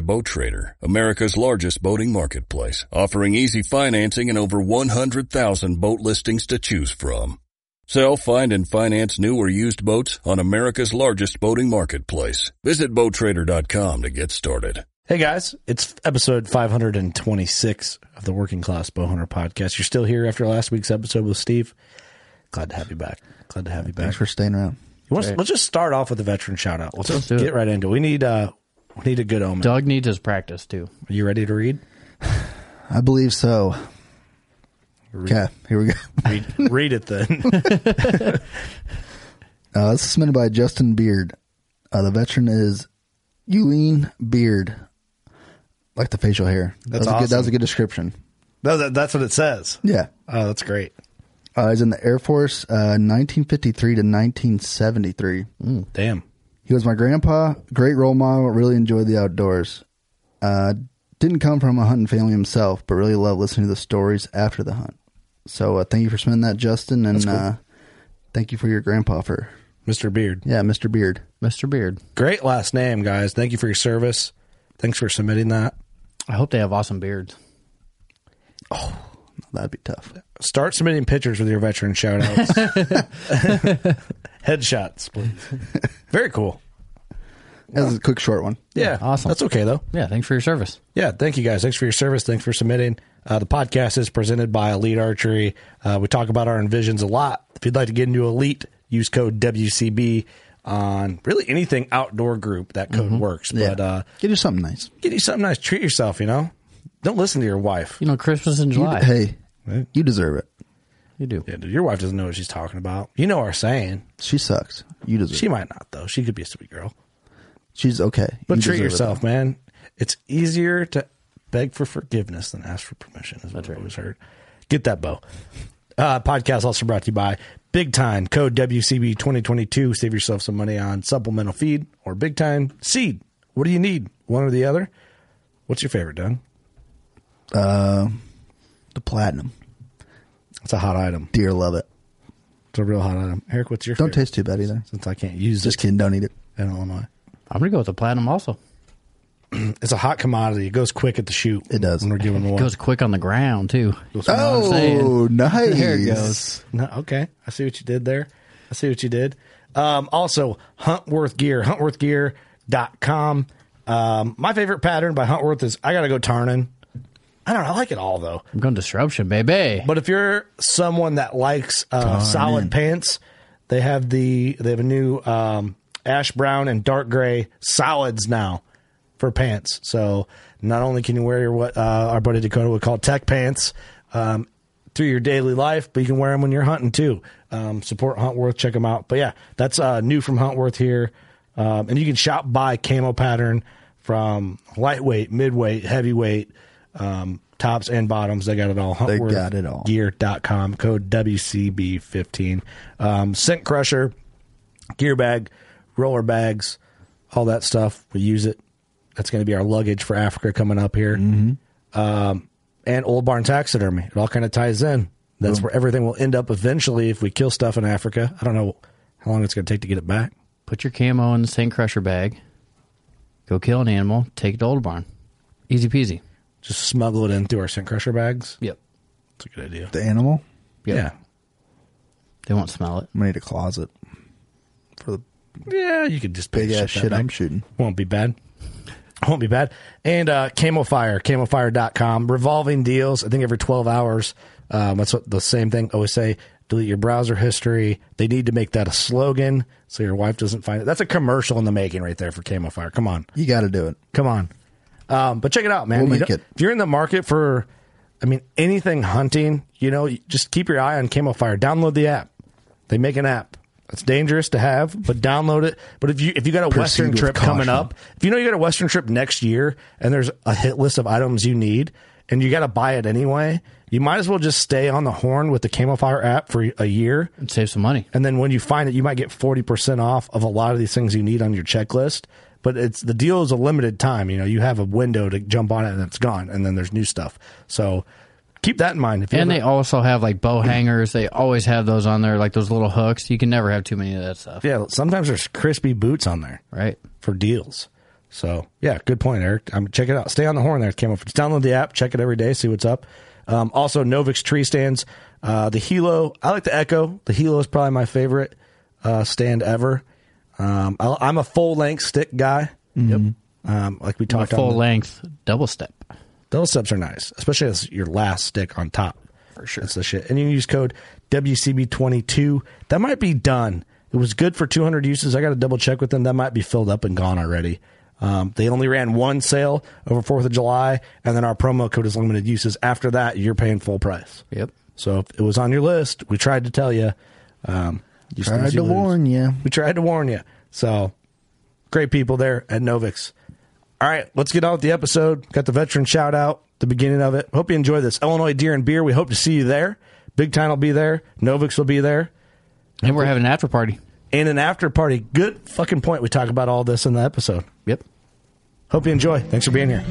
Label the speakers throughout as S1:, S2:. S1: Boat Trader, America's largest boating marketplace, offering easy financing and over 100,000 boat listings to choose from. Sell, find, and finance new or used boats on America's largest boating marketplace. Visit BoatTrader.com to get started.
S2: Hey guys, it's episode 526 of the Working Class Bowhunter podcast. You're still here after last week's episode with Steve. Glad to have you back. Glad to have you back.
S3: Thanks for staying around.
S2: You want- let's just start off with a veteran shout out. Let's, just
S4: do
S2: get
S4: it.
S2: right into it. We need uh we need a good omen.
S4: Doug needs his practice too.
S2: Are you ready to read?
S3: I believe so. Okay, here we go.
S2: Read, read it then.
S3: Uh, this is submitted by Justin Beard. Uh, the veteran is Eileen Beard. Like the facial hair.
S2: That's
S3: that was a good, that was
S2: awesome.
S3: a good description.
S2: No, that- that's what it says.
S3: Yeah.
S2: Oh, that's great.
S3: Uh, he's in the Air Force, uh, 1953 to 1973.
S2: Mm. Damn.
S3: He was my grandpa, great role model, really enjoyed the outdoors. Uh, didn't come from a hunting family himself, but really loved listening to the stories after the hunt. So uh, thank you for submitting that, Justin, and uh, thank you for your grandpa for,
S2: Mr. Beard.
S3: yeah, Mr. Beard.
S4: Mr. Beard.
S2: Great last name, guys. Thank you for your service. Thanks for submitting that.
S4: I hope they have awesome beards.
S3: That'd be tough.
S2: Start submitting pictures with your veteran shout outs. Headshots, please. Very cool.
S3: That was a quick, short one.
S2: Yeah.
S4: awesome.
S2: That's okay though.
S4: Yeah, thanks for your service.
S2: Yeah, thank you guys. Thanks for your service. Thanks for submitting. Uh, the podcast is presented by Elite Archery. Uh, we talk about our envisions a lot. If you'd like to get into Elite, use code WCB on really anything outdoor group. That code works.
S3: Yeah.
S2: But uh,
S3: Get you something nice.
S2: get you something nice. Treat yourself. You know, don't listen to your wife.
S4: You know, Christmas in
S3: You,
S4: July.
S3: hey, you deserve it.
S4: You do.
S2: Yeah, dude, your wife doesn't know what she's talking about. You know our saying.
S3: She sucks. You deserve
S2: She
S3: it.
S2: might not though. She could be a sweet girl.
S3: She's okay.
S2: But
S3: You
S2: treat
S3: deserve it.
S2: yourself, man. It's easier to beg for forgiveness than ask for permission, is what I've always heard. Get that bow. Uh, podcast also brought to you by Big Time, code WCB2022. Save yourself some money on supplemental feed or Big Time seed. What do you need? One or the other? What's your favorite, Doug?
S3: The platinum.
S2: It's a hot item.
S3: Dear, love it.
S2: It's a real hot item. Eric, what's your
S3: Don't
S2: favorite?
S3: taste too bad either.
S2: Since I can't use
S3: Just
S2: this
S3: kidding. Don't eat it.
S2: in Illinois.
S4: I'm gonna go with the platinum also.
S2: It's a hot commodity. It goes quick at the shoot.
S3: It does.
S2: When we're giving
S4: It
S2: away.
S4: goes quick on the ground too.
S3: Oh, nice.
S4: There it goes.
S2: No, okay. I see what you did there. I see what you did. Um, also, Huntworth Gear, huntworthgear.com. Um, my favorite pattern by Huntworth is I got to go Tarnin. I don't know. I like it all, though.
S4: I'm going disruption, baby.
S2: But if you're someone that likes uh, solid pants, they have the they have a new um, ash brown and dark gray solids now for pants. So not only can you wear your what uh, our buddy Dakota would call tech pants um, through your daily life, but you can wear them when you're hunting too. Um, support Huntworth, check them out. But yeah, that's uh, new from Huntworth here, um, and you can shop by camo pattern from lightweight, midweight, heavyweight. Um, tops and bottoms, they got it all.
S3: They
S2: Huntworth
S3: got it all.
S2: Gear.com, code WCB15. Um, Scent Crusher, gear bag, roller bags, all that stuff. We use it. That's going to be our luggage for Africa coming up here.
S3: Mm-hmm.
S2: Um, and Old Barn Taxidermy. It all kind of ties in. That's where everything will end up eventually if we kill stuff in Africa. I don't know how long it's going to take to get it back.
S4: Put your camo in the sand crusher bag. Go kill an animal. Take it to Old Barn. Easy peasy.
S2: Just smuggle it in through our scent crusher bags.
S4: Yep.
S2: That's a good idea.
S3: The animal.
S4: Yep.
S2: Yeah.
S4: They won't smell it.
S3: I'm gonna need a closet for the
S2: Yeah, you could just pick
S3: big ass
S2: that
S3: shit
S2: back.
S3: I'm shooting.
S2: Won't be bad. Won't be bad. And uh, Camo Fire, camofire.com. Revolving deals, I think every 12 hours. Um, that's what the same thing I always say. Delete your browser history. They need to make that a slogan so your wife doesn't find it. That's a commercial in the making right there for Camo Fire. Come on.
S3: You got to do it.
S2: Come on. Um, but check it out, man.
S3: We'll
S2: You
S3: make
S2: know-
S3: it.
S2: If you're in the market for, I mean, anything hunting, you know, you- just keep your eye on Camo Fire. Download the app. They make an app. It's dangerous to have, but download it. But if you if you got a Western
S3: with
S2: trip coming
S3: caution.
S2: up, if you know you got a Western trip next year, and there's a hit list of items you need, and you got to buy it anyway, you might as well just stay on the horn with the Camelfire app for a year,
S4: and save some money.
S2: and then when you find it, you might get forty percent off of a lot of these things you need on your checklist. But it's the deal is a limited time. You know, you have a window to jump on it, and it's gone, and then there's new stuff. So keep that in mind. If you
S4: And
S2: ever-
S4: they also have like bow hangers. They always have those on there, like those little hooks. You can never have too many of that stuff,
S2: yeah, sometimes there's crispy boots on there.
S4: right?
S2: for deals. So yeah, good point, Eric. Um, check it out. Stay on the horn there, Camo. Just download the app, check it every day, see what's up. Um, also, Novix tree stands, uh, the Hilo. I like the Echo. The Hilo is probably my favorite uh, stand ever. Um, I, I'm a full length stick guy. Yep. Um, like we
S4: A
S2: talked
S4: full
S2: on,
S4: length double step.
S2: those steps are nice, especially as your last stick on top. For sure. That's the shit. And you can use code WCB22. That might be done. It was good for 200 uses. I got to double check with them. That might be filled up and gone already. Um, they only ran one sale over 4th of July, and then our promo code is limited uses. After that, you're paying full price.
S4: Yep.
S2: So if it was on your list, we tried to tell you. Um, you
S3: Tried
S2: snooze,
S3: to
S2: lose.
S3: warn you.
S2: We tried to warn you. So great people there at Novix. All right, let's get on with the episode. Got the veteran shout out, the beginning of it. Hope you enjoy this. Illinois Deer and Beer, we hope to see you there. Big Time will be there. Novix will be there.
S4: And we're having an after party.
S2: And an after party. Good fucking point. We talk about all this in the episode.
S4: Yep.
S2: Hope you enjoy. Thanks for being here.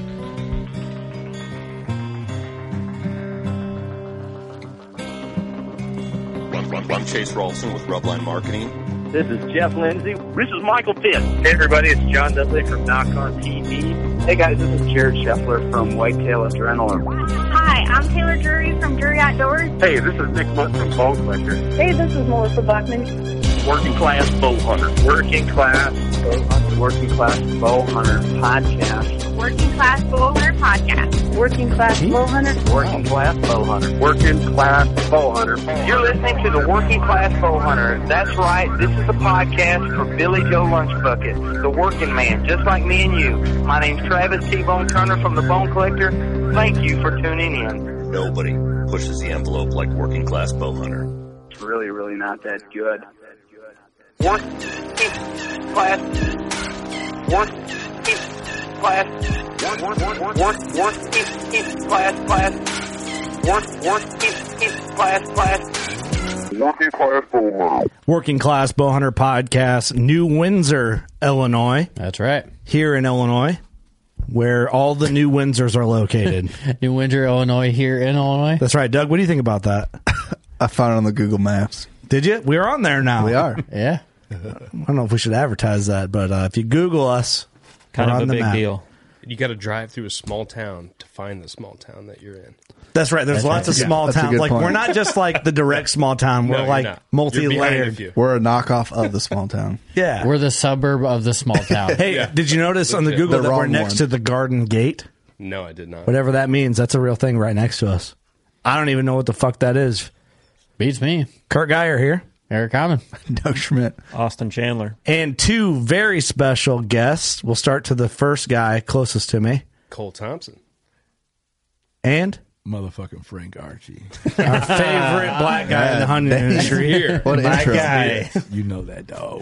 S5: I'm Chase Rolson with Rubline Marketing.
S6: This is Jeff Lindsay. This is Michael Pitt. Hey, everybody, it's John Dudley from Knock on TV. Hey, guys, this is Jared Scheffler from Whitetail Adrenaline.
S7: Hi, I'm Taylor Drury from Drury Outdoors.
S6: Hey, this is Nick Mutt from Bone Collector.
S7: Hey, this is Melissa Buckman.
S6: Working Class Bow Hunter. Working Class Bow Hunter. Working Class Bow Hunter Podcast.
S7: Working Class Bowhunter Podcast. Working Class Bowhunter.
S6: Working Class Bow Hunter. Working Class Bow Hunter.
S8: You're listening to the Working Class Bow Hunter. That's right. This is a podcast for Billy Joe Lunchbucket, the working man, just like me and you. My name's Travis T. Bone Turner from the Bone Collector. Thank you for tuning in.
S5: Nobody pushes the envelope like working class bow hunter.
S6: It's really, really not that good. Working Class. Working Class. Work, work, work, work, working Class. Class. Work, working Class. Class. Working Class Bow Hunter.
S2: Working Class Bowhunter Podcast, New Windsor, Illinois,
S4: That's right.
S2: here in Illinois, where all the new Windsors are located.
S4: New Windsor, Illinois, here in Illinois.
S2: That's right. Doug, what do you think about that?
S3: I found it on the Google Maps.
S2: Did you? We're on there now.
S3: We are.
S4: Yeah.
S2: I don't know if we should advertise that, but uh, if you Google us,
S9: kind
S2: we're
S9: of
S2: on
S9: a
S2: the
S9: big
S2: map.
S9: deal.
S10: you got to drive through a small town to find the small town that you're in.
S2: That's right. There's lots of small
S3: That's a
S2: towns.
S3: good
S2: Like we're
S3: point.
S2: not just like the direct small town. We're
S10: No, you're
S2: like
S10: not. You're behind a
S2: multi-layered.
S10: few.
S3: We're a knockoff of the small town.
S2: Yeah.
S4: We're the suburb of the small town.
S2: hey, did you notice on the
S10: Legit.
S2: Google
S3: The
S2: that we're
S3: wrong
S2: next
S3: one.
S2: to the Garden Gate?
S10: No, I did not.
S2: Whatever that means, that's a real thing right next to us. I don't even know what the fuck that is.
S4: Beats me.
S2: Kurt Geyer here,
S4: Eric Common.
S3: Doug Schmidt.
S9: Austin Chandler.
S2: and two very special guests. We'll start to the first guy closest to me,
S10: Cole Thompson.
S2: and
S11: motherfucking Frank Archie.
S2: our favorite black guy in the hunting industry here.
S3: What an
S2: black
S3: intro.
S2: guy.
S11: You know that dog.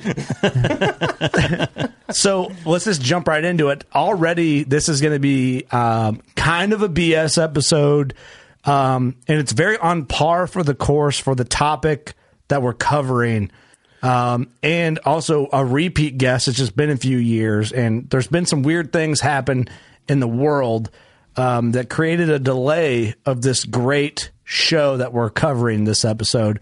S2: So let's just jump right into it. Already, this is going to be um, kind of a BS episode, um, and it's very on par for the course for the topic that we're covering. Um, and also a repeat guest. It's just been a few years, and there's been some weird things happen in the world um, that created a delay of this great show that we're covering this episode.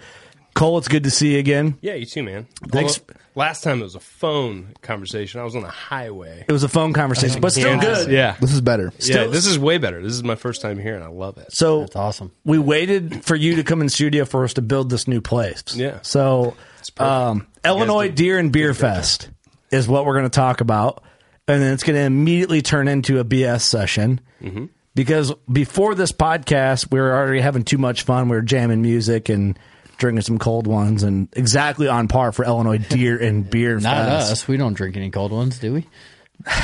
S2: Cole, it's good to see you again.
S10: Yeah, you too, man.
S2: Thanks.
S10: Although, last time it was a phone conversation. I was on the highway.
S2: It was a phone conversation, but still good.
S10: Yeah.
S3: This is better.
S10: yeah, this is way better. This is my first time here, and I love it.
S2: So
S4: That's awesome.
S2: we waited for you to come in studio for us to build this new place.
S10: Yeah.
S2: So,
S10: perfect.
S2: um,
S10: guys
S2: Illinois
S10: did-
S2: Deer and Beer Fest is what we're going to talk about, and then it's going to immediately turn into a BS session
S10: Mm-hmm.
S2: because before this podcast, we were already having too much fun. We were jamming music and drinking some cold ones, and exactly on par for Illinois Deer and Beer
S4: Not
S2: Fest.
S4: us. We don't drink any cold ones, do we?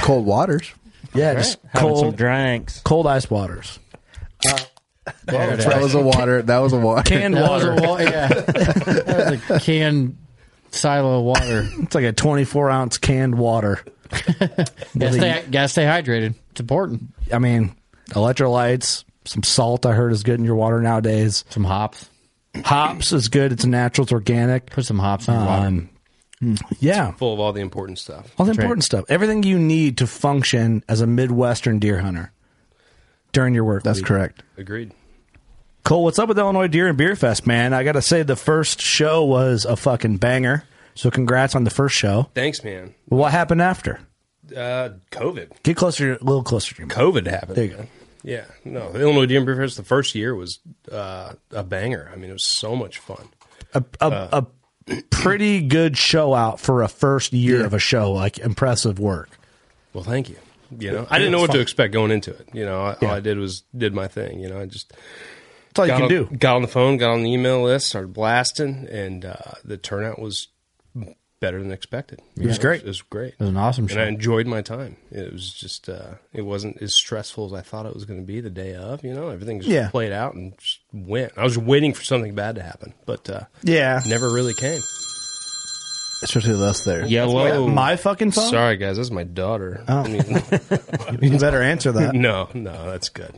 S3: Cold waters.
S2: Yeah, just
S9: Having some
S2: cold,
S9: drinks.
S2: cold ice waters,
S3: That was a water. That was a water.
S2: canned
S4: That was
S2: water.
S4: a wa- yeah. that was a canned silo of water.
S2: it's like a 24 ounce canned water.
S4: gotta, stay, gotta stay hydrated. It's important.
S2: I mean, electrolytes, some salt I heard is good in your water nowadays.
S4: Some hops.
S2: Hops is good. It's natural. It's organic. Um,
S4: Put some hops in your water.
S2: Yeah.
S10: Full of all the important stuff.
S2: All the important stuff. Everything you need to function as a Midwestern deer hunter during your work.
S3: That's
S2: week.
S3: correct.
S10: Agreed.
S2: Cole, what's up with Illinois Deer and Beer Fest, man? I got to say, the first show was a fucking banger. So congrats on the first show.
S10: Thanks, man.
S2: What happened after?
S10: Uh, COVID.
S2: Get closer, a little closer to your mic.
S10: COVID happened.
S2: There you go.
S10: Yeah. No, the Illinois Deer and Beer Fest, the first year was uh, a banger. I mean, it was so much fun.
S2: A, a,
S10: Uh.
S2: a pretty good show out for a first year of a show. Like impressive work.
S10: Well, thank you. You know, I didn't know what to expect going into it. You know, I,
S2: Yeah.
S10: all I did was did my thing. You know, I just
S2: That's all you
S10: got
S2: can
S10: on,
S2: do.
S10: Got on the phone, got on the email list, started blasting, and uh, the turnout was better than expected. It
S2: was great.
S10: It was great.
S4: It was an awesome
S10: and
S4: show.
S10: I enjoyed my time. It was just uh, it wasn't as stressful as I thought it was going to be the day of. You know, everything just
S2: Yeah.
S10: played out and just went. I was waiting for something bad to happen, but uh,
S2: Yeah.
S10: never really came.
S3: Especially with us there.
S10: Yellow,
S2: My fucking phone? Oh.
S10: Sorry, guys, that's my daughter. I mean,
S2: You better answer that.
S10: no, no, that's good.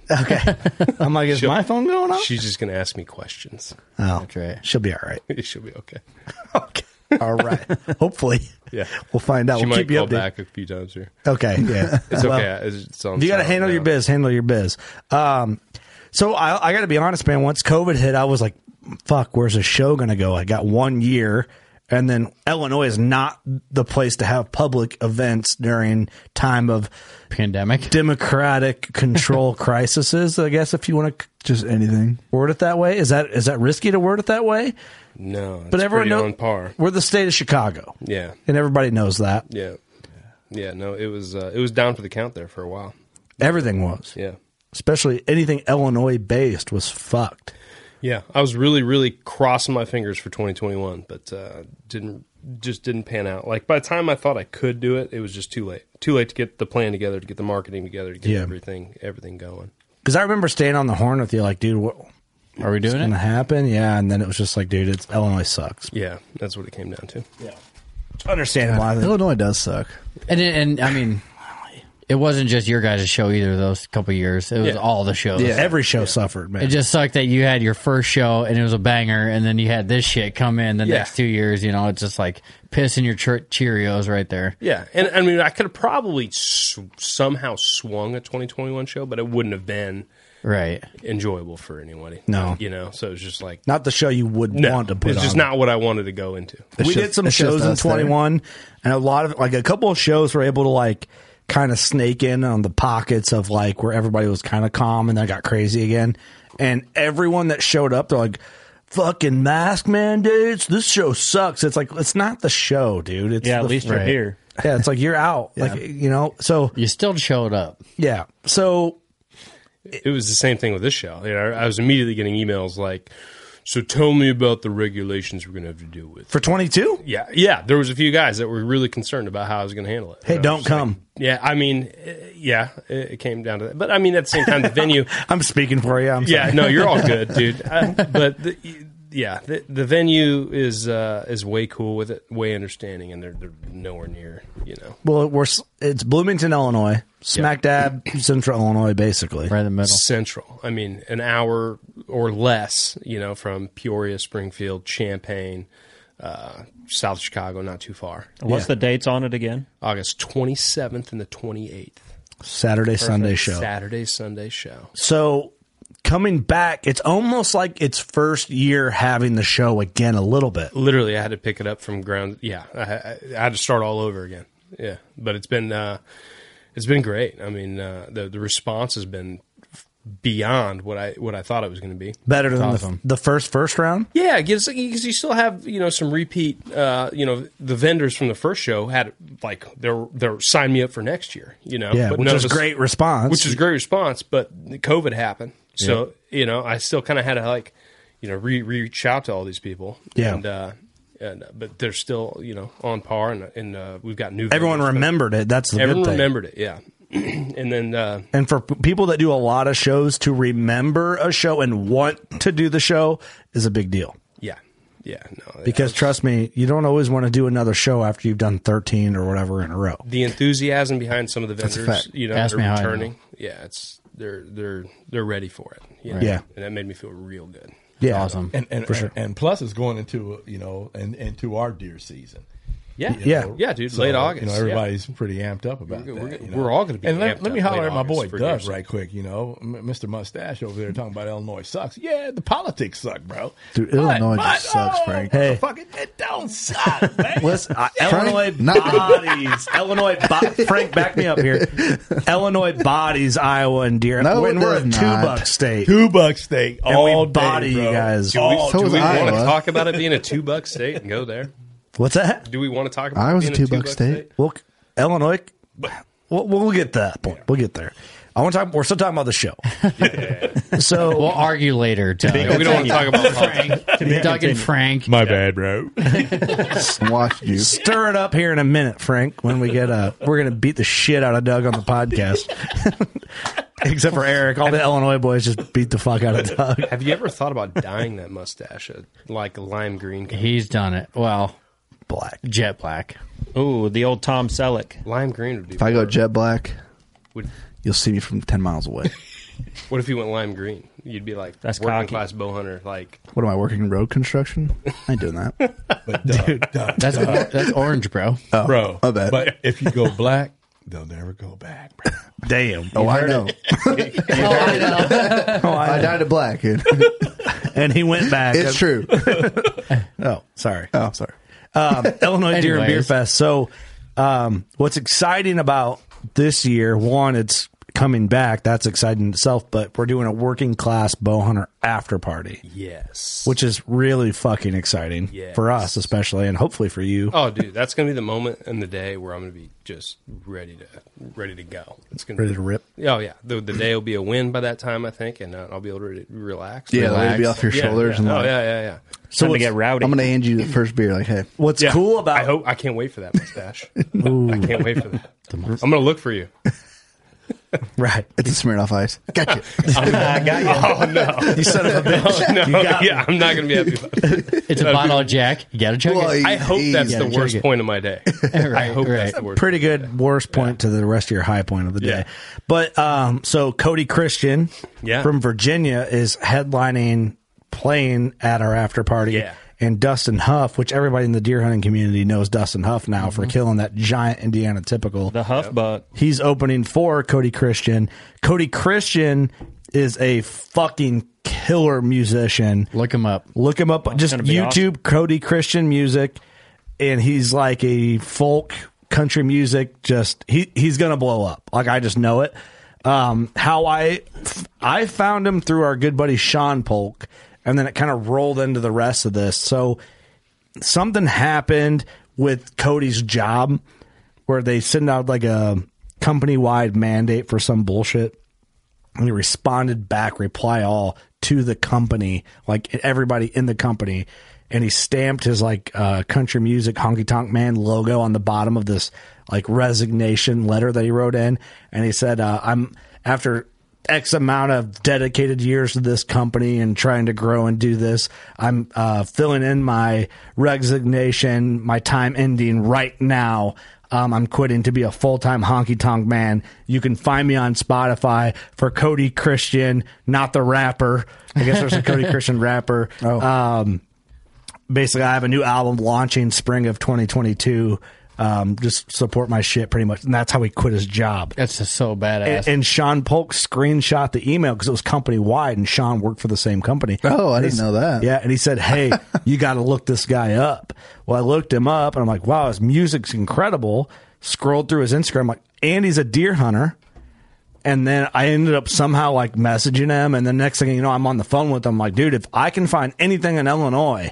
S2: I'm like, is my phone going off?
S10: She's just going to ask me questions.
S2: Oh,
S4: That's right.
S2: She'll be all right.
S10: It should be okay.
S2: okay. All right. Hopefully.
S10: Yeah.
S2: We'll find out.
S10: she
S2: we'll
S10: might
S2: keep you
S10: call
S2: updated.
S10: back a few times here.
S2: Okay. Yeah.
S10: It's
S2: Well,
S10: okay. It's, it's on
S2: If you got to
S10: silent
S2: handle your
S10: now.
S2: biz, handle your biz. Um, so I, I got to be honest, man. Once COVID hit, I was like, "Fuck, where's the show gonna go?" I got one year, and then Illinois is not the place to have public events during time of
S4: Pandemic.
S2: democratic control crises. I guess if you want to
S3: Just anything.
S2: word it that way, is that is that risky to word it that way?
S10: No, it's
S2: But everyone knows
S10: pretty on par.
S2: we're the state of Chicago,
S10: Yeah,
S2: and everybody knows that.
S10: yeah, yeah. No, it was uh, it was down for the count there for a while.
S2: Everything was,
S10: Yeah,
S2: especially anything Illinois based, was fucked.
S10: yeah. I was really, really crossing my fingers for 2021, but uh, didn't just didn't pan out. Like by the time I thought I could do it, it was just too late. Too late to get the plan together, to get the marketing together, to get
S2: Yeah.
S10: everything everything going.
S2: Because I remember staying on the horn with you, like, dude, what,
S4: Are we doing
S2: going to
S4: it?
S2: happen? Yeah, and then it was just like, dude, it's Illinois sucks.
S10: Yeah, that's what it came down to.
S2: Understand why? they-
S3: Illinois does suck.
S4: And it, and I mean, it wasn't just your guys' show either. Those couple years, it was
S10: Yeah.
S4: all the shows.
S2: Yeah, every show suffered, man.
S4: It just sucked that you had your first show and it was a banger, and then you had this shit come in the
S10: Yeah.
S4: next two years. You know, it's just like pissing your cher- Cheerios right there.
S10: Yeah, and I mean, I could have probably s- somehow swung a 2021 show, but it wouldn't have been
S4: Right.
S10: enjoyable for anybody.
S2: No.
S10: you know. So it was just like
S2: not the show you would
S10: no,
S2: want to put
S10: it's just
S2: on.
S10: not what I wanted to go into.
S2: we
S3: It's
S2: did
S3: just-
S2: some
S3: it's just
S2: shows in
S3: us
S4: eh?
S3: there.
S2: 21, and a lot of, like, a couple of shows were able to, like, kind of snake in on the pockets of, like, where everybody was kind of calm and then got crazy again. And everyone that showed up, they're like, fucking mask mandates. This show sucks. It's like, it's not the show, dude. It's
S9: Yeah, at
S2: the-
S9: least you're
S4: Right.
S9: here.
S2: Yeah, it's like you're out. Like, you know, so
S4: You still showed up.
S2: yeah. So
S10: It was the same thing with this show. You know, I was immediately getting emails like, "So tell me about the regulations we're going to have to deal with."
S2: for 22,
S10: Yeah, yeah. There was a few guys that were really concerned about how I was going to handle it.
S2: hey,
S4: Oh,
S10: And I was
S2: don't
S10: just like,
S2: come.
S10: yeah, I mean, eh, yeah, it it came down to that. But I mean, at the same time, the venue.
S2: I'm speaking for you. I'm
S10: Yeah,
S2: sorry.
S10: no, you're all good, dude. Uh, but the, yeah, the, the venue is uh, is way cool with it, way understanding, and they're they're nowhere near. You know,
S2: Well, we're s- it's Bloomington, Illinois, smack dab central Illinois, basically.
S4: Right in the middle.
S10: central. I mean, an hour or less. You know, from Peoria, Springfield, Champaign, uh, South Chicago, not too far.
S9: What's the dates on it again?
S10: August twenty seventh and the twenty eighth.
S2: Saturday, Sunday show.
S10: Saturday, Sunday show.
S2: So coming back, it's almost like it's first year having the show again a little bit.
S10: literally I had to pick it up from ground. Yeah, I, I, I had to start all over again. Yeah, but it's been uh, it's been great. I mean, uh, the the response has been beyond what I what I thought it was going to be.
S2: Better than
S4: awesome.
S2: the, the first first round.
S10: Yeah, because because you still have you know some repeat. Uh, you know, the vendors from the first show had like they're they're sign me up for next year. You know,
S2: Yeah, which
S10: none
S2: is
S10: of us-
S2: great response.
S10: which is a great response. But COVID happened, so you know I still kind of had to like, you know, re- reach out to all these people.
S2: Yeah.
S10: and, uh, and uh, but they're still you know on par, and and uh, we've got new.
S2: everyone
S10: vendors, but
S2: remembered it. That's the
S10: Everyone
S2: good thing.
S10: remembered it, yeah. and then uh,
S2: And for p- people that do a lot of shows to remember a show and want to do the show is a big deal.
S10: yeah, Yeah, no.
S12: Because trust me, you don't always want to do another show after you've done 13 or whatever in a row.
S10: the enthusiasm behind some of the
S12: That's a
S10: vendors,
S12: fact.
S10: you know,
S12: Ask
S10: they're
S12: me how I know.
S10: returning. Yeah, it's they're they're they're ready for it. you know?
S12: Right. Yeah.
S10: and that made me feel real good.
S12: Yeah. Awesome.
S13: And and,
S12: For sure.
S13: and plus it's going into you know and into our deer season.
S10: Yeah.
S13: You
S10: Yeah.
S13: know,
S10: Yeah, dude, late August,
S13: You know
S10: yeah.
S13: everybody's pretty amped up about that.
S10: We're- we're-
S13: you know.
S10: we're all gonna be
S13: And
S10: amped
S13: let, let me
S10: up
S13: holler
S10: late
S13: at my boy
S10: August for deer
S13: Doug
S10: season.
S13: right quick. You know, M- Mr. Mustache over there talking about Illinois sucks. Yeah, the politics suck, bro.
S3: Dude,
S13: But-
S3: Illinois
S13: but,
S3: just sucks,
S13: oh,
S3: Frank.
S13: Hey, fucking it don't suck, man.
S2: Listen, uh,
S13: Frank,
S2: Illinois
S13: not-
S2: bodies. Illinois, bo- Frank, back me up here. Illinois bodies Iowa and deer.
S12: No,
S2: and
S12: it
S2: we're a two
S12: does not.
S2: buck state.
S13: Two buck state.
S2: And
S13: all
S2: we
S13: day,
S2: body
S13: bro.
S2: you guys.
S10: Do we,
S13: Oh,
S10: do
S13: so is
S10: we want to
S13: Iowa.
S10: talk about it being a two buck state and go there?
S12: What's that?
S10: Do we want to talk about
S12: I
S10: it
S12: was
S10: being
S12: a two buck state.
S2: Well, Illinois. We'll, we'll get to that point. We'll get there. I want to talk. We're still talking about the show. So
S4: we'll argue later. Doug.
S2: be- we don't wanna talk about
S4: Frank.
S2: To be
S4: Doug and
S2: continued.
S4: Frank.
S13: My bad, bro.
S3: Watched you.
S12: Stir it up here in a minute, Frank. When we get uh we're gonna beat the shit out of Doug on the podcast. Except for Eric, all the Illinois boys just beat the fuck out of Doug.
S10: Have you ever thought about dyeing that mustache a, like a lime green? color?
S4: He's done it. Well,
S12: black,
S4: jet black.
S2: Ooh, the old Tom Selleck.
S10: Lime green would be.
S3: If I go jet black,
S10: Would-
S3: you'll see me from ten miles away.
S10: What if you went lime green? You'd be like
S2: That's
S10: working
S2: cocky.
S10: class bow hunter. Like
S3: What am I working in road construction? I ain't doing that.
S13: Dude, Doug,
S4: That's
S13: Doug,
S4: that's orange, bro.
S3: Oh,
S13: bro.
S3: my bad.
S13: But if you go black, they'll never go back, bro.
S2: Damn.
S3: oh, I know. I died a black. Dude.
S2: And he went back.
S3: It's true.
S2: Oh, sorry.
S3: Oh, I'm sorry.
S2: um, Illinois Deer and Beer
S4: Anyways.
S2: Fest. So, um, what's exciting about this year? One, it's coming back. That's exciting in itself. But we're doing a working class bow hunter after party,
S10: yes.
S2: which is really fucking exciting
S10: Yes.
S2: for us, especially, and hopefully for you.
S10: Oh, dude, that's gonna be the moment in the day where I'm gonna be just ready to ready to go. It's gonna
S2: Ready
S10: be,
S2: to rip.
S10: Oh yeah, the, the day will be a win by that time, I think, and uh, I'll be able to re- relax.
S3: Yeah, way to be off your
S10: Yeah,
S3: shoulders
S10: yeah.
S3: and
S10: oh
S3: like,
S10: yeah, yeah, yeah.
S2: So
S3: what's-
S2: what's,
S3: I'm gonna hand you the first beer. Like, hey,
S2: what's
S10: Yeah.
S2: cool about
S10: I hope I can't wait for that mustache. I can't wait for that. I'm gonna look for you.
S2: right?
S3: it's a Smirnoff Ice. Gotcha.
S2: I got you.
S10: Oh no,
S2: You son of a bitch.
S10: oh, no.
S2: got me.
S10: yeah, I'm not gonna be happy. About it.
S4: It's a bottle of Jack. You gotta chug
S3: Well,
S4: it.
S10: I hope that's
S3: Yeah,
S10: the
S3: check
S10: worst
S4: it.
S10: point of my day. I
S4: Right,
S10: hope that's
S4: right.
S10: the worst.
S2: Pretty good worst point to the rest of your high point of the day.
S10: Yeah.
S2: But um, so Cody Christian
S10: Yeah.
S2: from Virginia is headlining playing at our after party.
S10: Yeah.
S2: And Dustin Huff, which everybody in the deer hunting community knows Dustin Huff now
S10: Mm-hmm.
S2: for killing that giant Indiana typical.
S14: The Huff Butt.
S2: He's opening for Cody Christian. Cody Christian is a fucking killer musician.
S4: Look him up.
S2: Look him up. Just
S14: gonna be
S2: YouTube Cody Christian music, and he's like a folk country music. Just he he's gonna blow up. Like I just know it. Um, how I I found him through our good buddy Sean Polk, and then it kind of rolled into the rest of this. So something happened with Cody's job where they send out like a company wide mandate for some bullshit. And he responded back, reply all to the company, like everybody in the company. And he stamped his like uh, country music honky tonk man logo on the bottom of this like resignation letter that he wrote in. And he said, uh, I'm after X amount of dedicated years to this company and trying to grow and do this. I'm uh, filling in my resignation, my time ending right now. Um, I'm quitting to be a full time honky tonk man. You can find me on Spotify for Cody Christian, not the rapper. I guess there's a Cody Christian rapper. Um, basically, I have a new album launching spring of 2022. Um, just support my shit pretty much. And that's how he quit his job.
S4: That's just so badass.
S2: And, and Sean Polk screenshot the email because it was company wide, and Sean worked for the same company.
S3: Oh, I didn't know that.
S2: Yeah, and he said, "Hey, you got to look this guy up." Well, I looked him up, and I'm like, "Wow, his music's incredible." Scrolled through his Instagram, like, and he's a deer hunter. And then I ended up somehow like messaging him, and the next thing you know, I'm on the phone with him. Like, dude, if I can find anything in Illinois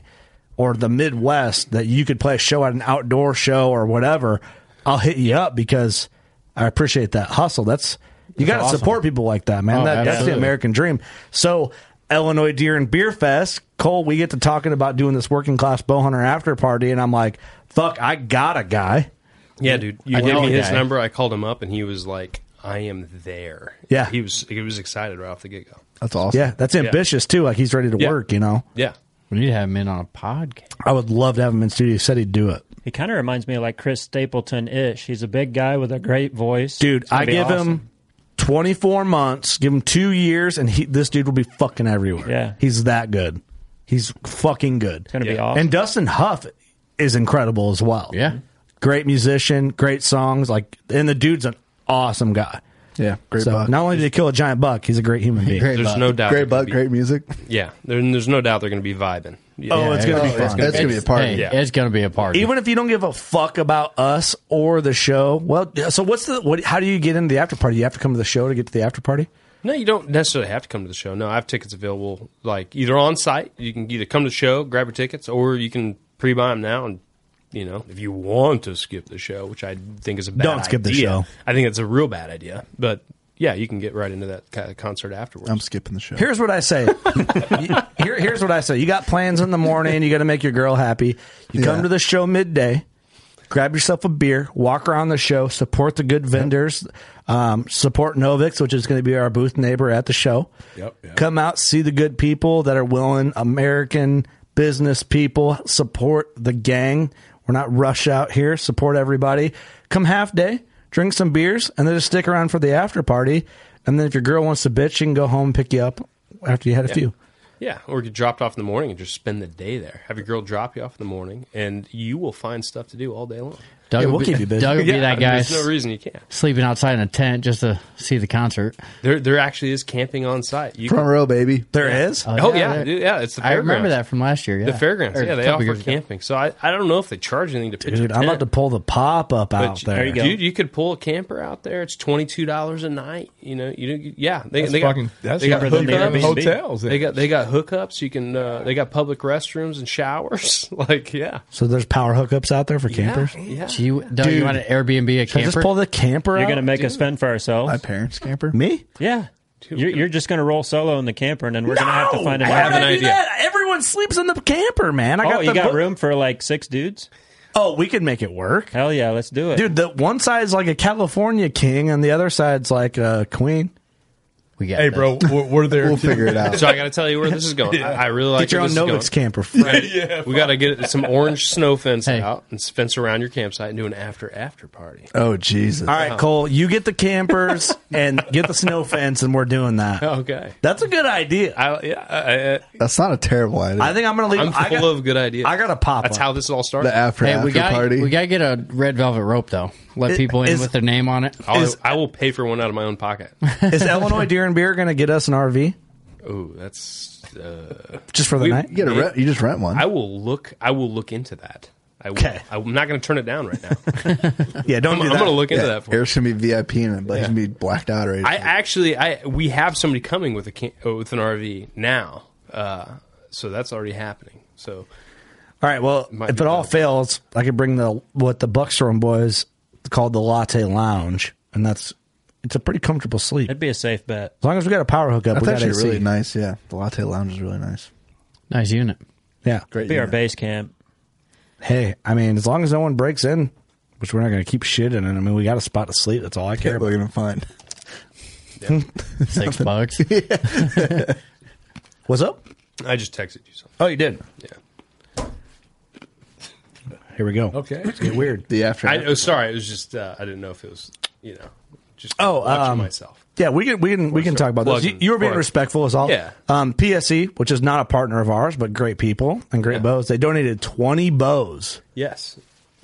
S2: or the Midwest that you could play a show at an outdoor show or whatever, I'll hit you up because I appreciate that hustle. That's you got to
S4: awesome.
S2: support people like that, man.
S4: Oh,
S2: that, that's the
S4: absolutely.
S2: American. American dream. So Illinois Deer and Beer Fest, Cole, we get to talking about doing this working class bow hunter after party, and I'm like, fuck, I got a guy.
S10: Yeah, dude. You
S4: I
S10: gave
S4: know
S10: me
S4: the
S10: his
S4: guy.
S10: number. I called him up, and he was like, "I am there."
S2: Yeah.
S10: he was. He was excited right off the get go.
S3: That's awesome.
S2: Yeah, that's ambitious too. Like he's ready to
S10: Yeah.
S2: work, you know.
S10: Yeah,
S4: We need to have him in on a podcast.
S2: I would love to have him in studio. He said he'd do it.
S15: He kind of reminds me of like Chris Stapleton ish. He's a big guy with a great voice.
S2: Dude,
S15: It's gonna
S2: I
S15: be
S2: give
S15: awesome.
S2: him 24 months, give him two years, and he, this dude will be fucking everywhere.
S15: Yeah.
S2: He's that good. He's fucking good. It's
S15: going to be awesome.
S2: And Dustin Huff is incredible as well. Yeah. Great musician, great songs. Like, and the dude's an awesome guy.
S3: Yeah, great
S2: so
S3: buck.
S2: Not only did he kill a giant buck, he's a great human being.
S10: There's no doubt.
S3: Great
S10: they're gonna
S3: buck, great music.
S10: be- Yeah, there, there's no doubt they're going to be vibing. Yeah.
S2: Oh, it's gonna be fun.
S3: That's gonna be a party.
S10: Yeah.
S4: It's going to be a party.
S2: Even if you don't give a fuck about us or the show, well, so what's the what? How do you get into the after party? You have to come to the show to get to the after party.
S10: No, you don't necessarily have to come to the show. No, I have tickets available, like either on site. You can either come to the show, grab your tickets, or you can pre-buy them now. And you know, if you want to skip the show, which I think is a bad
S2: Don't skip the
S10: idea.
S2: show.
S10: I think it's a real bad idea. But yeah, you can get right into that kind of concert afterwards.
S3: I'm skipping the show.
S2: Here's what I say. You- Here, here's what I say. You got plans in the morning. You got to make your girl happy. You come
S3: Yeah.
S2: to the show midday. Grab yourself a beer. Walk around the show. Support the good vendors. Um, support Novix, which is going to be our booth neighbor at the show.
S11: Yep,
S2: Come out, see the good people that are willing. American business people support the gang. We're not rush out here. Support everybody. Come half day, drink some beers, and then just stick around for the after party. And then if your girl wants to bitch, she can go home and pick you up after you had a
S10: Yeah.
S2: few.
S10: Yeah, or get dropped off in the morning and just spend the day there. Have your girl drop you off in the morning, and you will find stuff to do all day long.
S4: Doug will be, Doug will be
S10: Yeah, I
S4: that
S10: mean,
S4: guy.
S10: There's no reason you can't.
S4: Sleeping outside in a tent just to see the concert.
S10: There, there actually is camping on site. You
S3: Front row, baby.
S2: There is.
S10: Oh, yeah, dude, yeah, it's the
S4: I remember
S10: fairgrounds.
S4: that from last year. Yeah.
S10: The fairgrounds,
S4: Or a
S10: yeah, they
S4: couple
S10: offer
S4: years ago.
S10: camping. So I, I don't know if they charge anything to pitch
S2: Dude,
S10: a
S2: I'm
S10: tent,
S2: about to pull the pop up
S10: but
S2: out there.
S10: dude. You could pull a camper out there. It's twenty two dollars a night. You know, you don't, yeah, they,
S11: That's
S10: they got
S11: fucking- that's
S10: they got
S11: cheaper than the
S10: hookups.
S11: Airbnb. hotels.
S10: They got they got hookups. You can uh, they got public restrooms and showers. like yeah,
S2: So there's power hookups out there for campers.
S10: yeah.
S4: Do you, Doug, you
S2: Dude.
S4: want to Airbnb a
S2: Should I just
S4: camper?
S2: pull the camper
S15: You're
S2: out?
S15: going to make us fend for ourselves.
S3: My parents camper.
S2: Me?
S15: yeah. You're, you're just going to roll solo in the camper, and then we're going to have to find
S2: I
S15: another.
S2: have an idea. Everyone sleeps in the camper, man. I
S15: oh,
S2: got the
S15: you got
S2: book-
S15: room for like six dudes?
S2: Oh, we could make it work.
S15: Hell yeah, let's do it.
S2: Dude, the one side's like a California king and the other side's like a queen.
S4: We
S11: Hey, bro, we're, we're there.
S3: We'll figure it out.
S10: So I got to tell you where this is going. I, I really like
S2: Get your
S10: where
S2: own
S10: this is going.
S2: Novix camper.
S10: Right. We got to get some orange snow fence out and fence around your campsite and do an after after party.
S3: Oh Jesus!
S2: All right, Cole, you get the campers and get the snow fence and we're doing that.
S10: Okay.
S2: That's a good idea.
S10: I, yeah, I, I,
S3: That's not a terrible idea.
S2: I think I'm going to leave.
S10: I'm full
S2: I got,
S10: of good ideas.
S2: I got a pop
S10: That's
S2: up.
S10: how this all started.
S3: the after
S4: Hey,
S3: after
S4: we got
S3: party.
S4: we got to get a red velvet rope though. Let
S2: It-
S4: people in
S2: is-
S4: with their name on it.
S10: I'll,
S2: is-
S10: I will pay for one out of my own pocket.
S2: Is Illinois Deer and Beer going to get us an RV
S10: Ooh, that's. Uh,
S2: just for the
S10: We-
S2: night?
S3: you get a rent. You just rent one.
S10: I will look. I will look into that. I will,
S2: Okay.
S10: I'm not going to turn it down right now.
S2: Yeah, don't
S10: I'm,
S2: do
S10: I'm
S2: that.
S10: going to look into
S3: yeah,
S10: that. For you.
S3: Eric's gonna be VIP and it, but he's gonna be blacked out right.
S10: I actually, I we have somebody coming with a cam- uh, with an RV now, uh, so that's already happening. So
S2: All right. Well,
S10: Might
S2: if
S10: be
S2: it all
S10: better.
S2: fails, I could bring the what the Buckstorm boys called the Latte Lounge, and that's it's a pretty comfortable sleep.
S15: That'd be a safe bet.
S2: As long as we got a power hookup,
S3: That's
S2: we got
S3: actually
S2: AC.
S3: really nice. Yeah, the latte lounge is really nice.
S4: Nice unit.
S2: Yeah.
S3: Great.
S15: Be our
S3: unit.
S15: base camp.
S2: Hey, I mean, as long as no one breaks in, which we're not going to keep shit in, and I mean, we got a spot to sleep. That's all I care
S3: Yeah,
S2: about.
S3: we're gonna find.
S4: Six bucks.
S2: What's up?
S10: I just texted you something.
S2: Oh, you did.
S10: Yeah.
S2: Here we go.
S11: Okay.
S2: Let's get weird.
S3: The after.
S10: I, oh, sorry. It was just uh, I didn't know if it was you know just
S2: Oh,
S10: watching
S2: um,
S10: myself.
S2: Yeah, we can we can we can talk about this. You,
S10: Plugging.
S2: you were being
S10: Plugging.
S2: respectful as all.
S10: Yeah.
S2: Um, PSE, which is not a partner of ours, but great people and great
S10: Yeah.
S2: bows. They donated twenty bows
S10: Yes,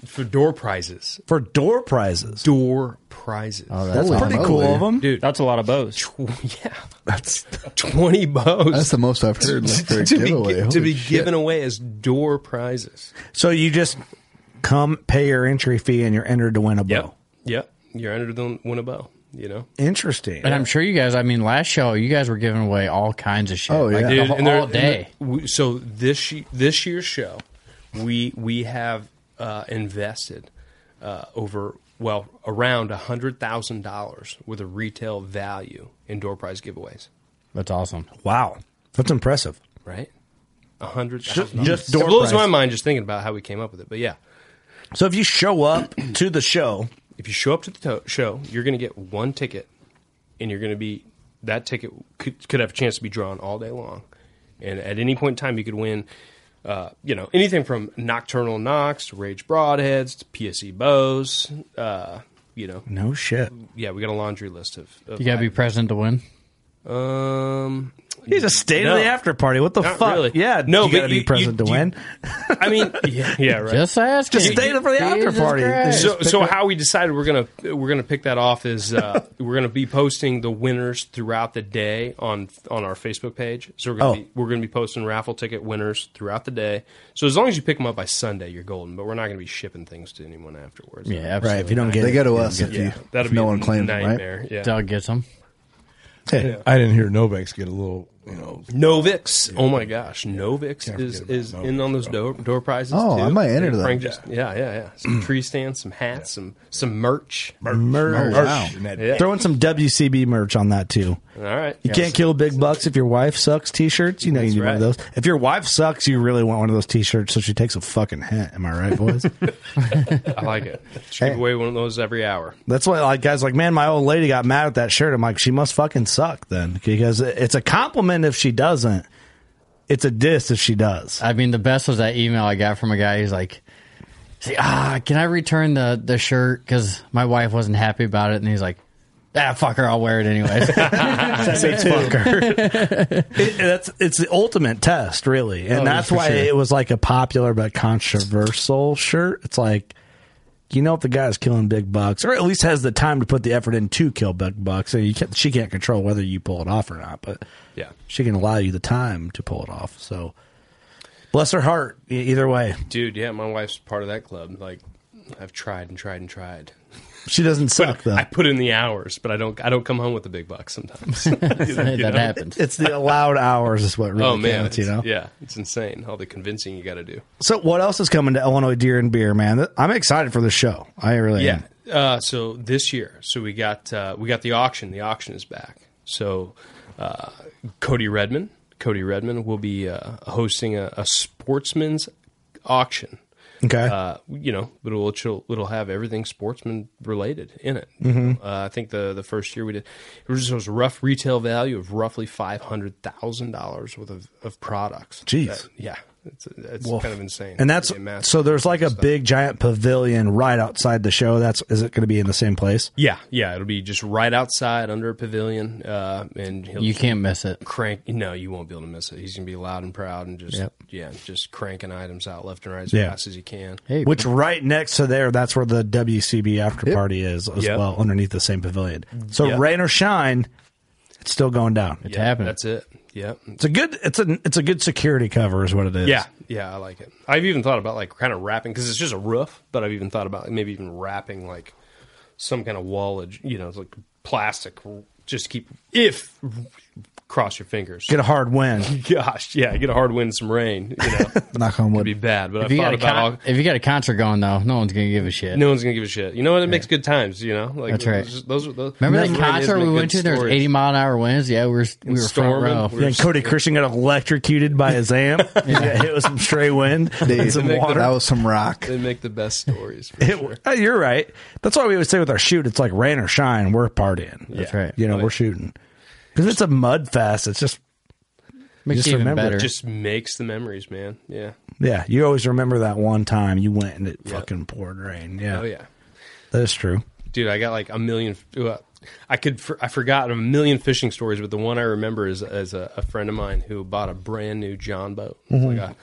S10: for door prizes.
S2: for door prizes.
S10: Door prizes.
S2: That's
S3: Holy
S2: pretty
S3: moly.
S2: cool of them.
S10: Dude,
S15: That's a lot of bows.
S10: yeah, that's twenty bows.
S3: That's the most I've heard like, for a
S10: to be,
S3: giveaway.
S10: gi- to
S3: Holy
S10: be
S3: shit.
S10: given away as door prizes.
S2: So you just come pay your entry fee and you're entered to win a bow.
S10: Yep. You're under the win a bow. You know.
S2: Interesting.
S4: And I'm sure you guys. I mean, last show you guys were giving away all kinds of shit.
S3: Oh, yeah.
S4: Like, the
S10: Dude,
S4: whole-
S10: and there-
S4: all day.
S10: and we- so this ye- this year's show, we we have uh, invested uh, over well around hundred thousand dollars with a retail value in door prize giveaways.
S4: That's awesome.
S2: wow, that's impressive.
S10: Right. A hundred
S2: Just-
S10: thousand.
S2: just
S10: dollars.
S2: door
S10: It blows
S2: prize.
S10: my mind just thinking about how we came up with it. But yeah,
S2: So if you show up to the show,
S10: if you show up to the to- show, you're going to get one ticket, and you're going to be that ticket could, could have a chance to be drawn all day long, and at any point in time, you could win uh, you know, anything from Nocturnal Knox to Rage Broadheads to PSE Bows. Uh, you know,
S2: No shit.
S10: yeah, we got a laundry list of. of
S4: You gotta be present to win.
S10: Um,
S2: He's a state of the after party. What the
S10: Not
S2: fuck?
S10: really.
S2: Yeah,
S10: No,
S2: you
S10: but
S2: gotta be
S10: you- you-
S2: present to
S10: you-
S2: win.
S10: I mean, yeah, yeah, right.
S4: Just asking.
S2: Just stay there for the after
S4: Jesus
S2: party.
S4: Christ.
S10: So, so how we decided we're gonna we're gonna pick that off is uh, we're gonna be posting the winners throughout the day on on our Facebook page. So we're gonna
S2: Oh.
S10: be, we're gonna be posting raffle ticket winners throughout the day. So as long as you pick them up by Sunday, you're golden. But we're not gonna be shipping things to anyone afterwards.
S4: Yeah,
S10: That'd
S4: absolutely.
S10: be
S2: Right, if you don't get
S3: They
S2: it,
S3: go to
S2: you don't
S3: us
S2: get
S3: if
S2: it.
S3: you-
S10: That'd
S3: If
S10: be
S3: no
S10: a
S3: one claims them, right?
S10: nightmare. Yeah.
S4: Doug gets them.
S2: Hey,
S11: I didn't hear Novak's get a little, you know.
S10: Novix, oh my gosh, Novix
S11: Can't
S10: is
S11: forget about
S10: is
S11: Novix,
S10: in on those door, door prizes.
S3: Oh,
S10: too.
S3: I might enter
S10: Yeah,
S3: that.
S10: Frank just- yeah, yeah, yeah. Some tree stands, some hats, some some merch.
S2: merch.
S11: Oh, wow. And that-
S10: Yeah.
S2: Throwing some WCB merch on that too.
S10: All right,
S2: You can't kill big bucks if your wife sucks T-shirts. You know you need one of
S10: right.
S2: those. If your wife sucks, you really want one of those T-shirts so she takes a fucking hint. Am I right, boys?
S10: I like it. Just give away one of those every hour.
S2: That's why, like, guys, like, man, my old lady got mad at that shirt. I'm like, she must fucking suck then, because it's a compliment if she doesn't. It's a diss if she does.
S4: I mean, the best was that email I got from a guy who's like, "See, ah, can I return the the shirt? Because my wife wasn't happy about it." And he's like, "Ah, fuck her, I'll wear it anyways."
S2: It- that's it's the ultimate test, really, and
S4: Oh, yeah,
S2: that's
S4: for
S2: why
S4: sure.
S2: it was like a popular but controversial shirt. It's like, you know, if the guy's killing big bucks, or at least has the time to put the effort in to kill big bucks, and you can't, she can't control whether you pull it off or not, but
S10: Yeah.
S2: she can allow you the time to pull it off. So, bless her heart. e- Either way,
S10: Dude, yeah, my wife's part of that club. Like, I've tried and tried and tried.
S2: she doesn't suck though.
S10: I put in the hours, but I don't. I don't come home with the big bucks sometimes.
S4: that happens.
S2: It's the allowed hours is what really
S10: oh man,
S2: counts, you
S10: it's-
S2: know.
S10: yeah, it's insane all the convincing you got to do.
S2: So what else is coming to Illinois Deer and Beer, man? Th- I'm excited for the show. I really
S10: Yeah.
S2: am.
S10: Uh, so this year, so we got uh, we got the auction. The auction is back. So uh, Cody Redman, Cody Redman will be uh, hosting a, a sportsman's auction.
S2: Okay.
S10: Uh, you know, but it'll, it'll it'll have everything sportsman related in it.
S2: Mm-hmm.
S10: Uh, I think the the first year we did, it was just a rough retail value of roughly five hundred thousand dollars worth of, of products.
S2: Jeez.
S10: That- yeah, it's it's
S2: Woof.
S10: kind of insane.
S2: and that's
S10: Yeah, massive.
S2: so there's like a big giant pavilion right outside the show. That's is it going to be in the same place?
S10: Yeah, yeah, it'll be just right outside under a pavilion, uh, and he'll
S4: you
S10: just
S4: can't miss it.
S10: crank. No, you won't be able to miss it. He's gonna be loud and proud, and just
S4: Yep.
S10: yeah, just cranking items out left and right as
S2: Yeah.
S10: fast as he can.
S4: Hey,
S2: Which right next to there, that's where the WCB after party is as
S10: Yep.
S2: well, underneath the same pavilion. So
S10: Yep.
S2: rain or shine, it's still going down.
S4: it's
S10: Yeah,
S4: happening.
S10: That's it. Yep.
S2: It's a good it's a it's a good security cover is what it is.
S10: Yeah, yeah, I like it. I've even thought about like kind of wrapping because it's just a roof, but I've even thought about maybe even wrapping like some kind of wallage, you know, it's like plastic. Just keep if cross your fingers.
S2: Get a hard win.
S10: Gosh, yeah, get a hard wind, some rain. You know,
S3: Knock on
S10: it'd
S3: wood.
S10: be bad. But
S4: if
S10: I
S4: you
S10: thought
S4: got a
S10: about
S4: con-
S10: all,
S4: if you got a concert going though, no one's gonna give a shit.
S10: No one's gonna give a shit. You know what? It makes good times. You know, like
S4: That's right.
S10: Those, those, are- those
S4: Remember that
S10: those really is
S4: concert we
S10: make
S4: went
S10: good
S4: to? There was
S10: stories.
S4: 80 mile an hour winds. Yeah, we were we were front
S10: storming.
S4: row.
S10: We were
S2: Yeah, and Cody Christian got electrocuted by his amp. He got hit with some stray wind and
S3: Dude,
S2: some water.
S3: That was some rock.
S10: They make the best stories. for
S2: It-
S10: sure.
S2: uh, you're right. That's why we always say with our shoot, it's like rain or shine, we're partying.
S4: That's right.
S2: You know, we're shooting because it's a mud fest. It's just
S4: Makes
S2: Just
S4: it even
S2: remember,
S4: better.
S10: Just makes the memories, man. Yeah.
S2: yeah. You always remember that one time you went and it fucking poured rain. Yeah,
S10: Oh yeah,
S2: that is true.
S10: dude. I got like a million. uh, I could. For, I forgot a million fishing stories, but the one I remember is as a, a friend of mine who bought a brand new John boat. It's Like a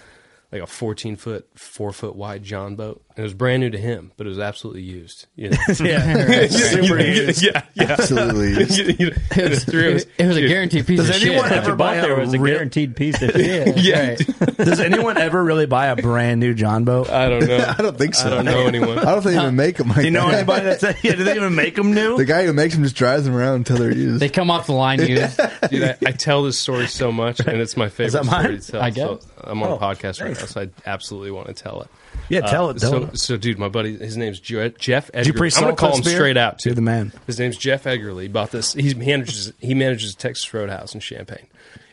S10: like a fourteen foot, four foot wide John boat. And it was brand new to him, but it was absolutely used. You know?
S4: Yeah.
S10: Super used. Yeah. Yeah.
S3: Absolutely.
S10: You know,
S4: it was,
S10: three of us-
S4: it was a
S10: dude.
S4: guaranteed piece of
S2: Does
S4: shit.
S2: anyone
S15: What
S2: ever
S15: you bought
S2: buy
S15: there
S2: a
S15: was a
S2: real-
S15: guaranteed piece of shit.
S10: Yeah.
S2: Does anyone ever really buy a brand new John boat?
S10: I don't know.
S3: I don't think so.
S10: I don't know anyone.
S3: I don't think they even make them. Like
S2: Do you know
S3: that.
S2: anybody that's yeah? Do they even make them new?
S3: The guy who makes them just drives them around until they're used.
S4: They come off the line used.
S10: Dude, I, I tell this story so much, and it's my favorite
S2: that mine?
S10: story to tell.
S4: I get
S10: So
S4: it.
S10: I'm on
S2: Oh,
S10: a podcast right
S2: thanks.
S10: now, so I absolutely want to tell it.
S2: yeah, tell
S15: Uh,
S2: it. Tell
S10: so,
S2: it.
S10: so, dude, my buddy, his name's Je- Jeff
S2: Did you
S10: Edgerly.
S2: pre
S10: I'm going to call him straight out. Too.
S2: You're the man.
S10: His name's Jeff Edgerly. He bought this. He manages. He manages Texas Roadhouse in Champaign,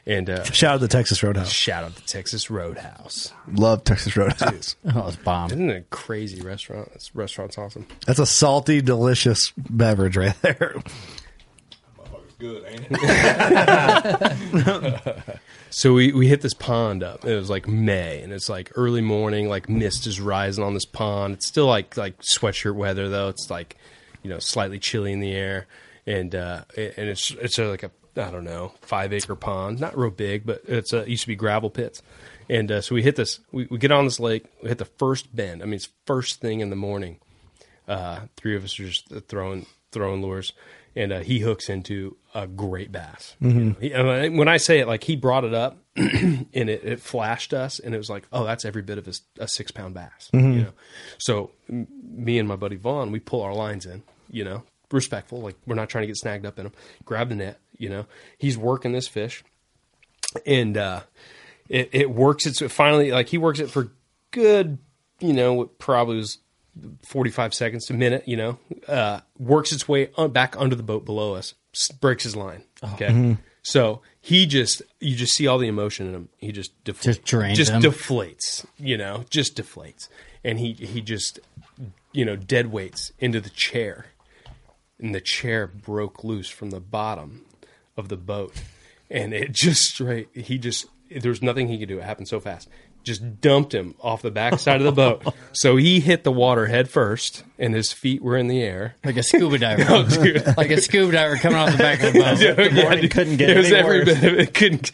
S10: and uh,
S2: Shout out to Texas Roadhouse.
S10: shout out to Texas Roadhouse.
S3: Love Texas Roadhouse.
S4: Oh, it's bomb.
S10: Isn't it a crazy restaurant? This restaurant's awesome.
S2: That's a salty, delicious beverage right there.
S16: good, ain't
S10: so we, we hit this pond up. It was like May, and it's like early morning. Like mist is rising on this pond. It's still like like sweatshirt weather though. It's like you know slightly chilly in the air, and uh, it- and it's it's uh, like a I don't know five acre pond, not real big, but it's uh, used to be gravel pits. And uh, so we hit this. We, we get on this lake. We hit the first bend. I mean, it's first thing in the morning. Uh, three of us are just throwing throwing lures, and uh, he hooks into a great bass.
S9: Mhm.
S10: He- and I- when I say it, like he brought it up and it, it flashed us, and it was like, oh, that's every bit of a, s- a six pound bass.
S9: Mhm.
S10: You know, so m- me and my buddy Vaughn, we pull our lines in. You know, respectful, like we're not trying to get snagged up in them. Grab the net. You know, he's working this fish, and uh, it, it works. It's finally like he works it for good. You know, it probably was 45 seconds to a minute, you know, uh, works its way un- back under the boat below us, s- breaks his line. Okay.
S4: Mhm.
S10: So he just, you just see all the emotion in him. He just deflates.
S4: Just drains
S10: Just
S4: him.
S10: deflates, you know, just deflates. And he, he just, you know, dead weights into the chair. And the chair broke loose from the bottom of the boat. And it just straight, he just, there was nothing he could do. It happened so fast. Just dumped him off the backside of the boat. So he hit the water head first, and his feet were in the air.
S4: Like a scuba diver.
S10: No, dude.
S4: like a scuba diver coming off the back of the boat.
S10: Yeah, dude. it was every bit of it. Couldn't.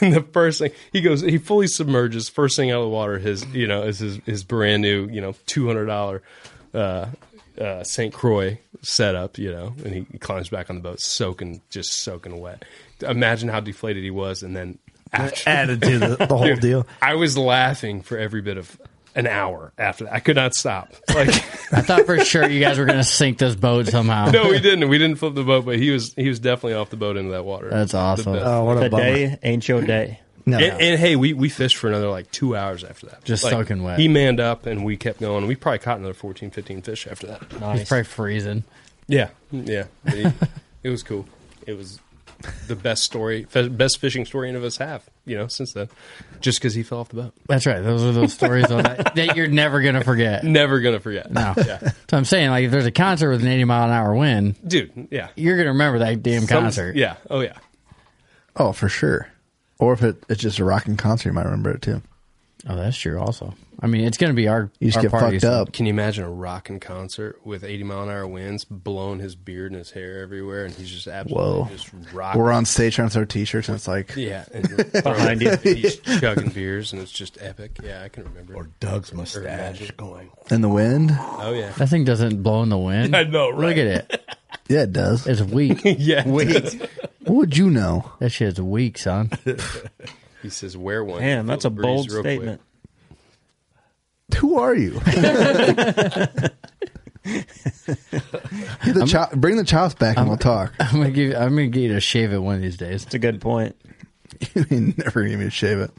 S10: And the first thing he goes, he fully submerges. First thing out of the water, his you know is his his brand new you know two hundred dollar uh, uh, Saint Croix setup. You know, and he, he climbs back on the boat, soaking just soaking wet. Imagine how deflated he was, and then after-
S9: Added to the- the whole
S10: Dude,
S9: deal.
S10: I was laughing for every bit of an hour after that. I could not stop. Like.
S4: I thought for sure you guys were going to sink this boat somehow.
S10: no, we didn't. We didn't flip the boat, but he was he was definitely off the boat into that water.
S4: That's
S10: The
S4: awesome.
S10: best.
S4: Oh, what a Today bummer.
S15: ain't your day.
S10: and, and hey, we, we fished for another like two hours after that.
S4: Just
S10: Like,
S4: soaking wet.
S10: He manned up and we kept going. We probably caught another 14, 15 fish after that.
S4: He's probably freezing.
S10: Yeah, yeah. But he- it was cool. It was the best story, fe- best fishing story any of us have, you know, since then. Just because he fell off the boat.
S4: That's right. Those are those stories though, that, that you're never going to forget.
S10: Never going to forget.
S4: No.
S10: Yeah.
S4: So I'm saying, like, if there's a concert with an 80 mile an hour wind,
S10: Dude, yeah.
S4: you're going to remember that damn
S10: Some-
S4: concert.
S10: Yeah. Oh, yeah.
S3: Oh, for sure. Or if it, it's just a rocking concert, you might remember it too.
S4: Oh, that's true. Also, I mean, it's going to be our.
S3: You just
S4: our
S3: get
S4: party,
S3: fucked
S4: so-
S3: up.
S10: Can you imagine a rockin' concert with 80 mile an hour winds blowing his beard and his hair everywhere and he's just absolutely
S3: Whoa.
S10: just rocking?
S3: We're on stage trying to throw t-shirts and it's like
S10: Yeah, and you're throwing-
S3: Behind you.
S10: he's chugging beers, and it's just epic. Yeah, I can remember. Or
S11: Doug's
S10: mustache
S11: going.
S3: in the wind.
S10: Oh yeah,
S4: That thing doesn't blow in the wind.
S10: I know,
S4: Look
S10: right?
S4: at it.
S3: Yeah, it does.
S4: It's weak.
S10: yeah, it
S4: weak.
S10: does.
S3: What would you know?
S4: That shit's weak, son.
S10: He says, "Wear one."
S15: Man,
S10: Feel
S15: that's
S10: the
S15: a
S10: breeze
S15: bold
S10: real quick."
S15: statement.
S3: Who are you? Get the chop, bring the chops back and we'll talk.
S4: I'm gonna give. I'm gonna get you to shave it one of these days. It's
S15: a good point.
S3: you ain't never gonna even shave it.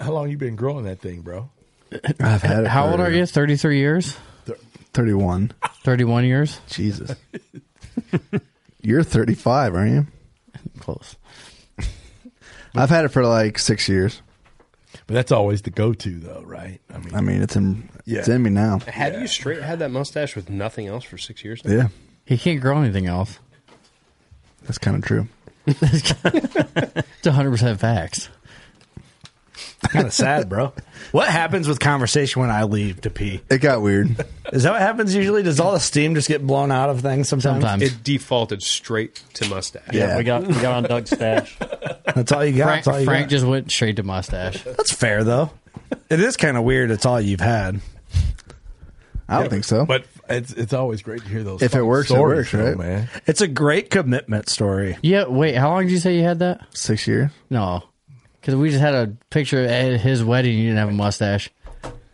S11: How long you been growing that thing, bro?
S3: I've had it.
S4: How
S3: for
S4: old are you? Thirty three years.
S3: Thirty-one.
S4: Thirty one years.
S3: Jesus. You're thirty-five, aren't you?
S4: Close.
S3: I've had it for like six years.
S11: But that's always the go-to, though, right? I mean,
S3: I mean, it's in
S11: Yeah.
S3: it's in me now.
S10: Have you straight had that mustache with nothing else for six years? now?
S3: Yeah,
S4: He can't grow anything else.
S3: that's kind of true.
S4: It's hundred percent facts.
S9: kind of sad, bro. What happens with conversation when I leave to pee?
S3: It got weird.
S9: Is that what happens usually? Does all the steam just get blown out of things sometimes?
S10: It defaulted straight to mustache.
S9: Yeah.
S15: We got we got on Doug's stash.
S9: that's all you got.
S4: Frank,
S9: that's all you
S4: Frank
S9: got.
S4: just went straight to mustache.
S9: that's fair though. It is kind of weird. It's all you've had.
S3: I don't think so.
S11: But it's it's always great to hear those.
S3: If it
S11: fucking
S3: works, it
S11: stories,
S3: works,
S11: though,
S3: right?
S11: man?
S9: It's a great commitment story.
S4: Yeah. Wait. How long did you say you had that?
S3: Six years.
S4: No, because we just had a picture at his wedding. You didn't have a mustache.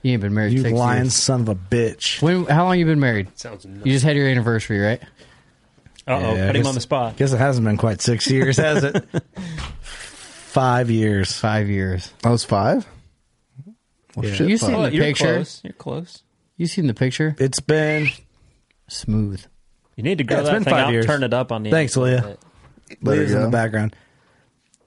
S4: You ain't been married.
S9: You
S4: six
S9: lying
S4: years.
S9: son of a bitch.
S4: When? How long you been married?
S10: Sounds nuts.
S4: You just had your anniversary, right?
S15: Uh oh,
S9: Yeah,
S15: put him
S9: guess-
S15: on the spot.
S9: Guess it hasn't been quite six years, has it? Five years.
S4: Five years.
S9: Oh,
S3: I was five. Well,
S4: Yeah.
S3: shit,
S4: You
S3: fuck.
S4: seen
S15: Oh,
S4: the
S15: you're
S4: picture?
S15: close. You're close.
S4: You seen the picture?
S9: It's been
S4: Smooth.
S15: You need to
S9: Yeah,
S15: grow
S9: it's
S15: that
S9: been
S15: thing
S9: five
S15: out.
S9: years.
S15: Turn it up on the.
S9: Thanks,
S15: end.
S9: Leah.
S3: There
S9: Leah's
S3: you
S9: in the
S3: go.
S9: background.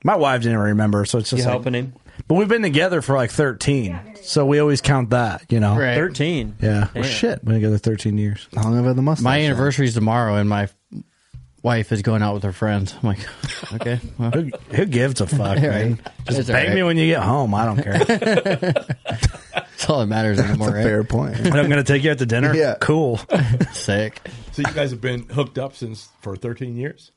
S9: My wife didn't remember, so it's
S15: You
S9: just like-
S15: helping him?
S9: But we've been together for like thirteen, so we always count that, you know.
S4: Right.
S15: Thirteen.
S9: Yeah.
S15: Damn.
S9: Well, shit, been together thirteen years.
S3: How long have I had the mustache?
S4: My anniversary's tomorrow, and my wife is going out with her friends. I'm like, okay. well.
S2: Who, who gives a fuck, man? Just
S4: It's all
S2: bang
S4: right.
S2: me when you get home. I don't care.
S4: That's all that matters anymore. right?
S2: And I'm going to take you out to dinner. Cool.
S4: Sick.
S10: So you guys have been hooked up since for 13 years.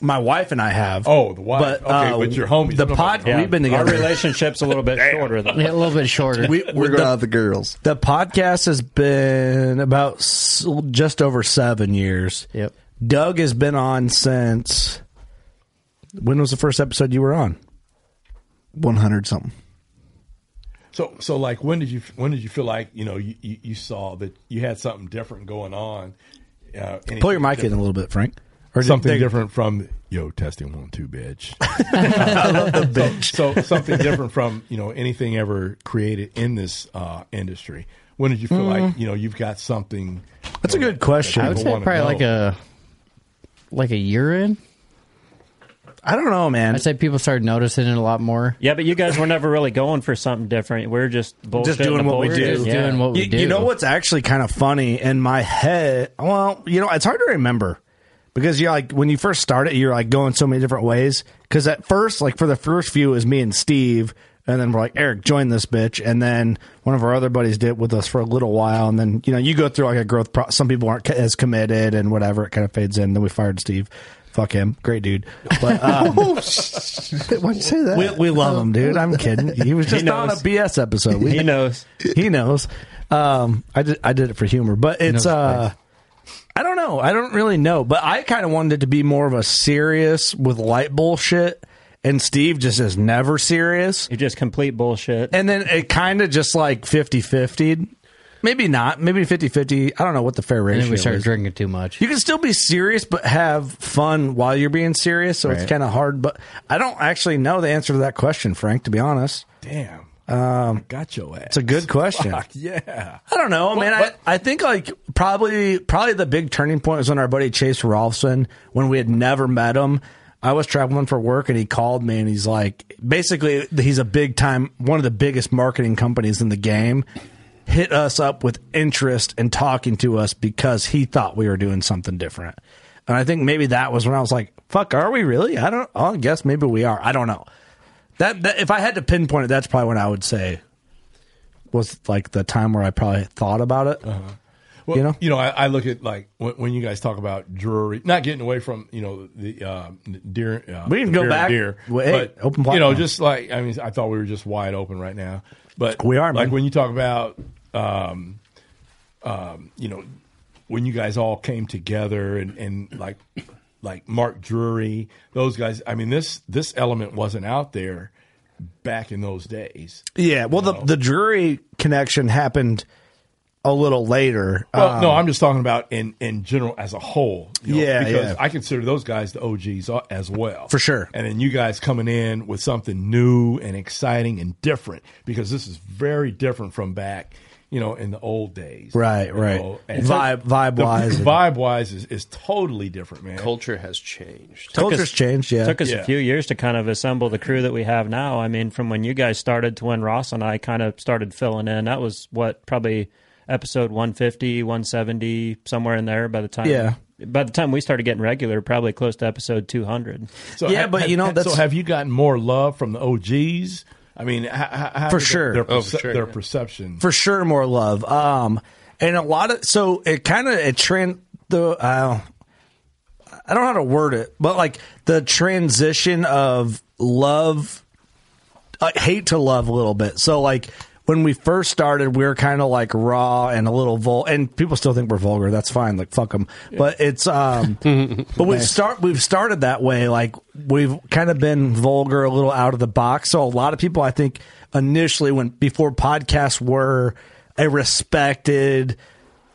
S2: My wife and I have.
S10: Oh, the wife. okay,
S2: uh,
S10: but your homies.
S2: The
S10: What
S2: pod.
S10: about-
S2: We've been together.
S7: Our relationship's a little bit shorter than
S4: Yeah, a little bit shorter.
S2: We,
S3: We're
S2: the-
S3: going out with the girls.
S2: The podcast has been about s- just over seven years.
S4: Yep.
S2: Doug has been on since. When was the first episode you were on?
S3: 100 something.
S10: So, so like, when did you when did you feel like you know you, you, you saw that you had something different going on? Uh,
S2: Pull your mic in a little bit, Frank.
S10: Or
S2: did-
S10: something
S2: there-
S10: different from yo testing one two bitch.
S2: I love the bitch.
S10: So, so something different from you know anything ever created in this uh, industry. When did you feel like
S4: Mm.
S10: you know you've got something?
S2: Mm-hmm. That's a good question.
S4: I would say probably like a like a year in.
S2: I don't know, man.
S4: I'd say people started noticing it a lot more.
S7: Yeah, but you guys were never really going for something different. We're just bullshit.
S2: just doing what we do.
S7: yeah.
S2: you, You know what's actually kind of funny in my head? Well, you know, it's hard to remember because you're like when you first started, you're like going so many different ways. Because at first, like for the first few, is me and Steve, and then we're like Eric, join this bitch, and then one of our other buddies did it with us for a little while, and then you know you go through like a growth. Pro- some people aren't as committed and whatever. It kind of fades in. Then we fired Steve. Fuck him, great dude. But um,
S3: Why'd you say that?
S2: we, we love him, dude. I'm kidding. He was
S3: He
S2: just on a
S3: knows.
S2: BS episode. We-
S7: He knows.
S2: He knows. Um, I did, I did it for humor, but it's
S7: knows
S2: uh, I don't know. I don't really know, but I kind of wanted it to be more of a serious with light bullshit. And Steve just is never serious.
S7: You're just complete bullshit.
S2: And then it kind of just like 50 50. Maybe not. Maybe 50 50. I don't know what the fair
S4: And
S2: ratio
S4: then we started
S2: is.
S4: drinking too much.
S2: You can still be serious, but have fun while you're being serious. So
S4: Right.
S2: it's kind of hard. But I don't actually know the answer to that question, Frank. To be honest,
S10: damn.
S2: um,
S10: got your ass.
S2: It's a good question.
S10: Fuck, yeah.
S2: I don't know, man. I, I think like probably probably the big turning point was when our buddy Chase Rolfson, when we had never met him. I was traveling for work and he called me and he's like, basically, he's a big time, one of the biggest marketing companies in the game. Hit us up with interest and talking to us because he thought we were doing something different. And I think maybe that was when I was like, fuck, are we really? I don't, I guess maybe we are. I don't know. That, that if I had to pinpoint it, that's probably when I would say was like the time where I probably thought about it.
S7: Uh-huh.
S10: Well,
S2: you know,
S10: you know, I, I look at like when, when you guys talk about drury, not getting away from you know the uh, deer. Uh,
S2: We can
S10: the
S2: go
S10: beer
S2: back.
S10: Deer,
S2: Well, hey,
S10: but,
S2: open
S10: You know,
S2: platform.
S10: just like I mean, I thought we were just wide open right now, but
S2: We are,
S10: Like
S2: man.
S10: when you talk about, um, um, you know, when you guys all came together and and like like Mark Drury, those guys. I mean, this this element wasn't out there back in those days.
S2: Yeah. Well, the the Drury connection happened a little later.
S10: Well,
S2: Um,
S10: no, I'm just talking about in in general as a whole.
S2: Yeah,
S10: because
S2: yeah.
S10: I consider those guys the OGs a- as well,
S2: For sure.
S10: And then you guys coming in with something new and exciting and different because this is very different from back, you know, in the old days.
S2: Right,
S10: you
S2: right.
S10: know,
S2: Vibe- vibe-wise.
S10: vibe wise is is totally different, man.
S17: Culture has changed.
S7: Took
S2: Culture's
S7: us-
S2: changed, yeah.
S7: Took us
S2: Yeah.
S7: a few years to kind of assemble the crew that we have now. I mean, from when you guys started to when Ross and I kind of started filling in, that was what probably episode 150, 170, somewhere in there by the time.
S10: Yeah.
S7: By the time we started getting regular, probably close to episode 200.
S10: ha- ha- ha- so have you gotten more love from the OGs? I mean, how, how
S2: For
S10: did
S2: sure.
S10: their,
S2: Oh, for
S10: perce-
S2: sure,
S10: their
S2: yeah.
S10: perception.
S2: for sure more love. Um, and a lot of so it kind of it trend the uh, I don't know how to word it, but like the transition of love, uh, hate to love a little bit. So like when we first started, we were kind of like raw and a little vul, and people still think we're vulgar. That's fine, like fuck them. But it's um, but we've
S18: Nice.
S2: start we've started that way. Like we've kind of been vulgar, a little out of the box. So a lot of people, I think, initially when before podcasts were a respected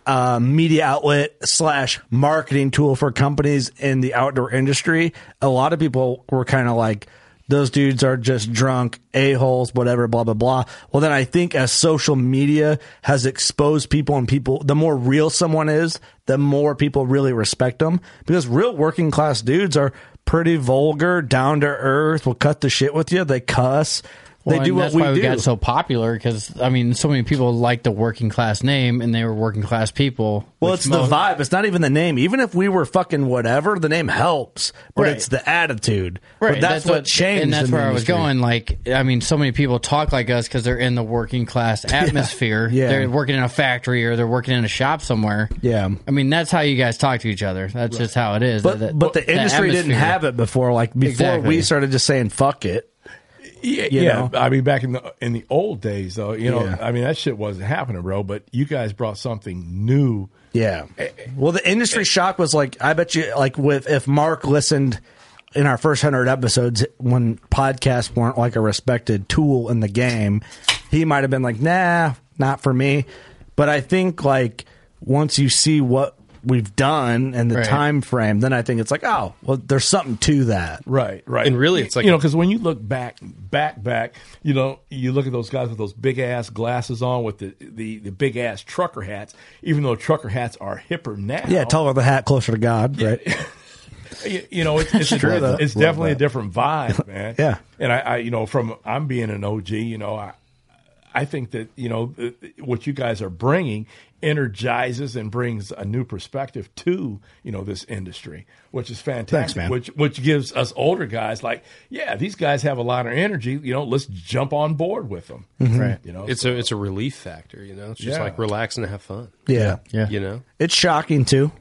S2: uh, media outlet slash marketing tool for companies in the outdoor industry, a lot of people were kind of like, those dudes are just drunk, a-holes, whatever, blah, blah, blah. Well, then I think as social media has exposed people and people, the more real someone is, the more people really respect them because real working class dudes are pretty vulgar, down to earth, will cut the shit with you. They cuss.
S4: Well,
S2: they do
S4: and
S2: what
S4: that's
S2: we
S4: why we
S2: do.
S4: got so popular because I mean, so many people liked the working class name, and they were working class people.
S2: well,
S4: which
S2: it's
S4: most-
S2: the vibe. It's not even the name. Even if we were fucking whatever, the name helps, but
S4: Right.
S2: it's the attitude.
S4: Right,
S2: But that's, what, changed.
S4: and that's
S2: in the
S4: where I was
S2: industry.
S4: going. Like, I mean, so many people talk like us because they're in the working class atmosphere.
S2: yeah.
S4: they're working in a factory or they're working in a shop somewhere.
S2: Yeah.
S4: I mean, that's how you guys talk to each other. That's just how it is.
S2: But,
S4: That-
S2: but the
S4: that
S2: industry didn't
S4: atmosphere.
S2: have it before. Like before
S4: Exactly.
S2: we started just saying fuck it.
S10: Yeah,
S2: you
S10: yeah.
S2: know?
S10: I mean, back in the in the old days, though, you know,
S2: Yeah.
S10: I mean, that shit wasn't happening, bro. But you guys brought something new.
S2: Yeah.
S10: Eh,
S2: Well, the industry shock was like I bet you like with if Mark listened in our first hundred episodes when podcasts weren't like a respected tool in the game, he might have been like, "Nah, not for me." But I think like once you see what we've done and the
S10: Right.
S2: time frame, then I think it's like, "Oh, well, there's something to that."
S10: Right, right.
S2: And really, it's like-
S10: you know, because when you look back, back, back, you know, you look at those guys with those big ass glasses on with the the, the big ass trucker hats. Even though trucker hats are hipper now,
S2: Yeah, taller the hat, closer to God, right?
S10: you, you know, it's, it's,
S2: It's true, though.
S10: it's,
S2: Love
S10: definitely a
S2: that.
S10: different vibe, man.
S2: Yeah.
S10: And I, I, you know, from I'm being an OG, you know, I, I think that you know th- th- what you guys are bringing energizes and brings a new perspective to you know this industry, which is fantastic.
S2: Thanks, man.
S10: Which which gives us older guys like, yeah, these guys have a lot of energy. You know, let's jump on board with them.
S2: Mhm. Right.
S10: You know,
S6: it's a it's a relief factor. You know, it's just
S10: Yeah.
S6: like relax and have fun.
S2: Yeah. Yeah.
S6: You know,
S2: It's shocking too.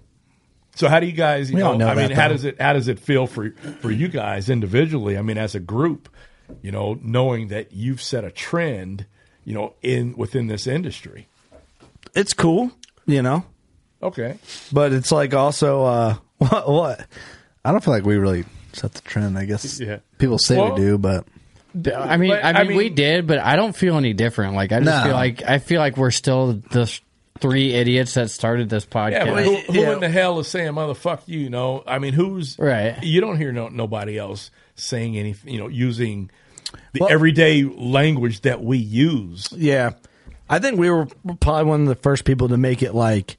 S10: So how do you guys? You
S2: We
S10: know,
S2: all know
S10: I mean,
S2: that,
S10: how
S2: though.
S10: does it how does it feel for for you guys individually? I mean, as a group, you know, knowing that you've set a trend, you know, in within this industry.
S2: It's cool, you know.
S10: Okay.
S2: But it's like also uh what what
S3: I don't feel like we really set the trend. I guess
S10: Yeah.
S3: people say
S4: Well,
S3: we do, but
S4: I mean, I mean, we did, but I don't feel any different. Like, I just
S3: No.
S4: feel like I feel like we're still the th- three idiots that started this podcast.
S10: Yeah, but who, who in the hell is saying motherfuck you? You know, I mean, who's right? You don't hear no, nobody else saying anything. You know, using the everyday language that we use.
S2: Yeah. I think we were probably one of the first people to make it like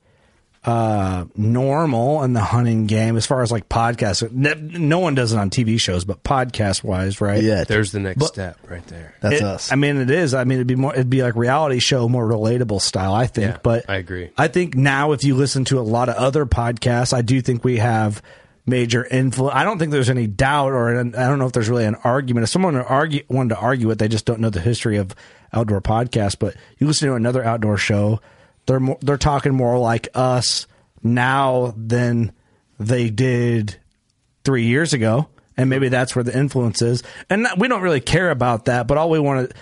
S2: uh normal in the hunting game as far as like podcasts. Ne- No one does it on TV shows, but podcast wise, right? Yeah.
S6: there's the next step right there.
S2: I mean, it is. I mean, it'd be more. It'd be like reality show, more relatable style. I think. but
S6: I agree.
S2: I think now, if you listen to a lot of other podcasts, I do think we have major influence. I don't think there's any doubt, or an, I don't know if there's really an argument. If someone wanted to argue, wanted to argue it, they just don't know the history of outdoor podcasts. But you listen to another outdoor show, they're more, they're talking more like us now than they did three years ago, and maybe that's where the influence is. And not, we don't really care about that, but all we want to,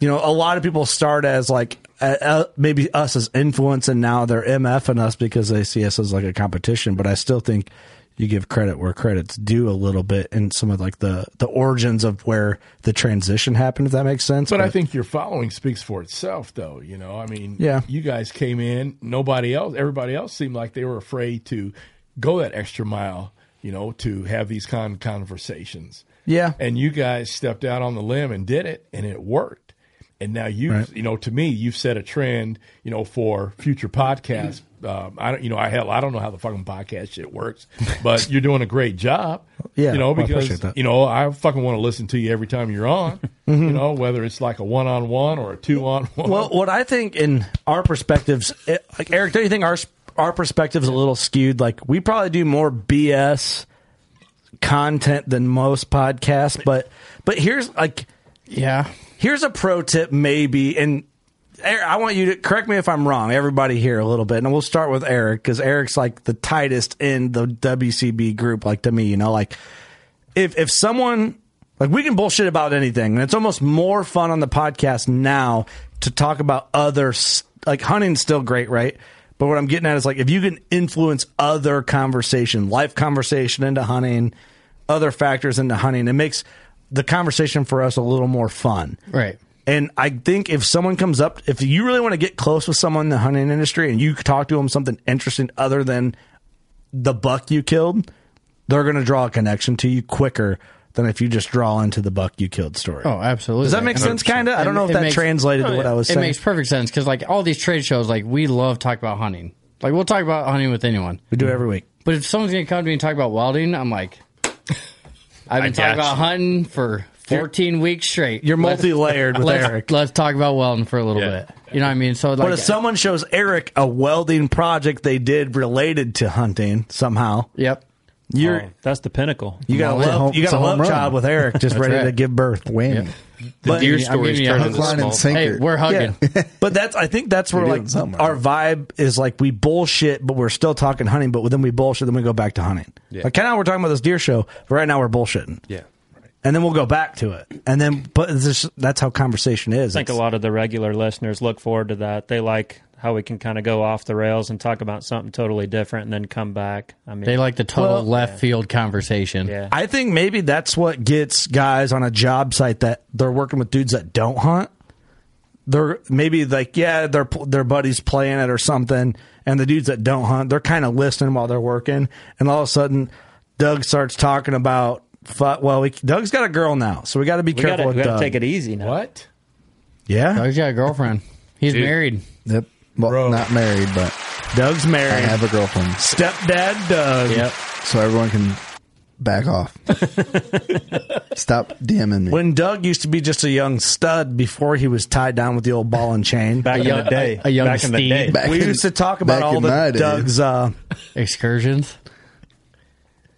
S2: you know, a lot of people start as like uh, uh, maybe us as influence, and now they're mfing us because they see us as like a competition. But I still think you give credit where credit's due a little bit, and some of like the the origins of where the transition happened, if that makes sense.
S10: But I think your following speaks for itself, though. You know, I mean,
S2: Yeah.
S10: you guys came in. Nobody else, everybody else seemed like they were afraid to go that extra mile. You know, to have these kind of conversations.
S2: Yeah.
S10: and you guys stepped out on the limb and did it, and it worked. And now you,
S2: Right.
S10: have you know, to me, you've set a trend. You know, for future podcasts. Um, I don't, you know, I hell, I don't know how the fucking podcast shit works, but you're doing a great job.
S2: Yeah,
S10: you know,
S2: well, I
S10: because
S2: appreciate that.
S10: you know, I fucking want to listen to you every time you're on. You know, whether it's like a one on one or a two on one.
S2: Well, what I think in our perspectives, it- like Eric, don't you think our our perspective's a little skewed? Like we probably do more BS content than most podcasts, but but here's like
S4: yeah,
S2: here's a pro tip maybe and. Eric, I want you to correct me if I'm wrong. Everybody here a little bit, and we'll start with Eric because Eric's like the tightest in the WCB group. Like to me, you know, like if if someone like we can bullshit about anything, and it's almost more fun on the podcast now to talk about other s- like hunting's still great, right? But what I'm getting at is like if you can influence other conversation, life conversation into hunting, other factors into hunting, it makes the conversation for us a little more fun.
S4: Right.
S2: And I think if someone comes up, if you really want to get close with someone in the hunting industry and you talk to them something interesting other than the buck you killed, they're going to draw a connection to you quicker than if you just draw into the buck you killed story.
S4: Oh, absolutely.
S2: Does that make sense, kinda? I don't know if
S4: It
S2: that translated to
S4: Oh,
S2: what I was
S4: it
S2: saying.
S4: makes perfect sense because, like, all these trade shows, like, we love talk about hunting. Like, we'll talk about hunting with anyone.
S2: We do it every week.
S4: But if someone's going to come to me and talk about welding, I'm like, I've
S2: I
S4: been talking
S2: got
S4: about
S2: you.
S4: hunting for 14 weeks straight.
S19: You're multi-layered with
S4: let's,
S19: Eric.
S4: Let's talk about welding for a little bit. You know what I mean? So, like,
S2: but if someone shows Eric a welding project they did related to hunting somehow,
S4: yep,
S2: you're
S6: Oh, that's the pinnacle.
S2: You got a
S6: Well, it's a
S2: love,
S6: home-
S2: you got
S6: it's
S2: a
S6: a
S2: love
S6: home run.
S2: child with Eric just
S6: That's
S2: ready
S6: right.
S2: to give birth.
S6: Win.
S10: The deer story's turned into small-
S4: Hey, we're hugging.
S2: Yeah. but that's I think that's where
S4: You're
S2: like
S4: doing something
S2: our vibe is like we bullshit, but we're still talking hunting. But then we bullshit, then we go back to hunting.
S10: Yeah.
S2: Like kind of we're talking about this deer show, but right now we're bullshitting.
S10: Yeah.
S2: And then we'll go back to it, and then but this, that's how conversation is.
S6: I think a lot of the regular listeners look forward to that. They like how we can kind of go off the rails and talk about something totally different and then come back. I mean,
S4: they like the total
S6: Well-
S4: left field conversation.
S6: Yeah.
S2: I think maybe that's what gets guys on a job site that they're working with dudes that don't hunt. They're maybe like yeah, their their buddies playing it or something, and the dudes that don't hunt, they're kind of listening while they're working, and all of a sudden, Doug starts talking about. fu- Well, we, Doug's got a girl now, so we got to be
S6: we
S2: careful
S6: gotta,
S2: with
S6: we gotta
S2: Doug.
S6: take it easy now.
S20: What?
S2: Yeah,
S4: Doug's Oh, got a girlfriend. He's
S2: Dude.
S4: married.
S3: Yep. Well, not married, but
S2: Doug's married.
S3: I have a girlfriend.
S2: Stepdad Doug.
S4: Yep.
S3: So everyone can back off. Stop DMing me.
S2: When Doug used to be just a young stud before he was tied down with the old ball and chain.
S6: Back
S4: A in young- the day. a young Back in the steed. day. Back
S2: we
S4: in-
S2: used to talk about
S4: back
S2: all
S4: in my
S2: the
S4: day.
S2: Doug's uh,
S4: Excursions.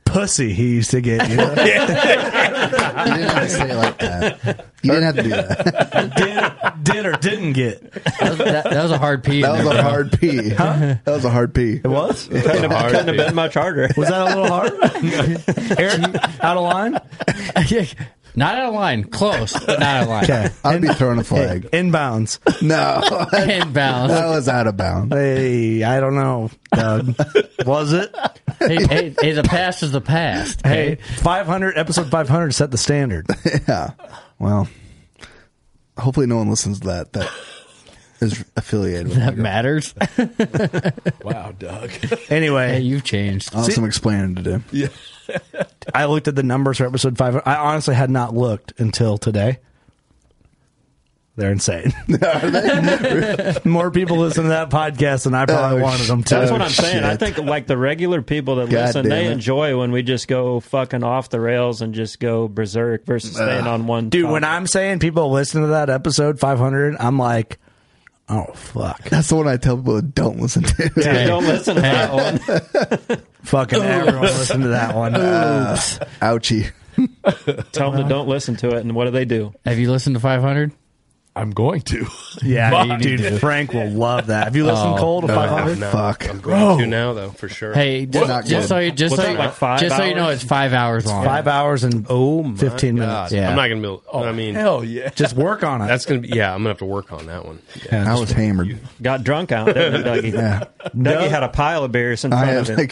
S2: pussy he used to get. You know?
S3: you didn't have to say it like that. You didn't have to do that.
S2: did, did or didn't get.
S4: That was, that- that was a hard pee. in
S3: That was
S4: there,
S3: a
S4: bro.
S3: hard P. That was a hard P.
S2: It was?
S6: Couldn't have, couldn't have been much harder.
S2: Was that a little hard? Eric, out of line?
S4: Not out of line. Close, but not out of line.
S2: Okay.
S3: I'd be throwing a flag.
S2: Inbounds.
S3: No,
S4: Inbounds.
S3: that was out of bounds.
S2: Hey, I don't know, Doug. Was it?
S4: hey, hey, hey, the past is the past.
S2: Hey, 500, episode 500 set the standard.
S3: Yeah. Well, hopefully no one listens to that. That is affiliated with
S4: that matters.
S20: Wow, Doug.
S2: Anyway.
S4: Hey, you've changed.
S3: Awesome explaining to do.
S20: yeah.
S2: I looked at the numbers for episode five. I honestly had not looked until today. They're insane. More people listen to that podcast than I probably
S3: Oh,
S2: wanted them to.
S6: That's what I'm saying. I
S3: shit.
S6: think like the regular people that
S3: God
S6: listen, they
S3: damn it.
S6: enjoy when we just go fucking off the rails and just go berserk versus staying on one.
S2: Dude, when
S6: topic.
S2: I'm saying people listen to that episode 500, I'm like, oh, fuck.
S3: That's the one I tell people don't listen to.
S6: Dude, don't listen to that one.
S2: Fucking everyone listen to that one.
S3: Uh, Ouchie.
S6: Tell them to don't listen to it, and what do they do?
S4: Have you listened to 500?
S20: I'm going to.
S2: yeah,
S4: you need
S2: dude,
S4: to.
S2: Frank will love that. Have you listened
S4: Oh,
S2: cold to
S3: no.
S2: 500?
S10: No,
S3: Fuck.
S10: I'm going to now though for sure.
S4: Hey, just,
S3: Not
S4: just
S3: good.
S4: so you just
S6: What's
S4: so,
S6: that,
S4: you-
S6: like five
S4: just so you know,
S6: hours?
S4: it's five hours long.
S2: Five hours and oh, 15 minutes.
S10: God,
S4: Yeah.
S10: I'm not gonna be. Able, I mean,
S20: Hell yeah.
S2: Just work on it.
S10: that's gonna be. Yeah, I'm gonna have to work on that one. Yeah.
S3: I was hammered.
S6: Got drunk out, didn't you, Dougie?
S3: Yeah.
S6: Dougie had a pile of beers in
S3: I
S6: front
S3: had
S6: of him.
S3: like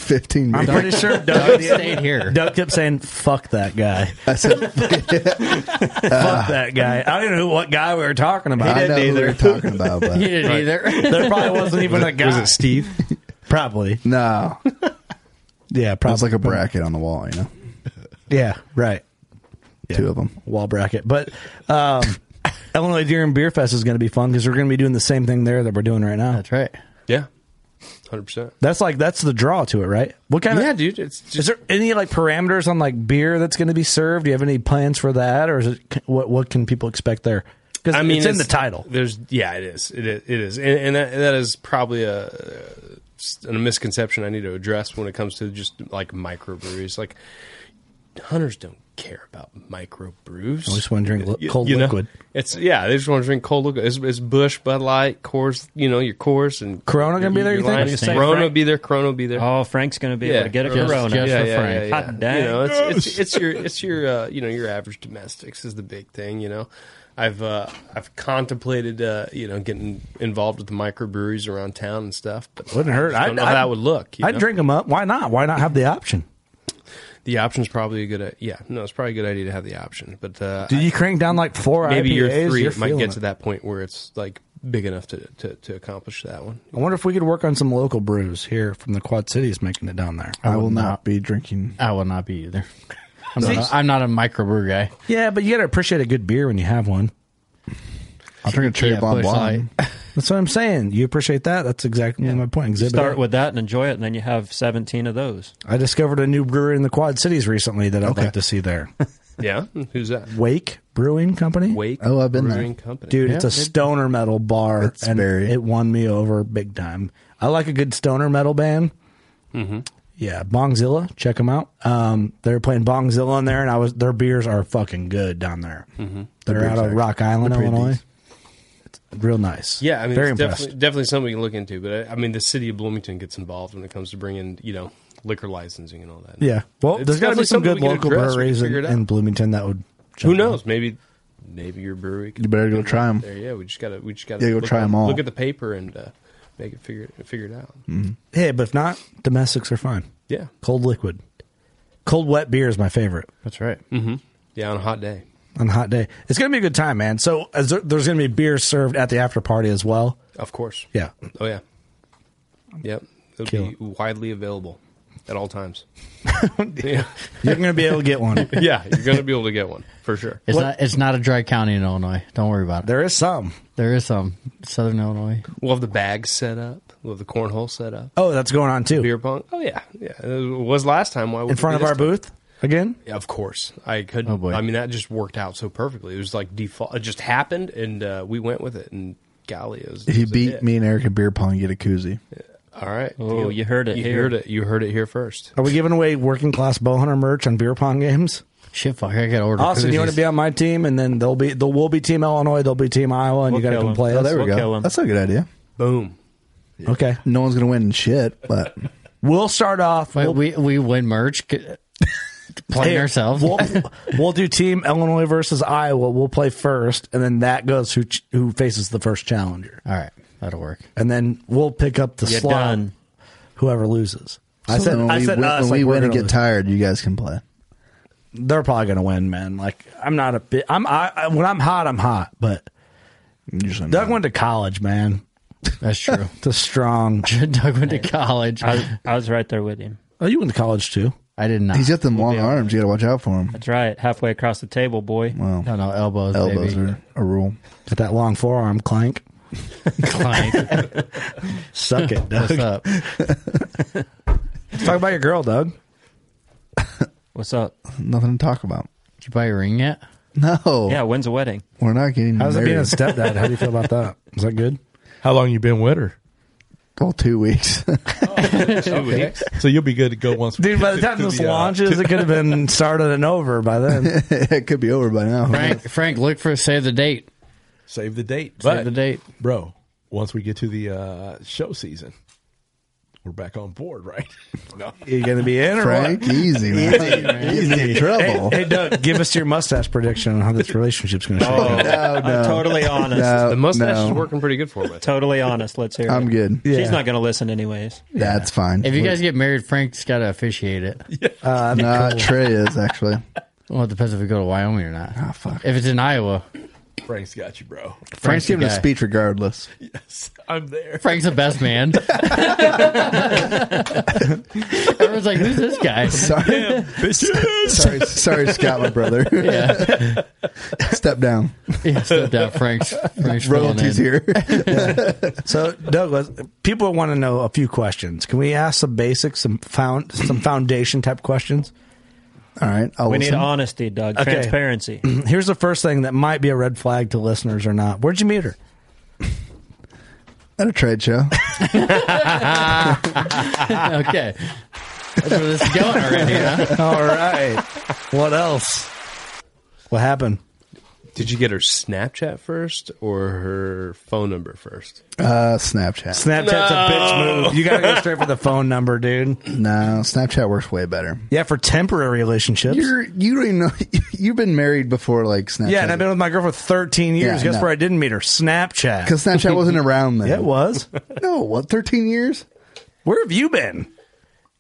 S3: 15
S2: I'm
S3: beers.
S2: pretty sure Doug,
S4: Doug stayed here.
S2: Doug kept saying, fuck that guy.
S3: I said,
S6: Uh,
S2: Fuck that guy. I don't even know what guy we were talking about.
S3: I know who
S2: either.
S3: you're talking about,
S4: He
S3: but
S4: didn't either.
S2: There probably wasn't even a guy.
S10: Was it Steve?
S2: Probably.
S3: no. It
S2: Yeah, probably.
S3: was like a bracket on the wall, you know?
S2: Yeah, right.
S3: Two of them.
S2: Wall bracket. But um, Illinois Deer and Beer Fest is going to be fun because we're going to be doing the same thing there that we're doing right now.
S4: That's right.
S10: yeah, hundred percent.
S2: That's like, that's the draw to it, right? What kind
S10: Yeah,
S2: of.
S10: dude. It's just
S2: Is there any like parameters on like beer that's going to be served? Do you have any plans for that, or is it what what can people expect there? Because
S10: I mean,
S2: it's in the title.
S10: There's yeah, it is. It is. It is. And, and that, that is probably a, a misconception I need to address when it comes to just like microbreweries. Like hunters don't care about microbrews.
S2: I just want to drink li- cold
S10: know?
S2: liquid.
S10: It's yeah. They just want to drink cold liquid. It's, it's Bush, Bud Light, Coors. You know your Coors and
S2: Corona gonna
S10: your-
S2: be there,
S10: your
S2: you think?
S10: Lime.
S2: What do you
S4: think,
S10: Corona
S6: Frank?
S10: be there. Corona will be there.
S6: Oh, Frank's going to be able to get a
S4: Just-
S6: corona.
S4: just-
S10: Yeah,
S4: for
S10: yeah,
S4: Frank.
S10: yeah, yeah.
S6: Hot dang.
S10: You know, it's, it's, it's your it's your uh, you know your average domestics is the big thing. You know, I've uh, I've contemplated uh, you know getting involved with the microbreweries around town and stuff, but
S2: Wouldn't hurt.
S10: I just
S2: I'd-
S10: don't know
S2: I'd-
S10: how that would look. you
S2: I'd
S10: know?
S2: drink them up. Why not? Why not have the option?
S10: The option's probably a good. i- Yeah, no, it's probably a good idea to have the option, but uh,
S2: Did you crank down like four?
S10: I- maybe
S2: IPAs?
S10: year three
S2: You're
S10: it might
S2: feeling
S10: get
S2: it.
S10: to that point where it's like big enough to to, to accomplish that one.
S2: I wonder if we could work on some local brews here from the Quad Cities making it down there.
S3: I will not be drinking.
S4: I will not be either. I'm, not, a, I'm not a microbrew guy.
S2: Yeah, but you got to appreciate a good beer when you have one.
S3: I'll drink a cherry
S4: Yeah,
S3: bomb
S4: Bush Light.
S3: wine.
S2: That's what I'm saying. You appreciate that. That's exactly my point. Exhibit.
S6: Start with that and enjoy it, and then you have 17 of those.
S2: I discovered a new brewery in the Quad Cities recently that I'd
S3: Okay.
S2: like to see there.
S10: Yeah, who's that?
S2: Wake Brewing Company.
S10: Wake.
S2: Oh, I've been
S10: Brewing
S2: there,
S10: Company.
S2: dude.
S10: Yeah,
S2: it's a
S10: they-
S2: stoner metal bar,
S10: It's
S2: and
S10: very-
S2: it won me over big time. I like a good stoner metal band.
S10: Mm-hmm.
S2: Yeah, Bongzilla, check them out. Um, they're playing Bongzilla on there, and I was their beers are fucking good down there.
S10: Mhm.
S2: They're
S10: Their
S2: out
S10: beers
S2: of
S10: are-
S2: Rock Island,
S10: they're pretty
S2: Illinois. It's real nice.
S10: Yeah, I mean,
S2: very
S10: it's
S2: impressed.
S10: definitely, definitely something you look into. But I, I mean, the city of Bloomington gets involved when it comes to bringing, you know, liquor licensing and all that.
S2: Yeah, well,
S10: It's
S2: there's got to
S10: definitely
S2: be some good
S10: something we can
S2: local
S10: address. We can
S2: breweries in,
S10: figure it out.
S2: in Bloomington that would.
S10: Who knows? Maybe, maybe your brewery. Could
S21: You better go try 'em.
S10: There, yeah. We just gotta, we just gotta.
S21: Yeah, go
S10: look
S21: try
S10: at-
S21: 'em all.
S10: Look at the paper and uh, make it figure it figure it out.
S2: Hey, but if not, domestics are fine.
S10: Yeah.
S2: cold liquid, cold wet beer is my favorite.
S3: That's right.
S10: Mm-hmm. Yeah, on a hot day.
S2: On a hot day, it's gonna be a good time, man. So is there, there's gonna be beer served at the after party as well.
S10: Of course.
S2: Yeah.
S10: Oh yeah. Yep. It'll
S2: Kill
S10: be widely available at all times. yeah.
S2: You're gonna be able to get one.
S10: yeah, you're gonna be able to get one for sure.
S4: It's not. It's not a dry county in Illinois. Don't worry about it.
S2: There is some.
S4: There is some. Southern Illinois.
S10: We'll have the bag set up. We'll have the cornhole set up.
S2: Oh, that's going on too.
S10: Beer pong. Oh yeah, yeah. It was last time. Why
S2: in
S10: wouldn't it
S2: front of
S10: be
S2: our
S10: this time?
S2: booth again.
S10: Yeah, of course, I couldn't. I mean, that just worked out so perfectly. It was like default. It just happened, and uh, we went with it. And golly, it was.
S3: If you
S10: it was a
S3: beat
S10: hit.
S3: me and Eric at beer pong, you get a koozie.
S10: all right.
S22: Oh, you heard it
S10: You
S22: here.
S10: heard it. You heard it here first.
S2: Are we giving away working class bow hunter merch on beer pong games?
S4: Shit, fuck! I got to order.
S2: Austin, you want
S4: koozies.
S2: to be on my team, and then they'll be they'll we'll be team Illinois, they'll be team Iowa, and you got to come play
S3: Oh,
S2: us.
S3: there we go. That's a good idea.
S10: Boom.
S2: Okay.
S3: No one's gonna win shit, but
S2: We'll start off.
S4: Wait, we we win merch. G- Playing
S2: Hey,
S4: ourselves.
S2: We'll, we'll do team Illinois versus Iowa. We'll play first, and then that goes who ch- who faces the first challenger.
S4: All right, that'll work.
S2: And then we'll pick up the
S3: You're
S2: slot.
S3: done.
S2: Whoever loses. I
S3: So
S2: said.
S3: when
S2: I
S3: we
S2: said
S3: win-
S2: us.
S3: when
S2: like
S3: we
S2: we're
S3: win and
S2: gonna
S3: get tired, you guys can play.
S2: they're probably going to win, man. Like I'm not a bit. I'm I, I- when I'm hot, I'm hot. But
S3: Usually
S2: Doug went to college, man.
S4: That's true.
S2: it's a strong.
S4: Doug went to college.
S22: I, I was right there with him.
S2: Oh, you went to college too.
S4: I did not.
S3: He's got them long arms. You got to watch out for him.
S22: That's right. Halfway across the table, boy.
S3: Wow.
S4: No, no elbows.
S3: Elbows
S4: baby.
S3: are a rule.
S2: Got that long forearm clank.
S4: Clank.
S2: Suck it, Doug.
S4: What's up?
S2: Let's talk about your girl, Doug.
S22: What's up?
S3: Nothing to talk about.
S4: Did you buy a ring yet?
S3: No,
S22: Yeah, when's the wedding?
S3: we're not getting
S2: How's it
S3: married.
S2: being a stepdad? How do you feel about that? Is that good?
S23: How long you been with her?
S3: Well, two weeks.
S10: Two weeks.
S23: So you'll be good to go once.
S2: Dude, by the time
S23: to
S2: this
S23: the, uh,
S2: launches, it could have been started and over by then.
S3: it could be over by now.
S4: Frank, Frank, look for save the date.
S23: save the date.
S4: Save
S23: But,
S4: the date.
S23: bro, once we get to the uh, show season, we're back on board, right? No.
S2: You're going to be in or
S3: Frank,
S2: what?
S3: easy man. easy in trouble.
S2: Hey, Doug, give us your mustache prediction on how this relationship's going to shake out.
S3: no, no.
S22: I'm totally honest.
S3: No,
S10: The mustache
S3: no.
S10: is working pretty good for me.
S22: Totally honest. Let's hear
S3: I'm
S22: it.
S3: good.
S22: She's not going to listen anyways.
S3: That's fine.
S4: If you guys get married, Frank's got to officiate it.
S2: Uh,
S3: Nah, Trey is actually.
S4: Well, it depends if we go to Wyoming or not.
S3: Ah, fuck.
S4: If it's in Iowa,
S23: Frank's got you, bro.
S3: Frank's
S4: the
S3: giving a
S4: guy.
S3: speech regardless.
S23: Yes, I'm there.
S4: Frank's the best man. Everyone's like, "Who's this guy?"
S3: Sorry, sorry, sorry, Scott, my brother.
S4: Yeah,
S3: Step down.
S4: yeah stepped out. Frank's Frank's filling in.
S3: Royalties here.
S2: So, Douglas, people want to know a few questions. Can we ask some basics, some found, some foundation type questions?
S3: All right, I'll
S22: We need
S3: listen.
S22: honesty,
S10: Uh,
S22: Doug.
S2: Okay.
S22: Transparency.
S2: Here's the first thing that might be a red flag to listeners or not. Where'd you meet her?
S3: at a trade show.
S4: Okay, that's where this is going already. Huh?
S2: All right. what else? What happened?
S10: Did you get her Snapchat first or her phone number first?
S3: Uh, Snapchat.
S2: Snapchat's a bitch move. You got to go straight for the phone number, dude.
S3: No, Snapchat works way better.
S2: Yeah, for temporary relationships.
S3: You're you don't even know you've been married before like Snapchat.
S2: yeah, and I've been with my girl for 13 years.
S3: Yeah,
S2: Guess
S3: no.
S2: where I didn't meet her? Snapchat.
S3: because Snapchat wasn't around then.
S2: Yeah, it was.
S3: No, what? Thirteen years?
S2: Where have you been?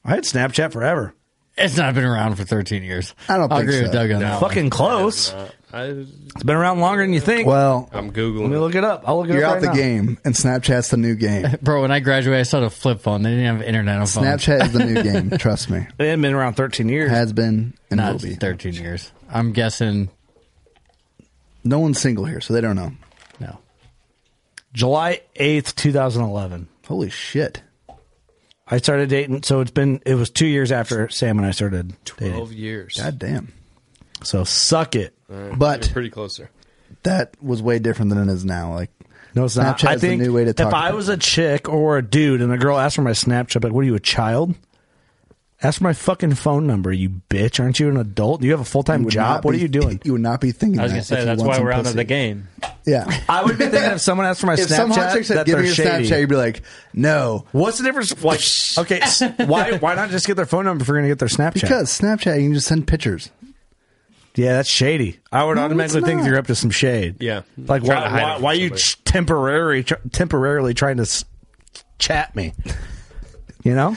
S2: I had Snapchat forever.
S4: It's not been around for 13 years.
S3: I don't
S4: I'll
S3: think
S4: agree
S3: so.
S4: with Doug on that. one.
S2: Fucking close.
S10: I,
S2: It's been around longer than you think.
S3: Well,
S10: I'm
S2: Let
S10: googling.
S2: me
S10: it.
S2: look it up. I'll look it
S3: you're
S2: up. right
S3: out the
S2: now.
S3: game, and Snapchat's the new game.
S4: Bro, when I graduated, I saw a flip phone. They didn't have internet on phone.
S3: Snapchat is the new game. Trust me,
S2: It had been around 13 years.
S3: has been and
S4: not
S3: will be.
S4: 13 years. I'm guessing
S3: No one's single here, so they don't know.
S4: no.
S2: July 8th, 2011.
S3: Holy shit!
S2: I started dating. So it's been, it was two years after Sam and I started dating.
S10: 12 years.
S3: God damn.
S2: So suck it.
S3: But-
S10: you're pretty close there.
S3: That was way different than it is now. Like
S2: no, it's not.
S3: Snapchat
S2: I
S3: is the
S2: think
S3: new way to talk.
S2: If I
S3: to
S2: was a chick or a dude and a girl asked for my Snapchat, like, what are you, a child? Ask for my fucking phone number, you bitch. Aren't you an adult? Do you have a full
S3: You
S2: time
S3: would
S2: job?
S3: not
S2: What
S3: be-
S2: are you doing?
S3: You would not be thinking.
S15: I was
S3: that
S15: gonna
S3: if
S15: say
S3: you
S15: that's
S3: want
S15: why
S3: some
S15: we're out of
S3: pussy.
S15: the game.
S3: Yeah,
S2: I would be thinking if someone asked for my
S3: If some hot
S2: Snapchat,
S3: chick said,
S2: that
S3: "Give
S2: they're
S3: me your
S2: shady.
S3: Snapchat," you'd be like, "No."
S2: What's the difference? Like, okay, s- why why not just get their phone number if you're gonna get their Snapchat?
S3: Because Snapchat, you can just send pictures.
S2: yeah, that's shady. I would
S3: No, it's
S2: automatically think
S3: not.
S2: you're up to some shade.
S10: Yeah.
S2: Like
S10: Try to
S2: why
S10: hide it
S2: why,
S10: from
S2: why are you
S10: somebody.
S2: ch- temporary tr- temporarily trying to s- chat me? You know,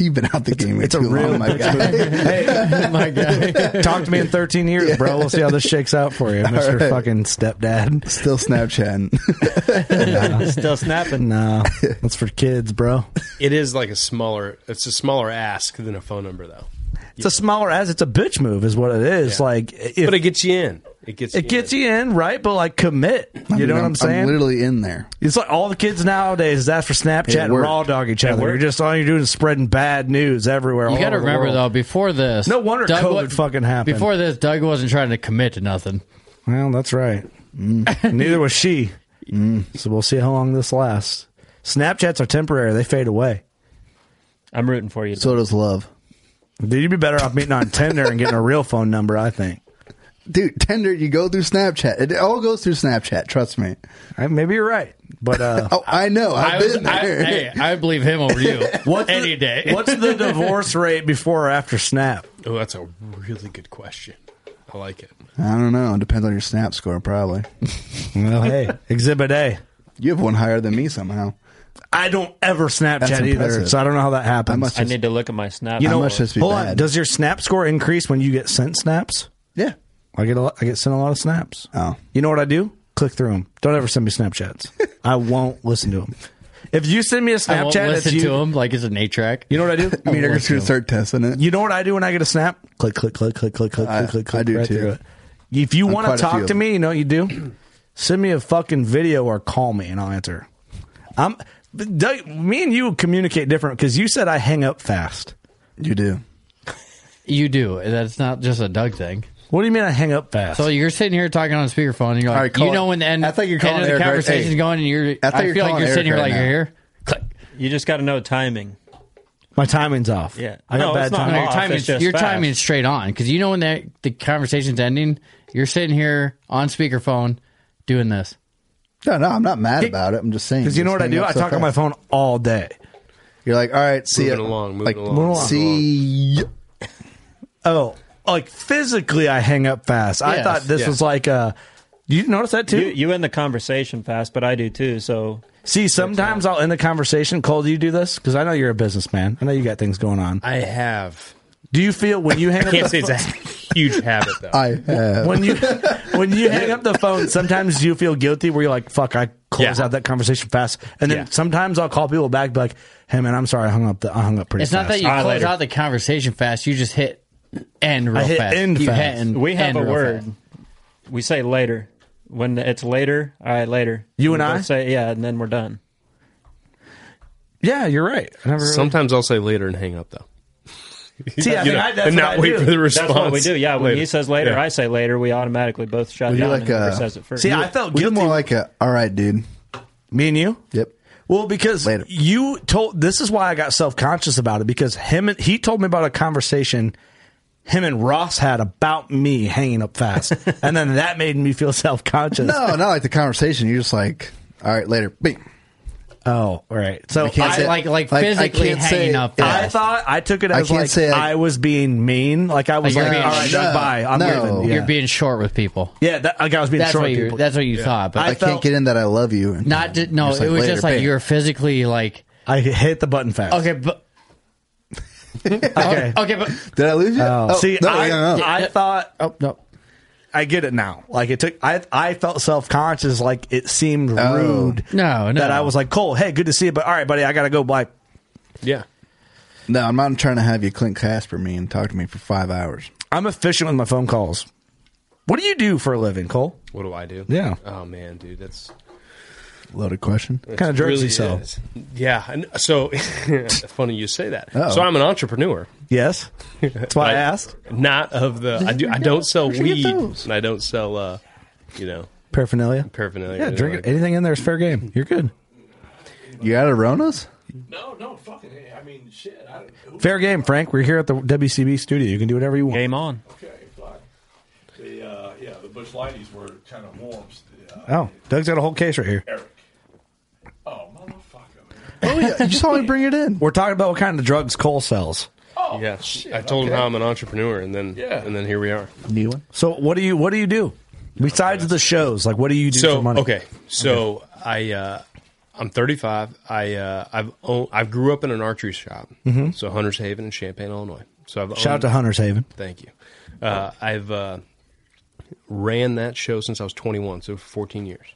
S3: You've been out the game.
S2: it's a real.
S3: my guy.
S2: hey, my guy, talk to me in 13 years, bro. We'll see how this shakes out for you,
S3: All
S2: Mister
S3: right.
S2: Fucking Stepdad.
S3: Still Snapchatting.
S15: Still snapping.
S2: No, that's for kids, bro.
S10: It is like a smaller. It's a smaller ask than a phone number, though.
S2: It's a smaller as it's a bitch move, is what it is. Like, if,
S10: but it gets you in. It gets.
S2: it
S10: you
S2: gets you in, right? But like, commit. You
S3: I mean,
S2: know what I'm, saying?
S3: literally in there.
S2: It's like all the kids nowadays is asked for
S3: It
S2: Snapchat and
S3: worked.
S2: raw dog each
S3: It
S2: other. You're
S3: worked.
S2: just all you're doing is spreading bad news everywhere.
S4: You
S2: got to
S4: remember though, before this,
S2: No wonder COVID
S4: wa-
S2: fucking happened.
S4: Before this, Doug wasn't trying to commit to nothing.
S2: Well, that's right. Mm. Neither was she. Mm. So we'll see how long this lasts. Snapchats are temporary; they fade away.
S15: I'm rooting for you.
S3: So does love,
S2: Dude, you'd be better off meeting on Tinder and getting a real phone number. I think.
S3: dude. Tinder, you go through Snapchat. It all goes through Snapchat. Trust me.
S2: I- maybe you're right, but uh,
S3: Oh, I know. I've
S4: I,
S3: been
S4: was, I,
S3: there.
S4: hey, I believe him over you
S2: What's
S4: any
S2: the,
S4: day.
S2: What's the divorce rate before or after Snap?
S10: in. Oh, that's a really good question. I like it.
S3: I don't know. It depends on your Snap score, probably.
S2: Well, hey, Exhibit A.
S3: You have one higher than me somehow.
S2: I don't ever Snapchat either,
S3: impressive.
S2: so I don't know how that happens.
S3: I must.
S15: I
S3: Just,
S15: need to look at my snap.
S2: You know,
S3: I must just be
S2: hold
S3: bad.
S2: on. Does your snap score increase when you get sent snaps?
S3: yeah.
S2: I get a lot, I get sent a lot of snaps.
S3: Oh.
S2: You know what I do? Click through them. Don't ever send me Snapchats. I won't listen to them. If you send me a
S4: I won't
S2: Snapchat, it's
S4: listen
S2: you.
S4: to him like it's an eight track.
S2: You know what I do?
S3: I mean, I'm just gonna start testing it.
S2: You know what I do when I get a snap? Click, click, click, click, click, click,
S3: I-
S2: click, click, click.
S3: I do
S2: right
S3: too.
S2: through it. If you
S3: On
S2: want to
S3: quite a few
S2: talk
S3: of
S2: to
S3: them.
S2: me, you know what you do? Send me a fucking video or call me and I'll answer. I'm, Doug, me and you communicate different because you said I hang up fast.
S3: You do.
S4: You do. That's not just a Doug thing.
S2: What do you mean I hang up fast?
S4: So you're sitting here talking on a speakerphone, and you're
S3: All
S4: like,
S3: right, call
S4: you know,
S3: it.
S4: when the end,
S3: I think you're
S4: end
S3: calling
S4: of the
S3: Eric right-
S4: conversation's
S3: hey.
S4: going, and you're,
S3: I
S4: I,
S3: think you're
S4: feel like you're
S3: calling
S4: sitting here
S3: Eric right
S4: like
S3: now.
S4: you're here. Click.
S15: You just got to know timing.
S2: My timing's off.
S15: Yeah.
S2: I got
S15: No,
S2: bad
S15: it's not
S2: timing.
S4: No, your
S15: off,
S4: timing,
S15: it's just
S4: your
S15: fast.
S4: timing is straight on because you know when that the conversation's ending, you're sitting here on speakerphone doing this.
S3: No, no, I'm not mad about it. I'm just saying.
S2: Because you know
S3: just
S2: what I
S3: hang
S2: do?
S3: up
S2: I
S3: so
S2: talk on my
S3: fast.
S2: phone all day.
S3: You're like, all right, see
S10: Moving
S3: ya.
S10: along, moving
S3: like,
S10: along, moving along.
S3: See, ya.
S2: Oh, like physically, I hang up fast. I
S4: Yes.
S2: thought this
S10: Yeah.
S2: was like a. Do you notice that too?
S15: You, you end the conversation fast, but I do too. So
S2: See, sometimes I'll end the conversation. Cole, do you do this? Because I know you're a businessman. I know you got things going on.
S10: I have.
S2: Do you feel when you hang up
S10: Can't
S2: the
S10: say it's a huge habit though.
S3: I have.
S2: when you when you hang up the phone, sometimes you feel guilty where you're like, "Fuck, I close
S10: Yeah.
S2: out that conversation fast." And then
S10: Yeah.
S2: sometimes I'll call people back, be like, "Hey, man, I'm sorry, I hung up. The, I hung up pretty."
S4: It's
S2: fast.
S4: not that you
S15: Ah,
S4: close
S15: later.
S4: out the conversation fast. You just hit end real
S2: I hit
S4: fast.
S2: end
S4: You
S2: fast.
S4: hit end-
S15: we have
S4: end
S15: a
S4: real
S15: word.
S4: fast.
S15: We say later. When it's later, all right, later.
S2: You
S15: We
S2: and
S15: both
S2: I?
S15: say yeah, and then we're done.
S2: yeah, you're right. I never really-
S10: Sometimes I'll say later and hang up though.
S2: See, I
S10: You
S2: think
S10: know,
S2: I- that's
S10: and
S2: what
S10: not
S2: I
S10: wait
S2: do.
S10: for the response.
S15: That's what we do. Yeah, when
S10: Later.
S15: he says later,
S10: Yeah.
S15: I say later. We automatically both shut
S3: Well, you're
S15: down.
S3: like
S15: and whoever
S3: a-
S15: says it first.
S2: See, I felt
S3: You're
S2: guilty.
S3: more like a, all right, dude.
S2: me and you.
S3: Yep.
S2: Well, because
S3: Later.
S2: you told this is why I got self conscious about it because him and he told me about a conversation him and Ross had about me hanging up fast, and then that made me feel self conscious.
S3: No, not like the conversation. You're just like, all right, later. Bing.
S2: Oh, right. So I,
S3: I can't say-
S4: like- like
S3: I
S4: physically
S3: can't
S4: hanging
S3: say-
S4: up
S3: yeah.
S4: fast.
S2: I thought I took it as
S3: can't
S2: like
S3: say I-
S2: I, was being mean. Like I was
S4: Like
S2: like,
S4: you're being
S2: all right,
S4: shut.
S2: bye. I'm
S3: No.
S2: leaving. Yeah,
S4: You're being short with people.
S2: yeah that, like I was being
S4: That's
S2: short.
S4: what you.
S2: people.
S4: That's what you thought. But
S3: I,
S2: felt-
S3: can't get in that I love you. And
S4: not ju- no.
S3: Just like
S4: it was
S3: later,
S4: just like
S3: bing.
S4: you were physically like
S2: I hit the button fast.
S4: okay, but
S2: Okay.
S4: okay, but
S3: Did I lose you?
S2: Oh, See,
S3: no,
S2: I,
S3: yeah, no.
S2: I thought
S4: oh no.
S2: I get it now. Like it took, I I felt self conscious. Like it seemed
S3: Oh.
S2: rude.
S4: No, no.
S2: That I was like, Cole, hey, good to see you, but all right, buddy, I gotta go. Bye.
S10: Yeah.
S3: No, I'm not trying to have you Clint Casper me and talk to me for five hours.
S2: I'm efficient with my phone calls. What do you do for a living, Cole?
S10: What do I do?
S2: Yeah.
S10: Oh man, dude, that's
S3: Loaded question.
S2: Kinda
S10: It
S2: drugs you
S10: really
S2: sell.
S10: is. Yeah. And so funny you say that.
S2: Uh-oh.
S10: So I'm an entrepreneur.
S2: Yes.
S10: That's
S2: why I asked.
S10: Not of the I do I don't sell
S2: Where'd you get
S10: weed
S2: those?
S10: and I don't sell uh you know
S2: Paraphernalia.
S10: paraphernalia.
S2: Yeah,
S10: or
S2: drink
S10: anything
S2: anything in there is fair game. You're good. You out of Ronas?
S11: No, no, fucking. I mean, shit. I don't,
S2: Fair game, Frank. We're here at the WCB studio. You can do whatever you want.
S15: Game on.
S11: okay, fuck. The uh, yeah, the bush lighties were kind of warm.
S2: Oh, Doug's got a whole case right here.
S11: Eric.
S2: Oh, yeah. You saw me bring it in. We're talking about what kind of drugs Cole sells.
S10: Oh, yeah. I told him
S2: okay.
S10: how I'm an entrepreneur and then
S11: Yeah.
S10: and then here we are.
S2: New one. So what do you what do you do besides the shows? Like what do you do
S10: so
S2: for money?
S10: okay, so I uh, I'm 35. I uh, I've own, I've grew up in an archery shop,
S2: Mhm.
S10: so Hunters Haven in Champaign, Illinois. So I've
S2: Shout out
S10: owned-
S2: to Hunters Haven.
S10: Thank you. Uh, I've uh, ran that show since I was 21, so 14 years,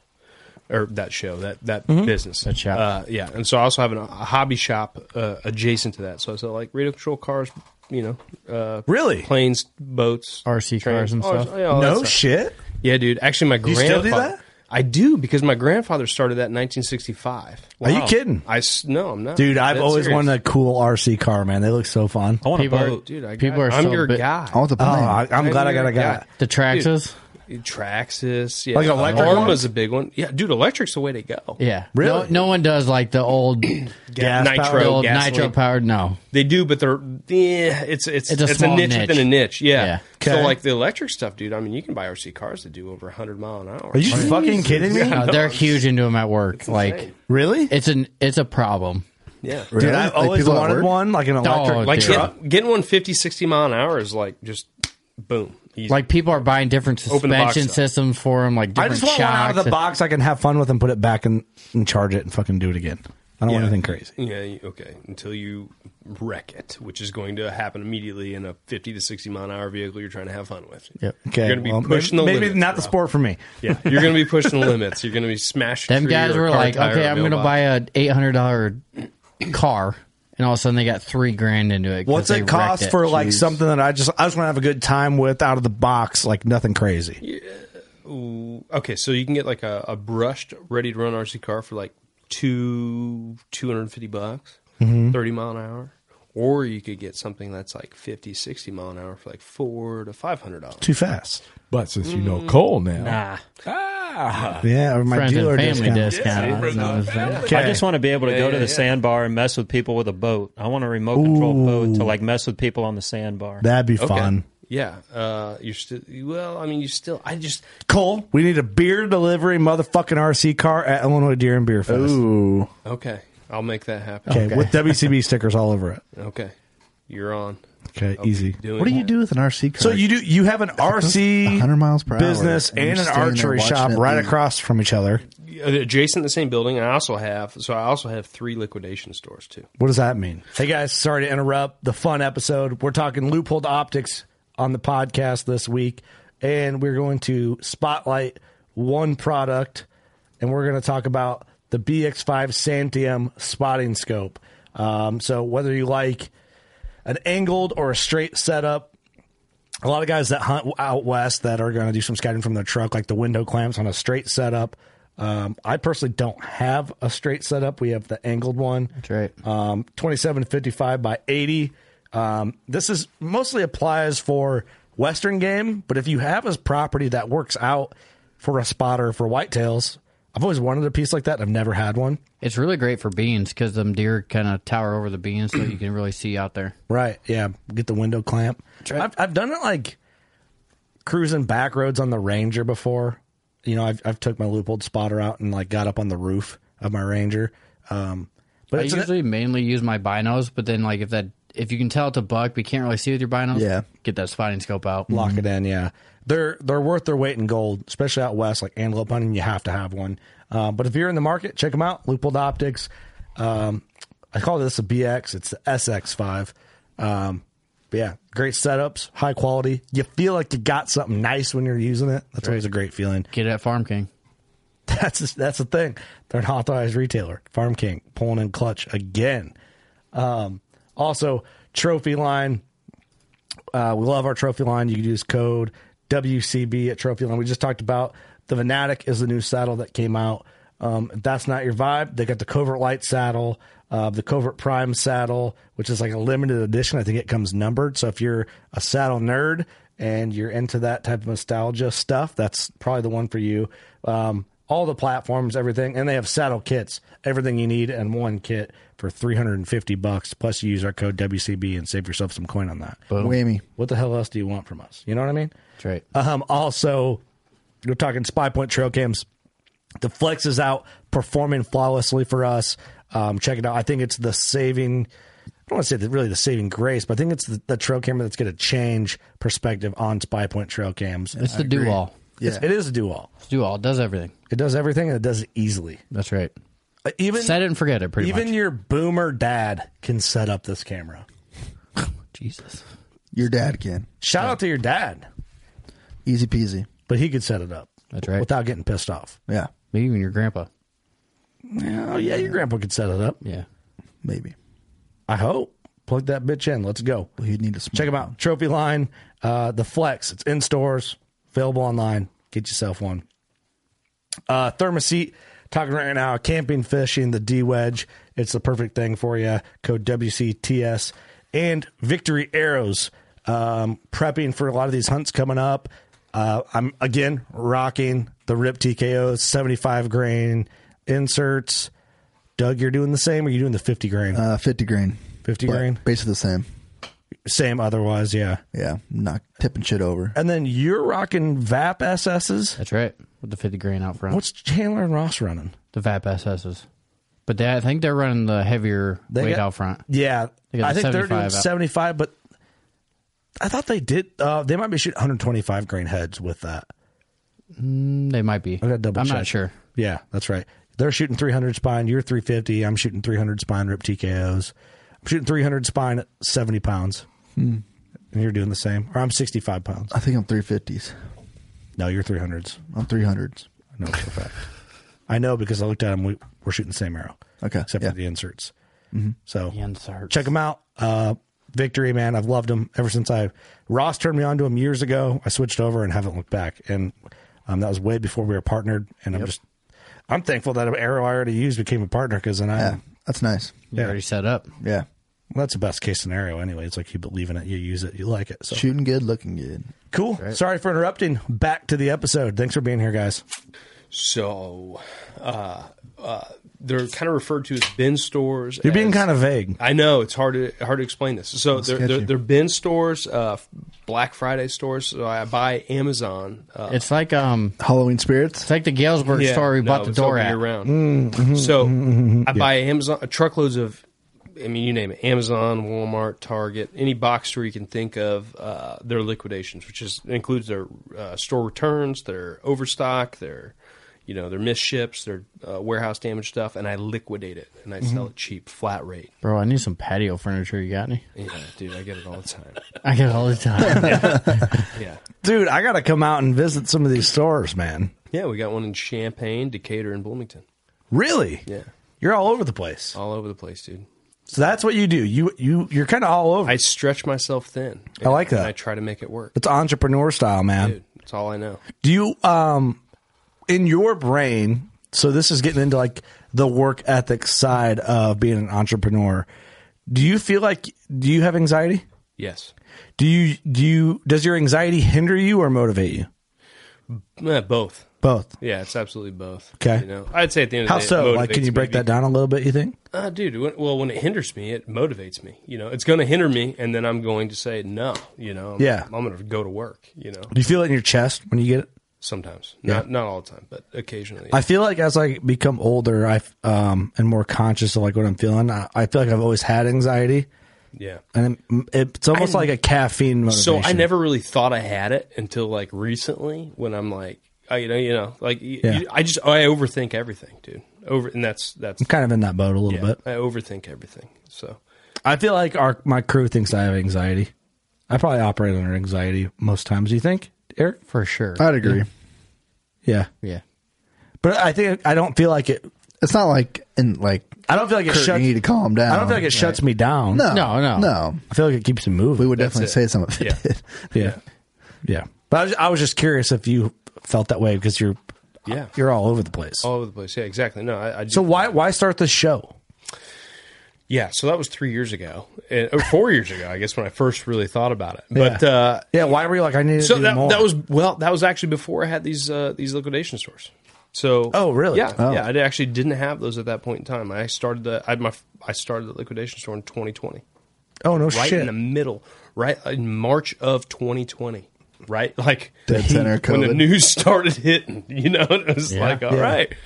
S10: or that show that that
S2: Mhm.
S10: business that shop. Uh, yeah, and so I also have an, a hobby shop uh, adjacent to that. So I sell like radio control cars. You know, uh,
S2: really
S10: planes, boats, Oh, RC
S4: cars and stuff?
S2: No shit.
S10: Yeah, dude. Actually, my
S2: Do you
S10: grandfather.
S2: still do that?
S10: I do because my grandfather started that in 1965.
S2: Are you kidding?
S10: I s- no, I'm not.
S2: Dude, I've
S10: That's
S2: always
S10: serious.
S2: wanted a cool RC car, man. They look so fun. I
S10: want a People are- boat. dude, I got- People are I'm so your bit- guy.
S2: I want the
S10: plane.
S2: Oh, I, I'm
S10: I'm
S2: glad I
S10: your
S2: got a guy.
S10: guy. The Traxxas? Traxxas, yeah.
S2: Like an electric one?
S10: Arma's a big one. Yeah, dude, electric's the way to go.
S4: Yeah. No, no one does like the old
S10: Gas
S4: nitro,
S10: powered.
S4: the old
S10: Gasoline.
S4: nitro powered. No.
S10: They do, but they're yeah, it's it's
S4: It's a small
S10: niche,
S4: niche.
S10: within a niche. Yeah.
S4: Yeah.
S10: So
S4: Okay.
S10: like the electric stuff, dude. I mean, you can buy RC cars that do over 100 mile an hour.
S4: Are you
S2: fucking kidding me?
S4: No, they're huge into them at work. Like
S10: insane.
S2: really?
S4: It's an it's a problem.
S10: Yeah.
S2: Dude, Really? I've Like always people at wanted work? one, like an electric-
S4: Oh,
S10: like
S4: dude.
S10: Getting, getting one 50, 60 mile an hour is like just boom. Easy.
S4: Like people are buying different
S10: Open the box
S4: suspension
S10: up.
S4: systems for them. Like
S2: I
S4: different
S2: just want one out of
S4: shocks.
S2: the box I can have fun with and put it back and, and charge it and fucking do it again. I don't want anything crazy.
S10: Yeah, you- okay. Until you wreck it, which is going to happen immediately in a 50 to 60 mile an hour vehicle you're trying to have fun with.
S2: Yep. Okay.
S10: You're going to be
S2: well,
S10: pushing
S2: maybe,
S10: the
S2: maybe
S10: limits.
S2: not the sport for me.
S10: yeah, you're going to be pushing the limits. You're going to be smashing.
S4: Them
S10: through
S4: guys
S10: your
S4: were
S10: car
S4: like,
S10: tire
S4: okay,
S10: or
S4: I'm going to
S10: mailbox."
S4: buy a eight hundred dollar car, and all of a sudden they got three grand into it. 'cause
S2: What's
S4: they
S2: it
S4: wrecked
S2: cost
S4: it.
S2: for like something that I just I just want to have a good time with out of the box, like nothing crazy.
S10: Ooh, okay, so you can get like a, a brushed, ready to run RC car for like two two hundred and fifty bucks,
S2: Mhm.
S10: thirty mile an hour, or you could get something that's like 50, 60 mile an hour for like four to five hundred dollars.
S2: Too fast.
S11: But since you know Cole now, Ah.
S10: Nah.
S2: Yeah, or my
S15: Friends and
S2: dealer
S15: family
S2: discount.
S15: discount.
S2: Okay.
S15: I just want to be able to
S2: Yeah,
S15: go
S2: yeah,
S15: to the
S2: yeah.
S15: sandbar and mess with people with a boat. I want a remote control boat to like mess with people on the sandbar.
S2: That'd be fun.
S10: Yeah, uh, you're still well. I mean, you still. I just
S2: Cole, we need a beer delivery motherfucking RC car at Illinois Deer and Beer Fest. Ooh.
S10: okay. I'll make that happen.
S2: Okay, with WCB stickers all over it.
S10: Okay, you're on.
S2: Okay, easy.
S10: doing
S3: What do you do with an RC car?
S2: So you do you have an RC
S3: 100 miles per hour,
S2: business
S3: and you're
S2: and an
S3: standing there
S2: archery
S3: watching
S2: shop
S3: it
S2: right
S3: leave.
S2: across from each other.
S10: Uh, Adjacent to the same building, I also have. So I also have three liquidation stores too.
S2: What does that mean? Hey guys, sorry to interrupt the fun episode. We're talking loophole optics on the podcast this week, and we're going to spotlight one product, and we're going to talk about the BX5 Santium spotting scope. Um, so whether you like an angled or a straight setup, a lot of guys that hunt out west that are going to do some scouting from their truck, like the window clamps on a straight setup. Um, I personally don't have a straight setup. We have the angled one. That's right. Um, 2755 by 80. Um, this is mostly applies for Western game, but if you have a property that works out for a spotter for whitetails, I've always wanted a piece like that. and I've never had one.
S4: It's really great for beans because them deer kind of tower over the beans, so you can really see out there.
S2: Right. Yeah. Get the window clamp. I've, I've done it like cruising back roads on the Ranger before. You know, I've, I've took my loophole spotter out and like got up on the roof of my Ranger. Um, but
S4: But I
S2: it's an-
S4: usually mainly use my binos, but then like if that if you can tell it's a buck, but you can't really see with your binos,
S2: Yeah.
S4: get that spotting scope out.
S2: lock it in. Yeah, they're they're worth their weight in gold, especially out west, like antelope hunting. You have to have one. Uh, but if you're in the market, check them out. Loophole Optics. Um, I call this a BX. It's the SX5. Um, but yeah, great setups, high quality. You feel like you got something nice when you're using it. That's always a great feeling.
S4: Get it at Farm King.
S2: That's that's the thing. They're an authorized retailer. Farm King pulling in clutch again. Um, also, trophy line. Uh, we love our trophy line. You can use code WCB at trophy line. We just talked about the Venatic is the new saddle that came out. Um, if that's not your vibe, they got the Covert Light saddle, uh, the Covert Prime saddle, which is like a limited edition. I think it comes numbered. So if you're a saddle nerd and you're into that type of nostalgia stuff, that's probably the one for you. Um, all the platforms, everything, and they have saddle kits, everything you need in one kit for 350 bucks. Plus, you use our code WCB and save yourself some coin on that.
S3: Boom. Whammy.
S2: What the hell else do you want from us? You know what I mean?
S4: That's right.
S2: Um, also, we're talking Spy Point trail cams. The Flex is out performing flawlessly for us. Um, check it out. I think it's the saving. I don't want to say that really the saving grace, but I think it's the, the trail camera that's going to change perspective on Spy Point trail cams.
S4: It's the do-all.
S2: Yeah. It is a do all.
S4: It's do all. It does everything.
S2: It does everything and it does it easily. Uh,
S4: That's right.
S2: Even
S4: set it and forget it. Pretty
S2: even
S4: much.
S2: your boomer dad can set up this camera.
S4: Jesus.
S3: Your dad can.
S2: Shout out to your dad.
S3: Easy peasy.
S2: But he could set it up. That's right. Without getting pissed off.
S3: Yeah.
S4: Maybe even your grandpa.
S2: Oh yeah, your grandpa could set it up.
S4: Yeah.
S3: Maybe.
S2: I hope. Plug that bitch in. Let's go.
S3: Well, you'd need to
S2: check them out. Trophy line, uh, the Flex. It's in stores, available online. Get yourself one. Uh, Thermoset, talking right now, camping, fishing, the D wedge. It's the perfect thing for you. Code WCTS and Victory Arrows. Um, prepping for a lot of these hunts coming up. Uh, I'm again rocking the Rip TKO 75 grain inserts. Doug, you're doing the same, or you doing the 50 grain?
S3: Uh, 50 grain.
S2: 50
S3: But
S2: grain.
S3: Basically the same.
S2: Same otherwise, yeah.
S3: Yeah. Not tipping shit over.
S2: And then you're rocking VAP SSs.
S4: That's right. With the 50 grain out front.
S2: What's Chandler and Ross running?
S4: The VAP SSs. But they, I think they're running the heavier
S2: They
S4: weight
S2: got-
S4: out front.
S2: Yeah,
S4: They got
S2: I
S4: the
S2: think they're doing
S4: 75 out.
S2: 75, but I thought they did. Uh, they might be shooting 125 grain heads with that.
S4: Mm, they might be.
S2: I got to double.
S4: I'm
S2: check.
S4: not sure.
S2: Yeah, that's right. They're shooting 300 spine. You're 350. I'm shooting 300 spine rip TKOs. I'm shooting 300 spine at 70 pounds,
S3: Hmm.
S2: and you're doing the same. Or I'm 65 pounds.
S3: I think I'm 350s.
S2: No, you're 300s.
S3: I'm 300s.
S2: I know for a fact. I know because I looked at them. We, we're shooting the same arrow.
S3: Okay,
S2: Except
S3: yeah.
S2: for the inserts.
S3: Mhm.
S2: So
S4: inserts.
S2: check them out. Uh, Victory, man. I've loved them ever since I Ross turned me on to them years ago. I switched over and haven't looked back. And um, that was way before we were partnered. And I'm just, I'm thankful that arrow I already used became a partner because then I,
S3: Yeah. That's nice.
S4: You're already set up.
S3: Yeah.
S2: well, that's the best case scenario anyway. It's like you believe in it, you use it, you like it. So
S3: Shooting good, looking good.
S2: cool. Sorry for interrupting. Back to the episode. Thanks for being here, guys.
S10: So, uh, uh, they're kind of referred to as bin stores.
S2: You're being
S10: as-
S2: kind of vague.
S10: I know it's hard to hard to explain this. So
S2: That's
S10: they're, they're
S2: sketchy.
S10: they're bin stores, uh, Black Friday stores. So I buy Amazon. Uh,
S4: It's like um
S3: Halloween spirits.
S4: It's like the Galesburg
S10: Yeah,
S4: store we
S10: no,
S4: bought the
S10: it's
S4: door
S10: open
S4: at.
S10: year-round.
S4: mhm,
S10: so
S4: mhm, mhm.
S10: I
S4: Yeah.
S10: buy Amazon uh, truckloads of, I mean, you name it, Amazon, Walmart, Target, any box store you can think of. Uh, their liquidations, which is includes their uh, store returns, their overstock, their you know their missed ships, their uh, warehouse damage stuff, and I liquidate it and I
S4: Mm-hmm.
S10: sell it cheap, flat rate.
S4: Bro, I need some patio furniture. You got any?
S10: Yeah, dude, I get it all the time.
S4: I get it all the time.
S10: Yeah.
S2: Dude, I got to come out and visit some of these stores, man.
S10: Yeah, we got one in Champaign, Decatur, and Bloomington.
S2: Really?
S10: Yeah,
S2: You're all over the place.
S10: all over the place, dude.
S2: So that's what you do. You you you're kind of all over.
S10: I stretch myself thin.
S2: I like
S10: And
S2: that. um,
S10: I try to make it work.
S2: It's entrepreneur style, man.
S10: Dude, that's all I know.
S2: Do you um in your brain, so this is getting into like the work ethic side of being an entrepreneur. Do you feel like do you have anxiety?
S10: Yes.
S2: Do you do you does your anxiety hinder you or motivate you?
S10: Eh, both.
S2: Both.
S10: Yeah, it's absolutely both.
S2: Okay.
S10: You know, I'd say at the end of
S2: How
S10: the day, it
S2: so? Like can
S10: motivates
S2: you break
S10: me
S2: that down a little bit, you think?
S10: Uh, dude, when, well, when it hinders me, it motivates me. You know, it's going to hinder me, and then I'm going to say no. You know, I'm,
S2: Yeah.
S10: I'm going to go to work. You know,
S2: Do you feel it in your chest when you get it?
S10: sometimes,
S2: Yeah.
S10: not not all the time, but occasionally.
S2: I feel like as I become older, I um and more conscious of like what I'm feeling. I, I feel like I've always had anxiety.
S10: Yeah.
S2: and it, it's almost
S10: I-
S2: like a caffeine motivation.
S10: So I never really thought I had it until like recently when I'm like, I, you know, you know, like y-
S2: Yeah.
S10: you- I just I overthink everything, dude. Over and that's that's
S2: I'm kind of in that boat a little bit.
S10: I overthink everything. So
S2: I feel like our my crew thinks I have anxiety. I probably operate under anxiety most times. Do you think, Eric?
S4: For sure.
S3: I'd agree.
S2: Yeah,
S4: Yeah.
S2: but I think I don't feel like it.
S3: It's not like in like
S2: I don't feel like it
S3: Kurt,
S2: shuts-
S3: You need to calm down.
S2: I don't feel like it shuts me down.
S3: No,
S2: No, no.
S3: no.
S2: I feel like it keeps me moving.
S3: We would
S2: That's
S3: definitely
S2: it.
S3: say some of it.
S10: Yeah.
S2: Yeah, yeah. But I was, I was just curious if you felt that way because you're
S10: Yeah. Oh.
S2: You're all over the place.
S10: All over the place. Yeah, exactly. No, I, I
S2: So why why start this show?
S10: Yeah, so that was three years ago, eh, or four years ago, I guess, when I first really thought about it. But
S2: yeah.
S10: uh,
S2: yeah, why were you like I need to
S10: so
S2: do
S10: that,
S2: more?
S10: that was well, that was actually before I had these uh, these liquidation stores. So
S2: Oh, really?
S10: Yeah,
S2: Oh.
S10: yeah. I actually didn't have those at that point in time. I started the I had my I started the liquidation store in 2020.
S2: Oh no
S10: right
S2: shit.
S10: in the middle, right in March of 2020. Right, like
S3: Dead center of
S10: when the
S3: COVID.
S10: news started hitting. You know, and it was
S4: Yeah.
S10: like, all right,
S4: Yeah.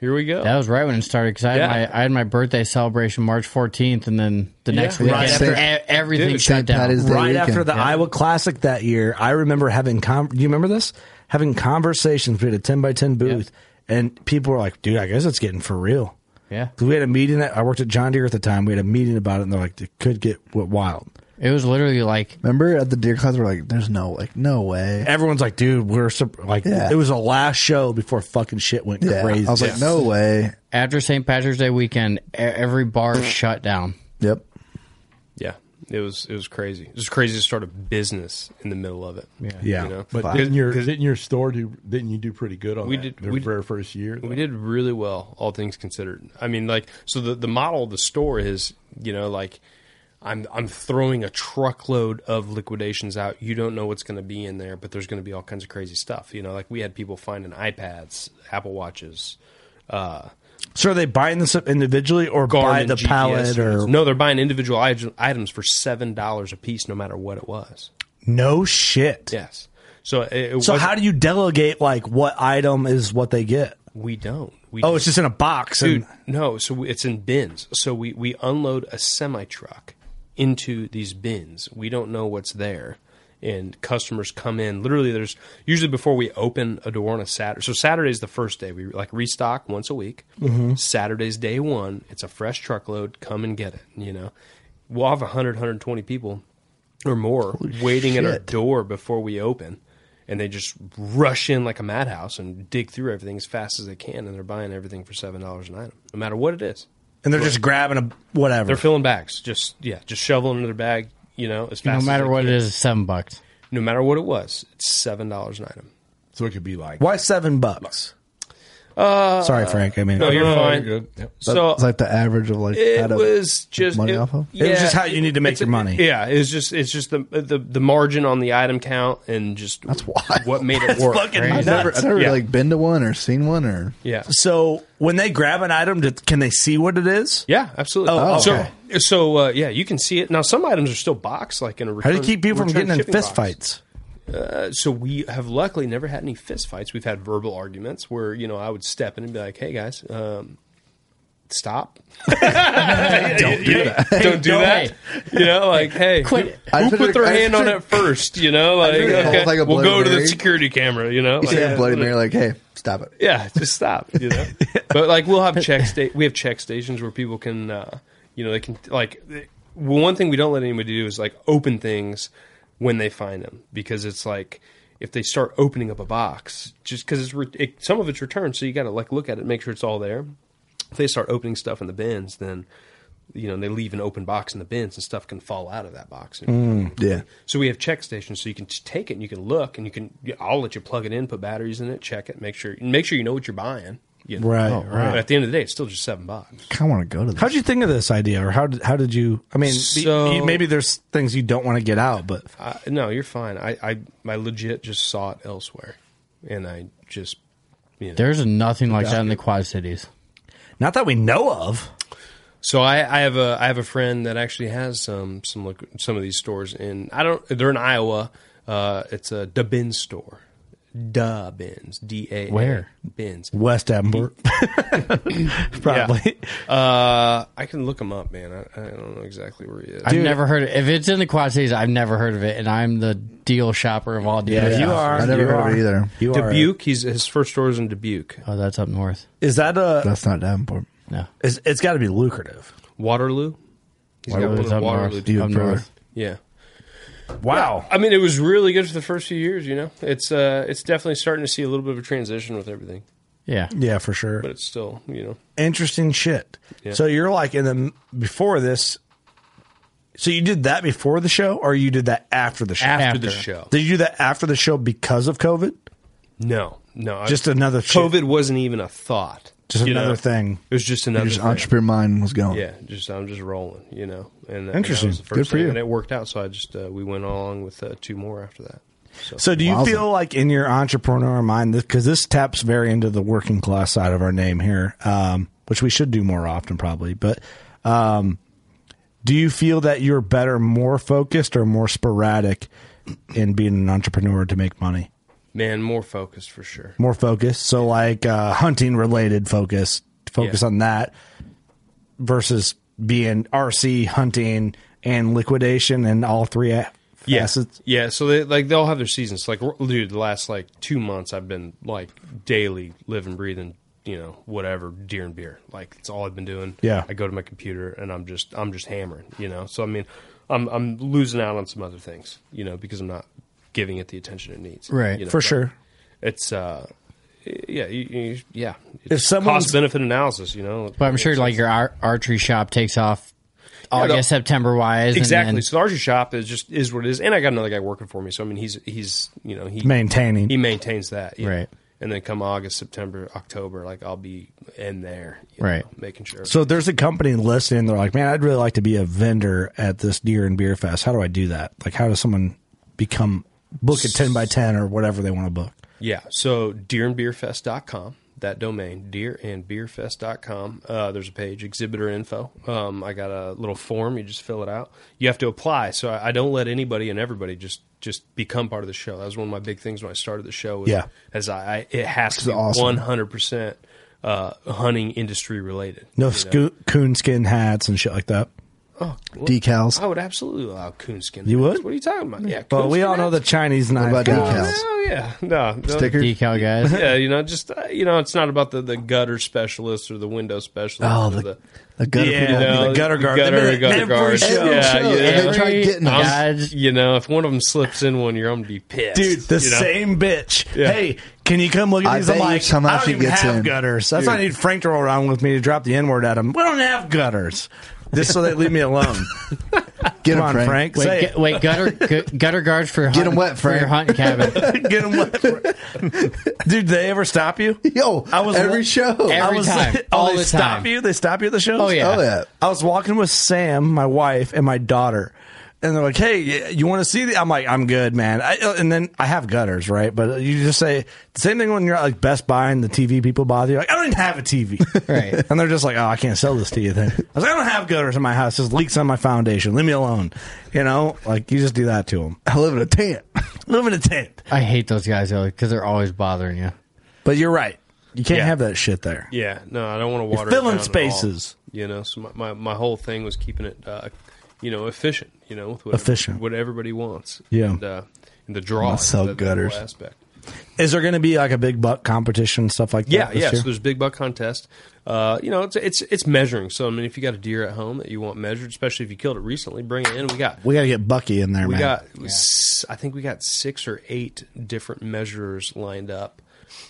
S10: here we go.
S4: That was right when it started because I, had
S10: Yeah.
S4: my I had my birthday celebration March 14th, and then the next
S10: Yeah.
S4: weekend
S10: Right after-
S4: e- everything shut down.
S2: right after the Iowa Classic that year, I remember having con- do you remember this? Having conversations we had a ten by ten booth and people were like, dude, I guess it's getting for real.
S4: Yeah.
S2: 'Cause we had a meeting at, I worked at John Deere at the time. We had a meeting about it and they're like, it could get w- wild.
S4: It was literally like
S3: Remember at the deer class, we're like, "There's no like, no way."
S2: everyone's like, dude, we're sup- like
S3: Yeah.
S2: it was the last show before fucking shit went
S3: Yeah,
S2: crazy.
S3: I was like, "No way."
S4: after St. Patrick's Day weekend, e- every bar shut down.
S3: Yep.
S10: Yeah, it was it was crazy. It was crazy to start a business in the middle of it. Yeah,
S11: But didn't your didn't your store do? Didn't you do pretty
S2: Oh,
S11: good on
S10: We
S11: that,
S10: did-
S11: The
S10: we-
S11: very first year.
S10: we did really well, all things considered. I mean, like so the the model of the store is you know like. I'm I'm throwing a truckload of liquidations out. You don't know what's going to be in there, but there's going to be all kinds of crazy stuff. You know, like we had people finding iPads, Apple Watches, uh,
S2: So are they buying this up individually or by
S10: Garmin
S2: the
S10: GPS
S2: pallet or
S10: units. no? They're buying individual ite- items for seven dollars a piece, no matter what it was.
S2: no shit?
S10: Yes. So it, it
S2: So
S10: wasn't-
S2: how do you delegate like what item is what they get?
S10: We don't. We
S2: oh, it's just in a box.
S10: Dude,
S2: and,
S10: no. So we- it's in bins. So we we unload a semi truck into these bins. We don't know what's there, and customers come in. Literally, there's usually before we open a door on a Saturday. So Saturday's the first day. We like restock once a week.
S2: Mm-hmm.
S24: Mhm.
S10: Saturday's day one. It's a fresh truckload. Come and get it. You know, we'll have 100, 120 people or more waiting at our
S24: shit.
S10: door before we open. And they just rush in like a madhouse and dig through everything as fast as they can, and they're buying everything for seven dollars an item, no matter what it is.
S2: and they're just grabbing a whatever.
S10: They're filling bags, just yeah, just shoveling into their bag, you know, as
S4: No
S10: fast.
S4: matter
S10: as
S4: what it is, it's seven bucks.
S10: no matter what it was, it's seven dollars an item.
S11: So it could be like
S2: Why seven bucks?
S10: Uh,
S2: Sorry, Frank. I mean,
S10: no, you're
S2: No, no,
S10: fine.
S2: uh, you're good. Yep.
S10: So
S3: it's like the average of like
S10: it
S3: how to
S10: was just
S3: money off of.
S2: It was just how you need to make
S10: it's-
S2: your money.
S10: Yeah, it's just it's just the, the the margin on the item count and just that's what made it work.
S3: I've never, I've never
S10: Yeah.
S3: like been to one or seen one or
S10: Yeah.
S2: So when they grab an item, do- can they see what it is?
S10: Yeah, absolutely.
S2: Oh, okay.
S10: So, so uh, yeah, you can see it now. Some items are still boxed, like in a.
S2: How
S10: Return,
S2: do you keep people from
S10: return
S2: getting in
S10: shipping
S2: fist
S10: box.
S2: fights?
S10: Uh, so we have luckily never had any fist fights. We've had verbal arguments where you know I would step in and be like, "Hey guys, um, stop! don't do that! Don't do
S24: Don't.
S10: that! You know, like, hey,
S24: Quit.
S10: who,
S24: I
S10: who
S24: should-
S10: put their
S24: I
S10: hand on
S24: should-
S10: it first? You know, like,
S24: should have
S10: okay,
S24: called like a
S10: we'll
S24: Bloody
S10: go to the
S24: Mary.
S10: security camera. You know,
S3: you see a
S10: like-
S3: Bloody Mary like, hey, stop it.
S10: yeah, just stop. You know, but like we'll have check sta- we have check stations where people can, uh, you know, they can like. they- Well, one thing we don't let anybody do is like open things when they find them because it's like if they start opening up a box just because it's re- it, some of it's returned, so you got to like look at it, make sure it's all there. If they start opening stuff in the bins, then you know they leave an open box in the bins and stuff can fall out of that box.
S3: Mm, yeah.
S10: So we have check stations, so you can just take it and you can look and you can. I'll let you plug it in, put batteries in it, check it, make sure make sure you know what you're buying. You know?
S2: Right, Oh, right.
S10: But at the end of the day, it's still just seven bucks.
S2: I want to go to. How did you think of this idea, or how did how did you? I mean, be-
S10: So-
S2: you- maybe there's things you don't want to get out, but
S10: I, no, you're fine. I, I I legit just saw it elsewhere, and I just you know.
S4: There's nothing like
S10: Yeah.
S4: that in the Quad Cities.
S2: Not that we know of.
S10: So I, I have a I have a friend that actually has some some look, some of these stores in I don't they're in Iowa. Uh, it's a Da Bin store. Da Bins. D A A.
S2: Where?
S10: Bins.
S2: West Edinburgh, probably.
S10: Yeah. Uh, I can look him up, man. I, I don't know exactly where he is.
S4: I've never heard of If it's in the Quad Cities, I've never heard of it, and I'm the deal shopper of all deal
S2: Yeah, you
S4: shoppers.
S2: are. I never You heard of it are. either. You are.
S10: Dubuque. He's his first store is in Dubuque.
S4: Oh, that's up north.
S2: Is that a?
S3: That's not Davenport.
S4: No,
S2: it's, it's got to be lucrative.
S10: Waterloo. He's
S4: Waterloo's
S10: got one
S4: up
S10: in Waterloo.
S4: north. Up north.
S10: Yeah.
S2: Wow.
S10: I mean, it was really good for the first few years. You know, it's uh, it's definitely starting to see a little bit of a transition with everything,
S4: Yeah,
S2: yeah, for sure.
S10: but it's still, you know,
S2: Interesting shit.
S10: Yeah.
S2: So you're like in the before this. So you did that before the show, or you did that after the show?
S10: After the After. show.
S2: Did you do that after the show because of COVID?
S10: No, no. I-
S2: Just another chip.
S10: COVID wasn't even a thought.
S2: Just
S10: you
S2: another
S10: know?
S2: thing.
S10: It was just another
S2: Your
S10: thing.
S3: entrepreneur mind was going.
S10: Yeah, just I'm just rolling, you know. And uh,
S2: Interesting.
S10: and that was the
S2: Good
S10: first
S2: for
S10: thing,
S2: you.
S10: And it worked out, so I just uh, we went along with uh, two more after that. So,
S2: So, do you
S10: Wowza.
S2: feel like in your entrepreneur mind, because this taps very into the working class side of our name here, um, which we should do more often probably, but um, do you feel that you're better, more focused, or more sporadic in being an entrepreneur to make money?
S10: man more focused for sure?
S2: More focused. So, like uh, hunting related focus, focus
S10: Yeah.
S2: on that versus being RC, hunting, and liquidation and all three a- facets.
S10: Yeah, so they like they all have their seasons. Like r- dude, the last like two months I've been like daily living, breathing, you know, whatever, deer and beer. Like it's all I've been doing.
S2: Yeah.
S10: I go to my computer and I'm just I'm just hammering, you know. So I mean I'm I'm losing out on some other things, you know, because I'm not giving it the attention it needs.
S2: Right.
S10: you know,
S2: For
S10: but
S2: sure.
S10: It's uh yeah, you, you, yeah.
S4: If someone's-
S10: cost benefit analysis, you know,
S4: But I'm sure like your ar- archery shop takes off
S10: Yeah,
S4: August,
S10: the-
S4: September wise.
S10: Exactly.
S4: And then,
S10: so the archery shop is just is what it is, and I got another guy working for me. So I mean, he's he's you know he
S2: Maintaining.
S10: he maintains that you know.
S2: Right.
S10: And then come August, September, October, like I'll be in there, you
S2: Right.
S10: know, making sure.
S2: So if there's a company listening. They're like, man, I'd really like to be a vendor at this deer and beer fest. How do I do that? Like, how does someone become book a ten by ten or whatever they want to book?
S10: Yeah. So deerandbeerfest.com, that domain, deerandbeerfest.com. Uh, there's a page, exhibitor info. Um, I got a little form. You just fill it out. You have to apply. So I, I don't let anybody and everybody just just become part of the show. That was one of my big things when I started the show. was-
S2: Yeah.
S10: As I, I it has
S2: This
S10: to
S2: is
S10: be
S2: awesome.
S10: 100% uh, hunting industry related.
S2: No
S10: you know?
S2: sco- coonskin hats and shit like that.
S10: Oh, well,
S2: decals.
S10: I would absolutely allow coonskin.
S2: You
S10: hats.
S2: would?
S10: What are you talking about? Yeah,
S2: But we
S10: coonskin
S2: all know the Chinese knife.
S10: about
S2: guys.
S10: decals? Oh yeah, no, no
S2: Stickers? Decal guys.
S10: Yeah, you know, just uh, you know, it's not about the, the gutter specialist or the window specialist.
S2: Oh,
S10: or
S2: the-
S10: the,
S2: the gutter people. The gutter guard.
S10: the gutter,
S2: They've been at
S10: gutter
S2: every
S10: guard.
S2: show.
S10: Yeah,
S2: Show.
S10: you
S2: And
S10: know,
S2: they tried getting us.
S10: I'm- You know, if one of them slips in one year, I'm gonna be pissed,
S2: Dude, the
S10: you know?
S2: same bitch.
S10: Yeah.
S2: Hey, can you come look at
S10: I
S2: these? I'm
S10: bet you
S2: like,
S10: somehow
S2: I don't
S10: she
S2: even
S10: gets
S2: have
S10: in.
S2: gutters. That's why I
S10: Dude.
S2: need Frank to roll around with me to drop the N word at him. We don't have gutters. Just so they leave me alone.
S4: Get
S2: Come on, Frank.
S4: Wait,
S2: Say
S4: gu-
S2: it.
S4: wait, gutter gu- gutter guards for hunt,
S2: Get 'em wet,
S4: for your
S2: Frank.
S4: hunting cabin.
S2: Get him wet. Dude, they ever stop you? Yo, I was
S4: every show. Every time.
S2: oh,
S4: All
S2: they
S4: the
S2: stop
S4: time.
S2: you. They stop you at the shows.
S4: Oh, yeah. Oh, yeah.
S2: I was walking with Sam, my wife, and my daughter, and they're like, "Hey, you want to see?" The-? I'm like, "I'm good, man." I, uh, and then I have gutters, right? But you just say the same thing when you're at like Best Buy and the TV people bother you. Like, I don't even have a TV, right? And they're just like, "Oh, I can't sell this to you." Then I was like, "I don't have gutters in my house. There's leaks on my foundation. Leave me alone." You know, like you just do that to them. I live in a tent. live in a tent.
S4: I hate those guys though because they're always bothering you.
S2: But you're right. You can't
S10: Yeah.
S2: have that shit there.
S10: Yeah, no, I don't want to
S2: You're
S10: water it
S2: filling
S10: down at all,
S2: spaces.
S10: you know, so my, my, my whole thing was keeping it, uh, you know, efficient. You know, with what
S2: Efficient.
S10: what everybody wants.
S2: Yeah.
S10: and, uh, and the draw.
S2: I'll sell
S10: that- that
S2: gutters.
S10: whole aspect.
S2: Is there going to be like a big buck competition stuff like
S10: Yeah,
S2: that? this
S10: yeah.
S2: year?
S10: So there's big buck contest. Uh, you know, it's it's it's measuring. So I mean, if you got a deer at home that you want measured, especially if you killed it recently, bring it in. We got
S2: we got to get Bucky in there,
S10: we
S2: man.
S10: got s- I think we got six or eight different measurers lined up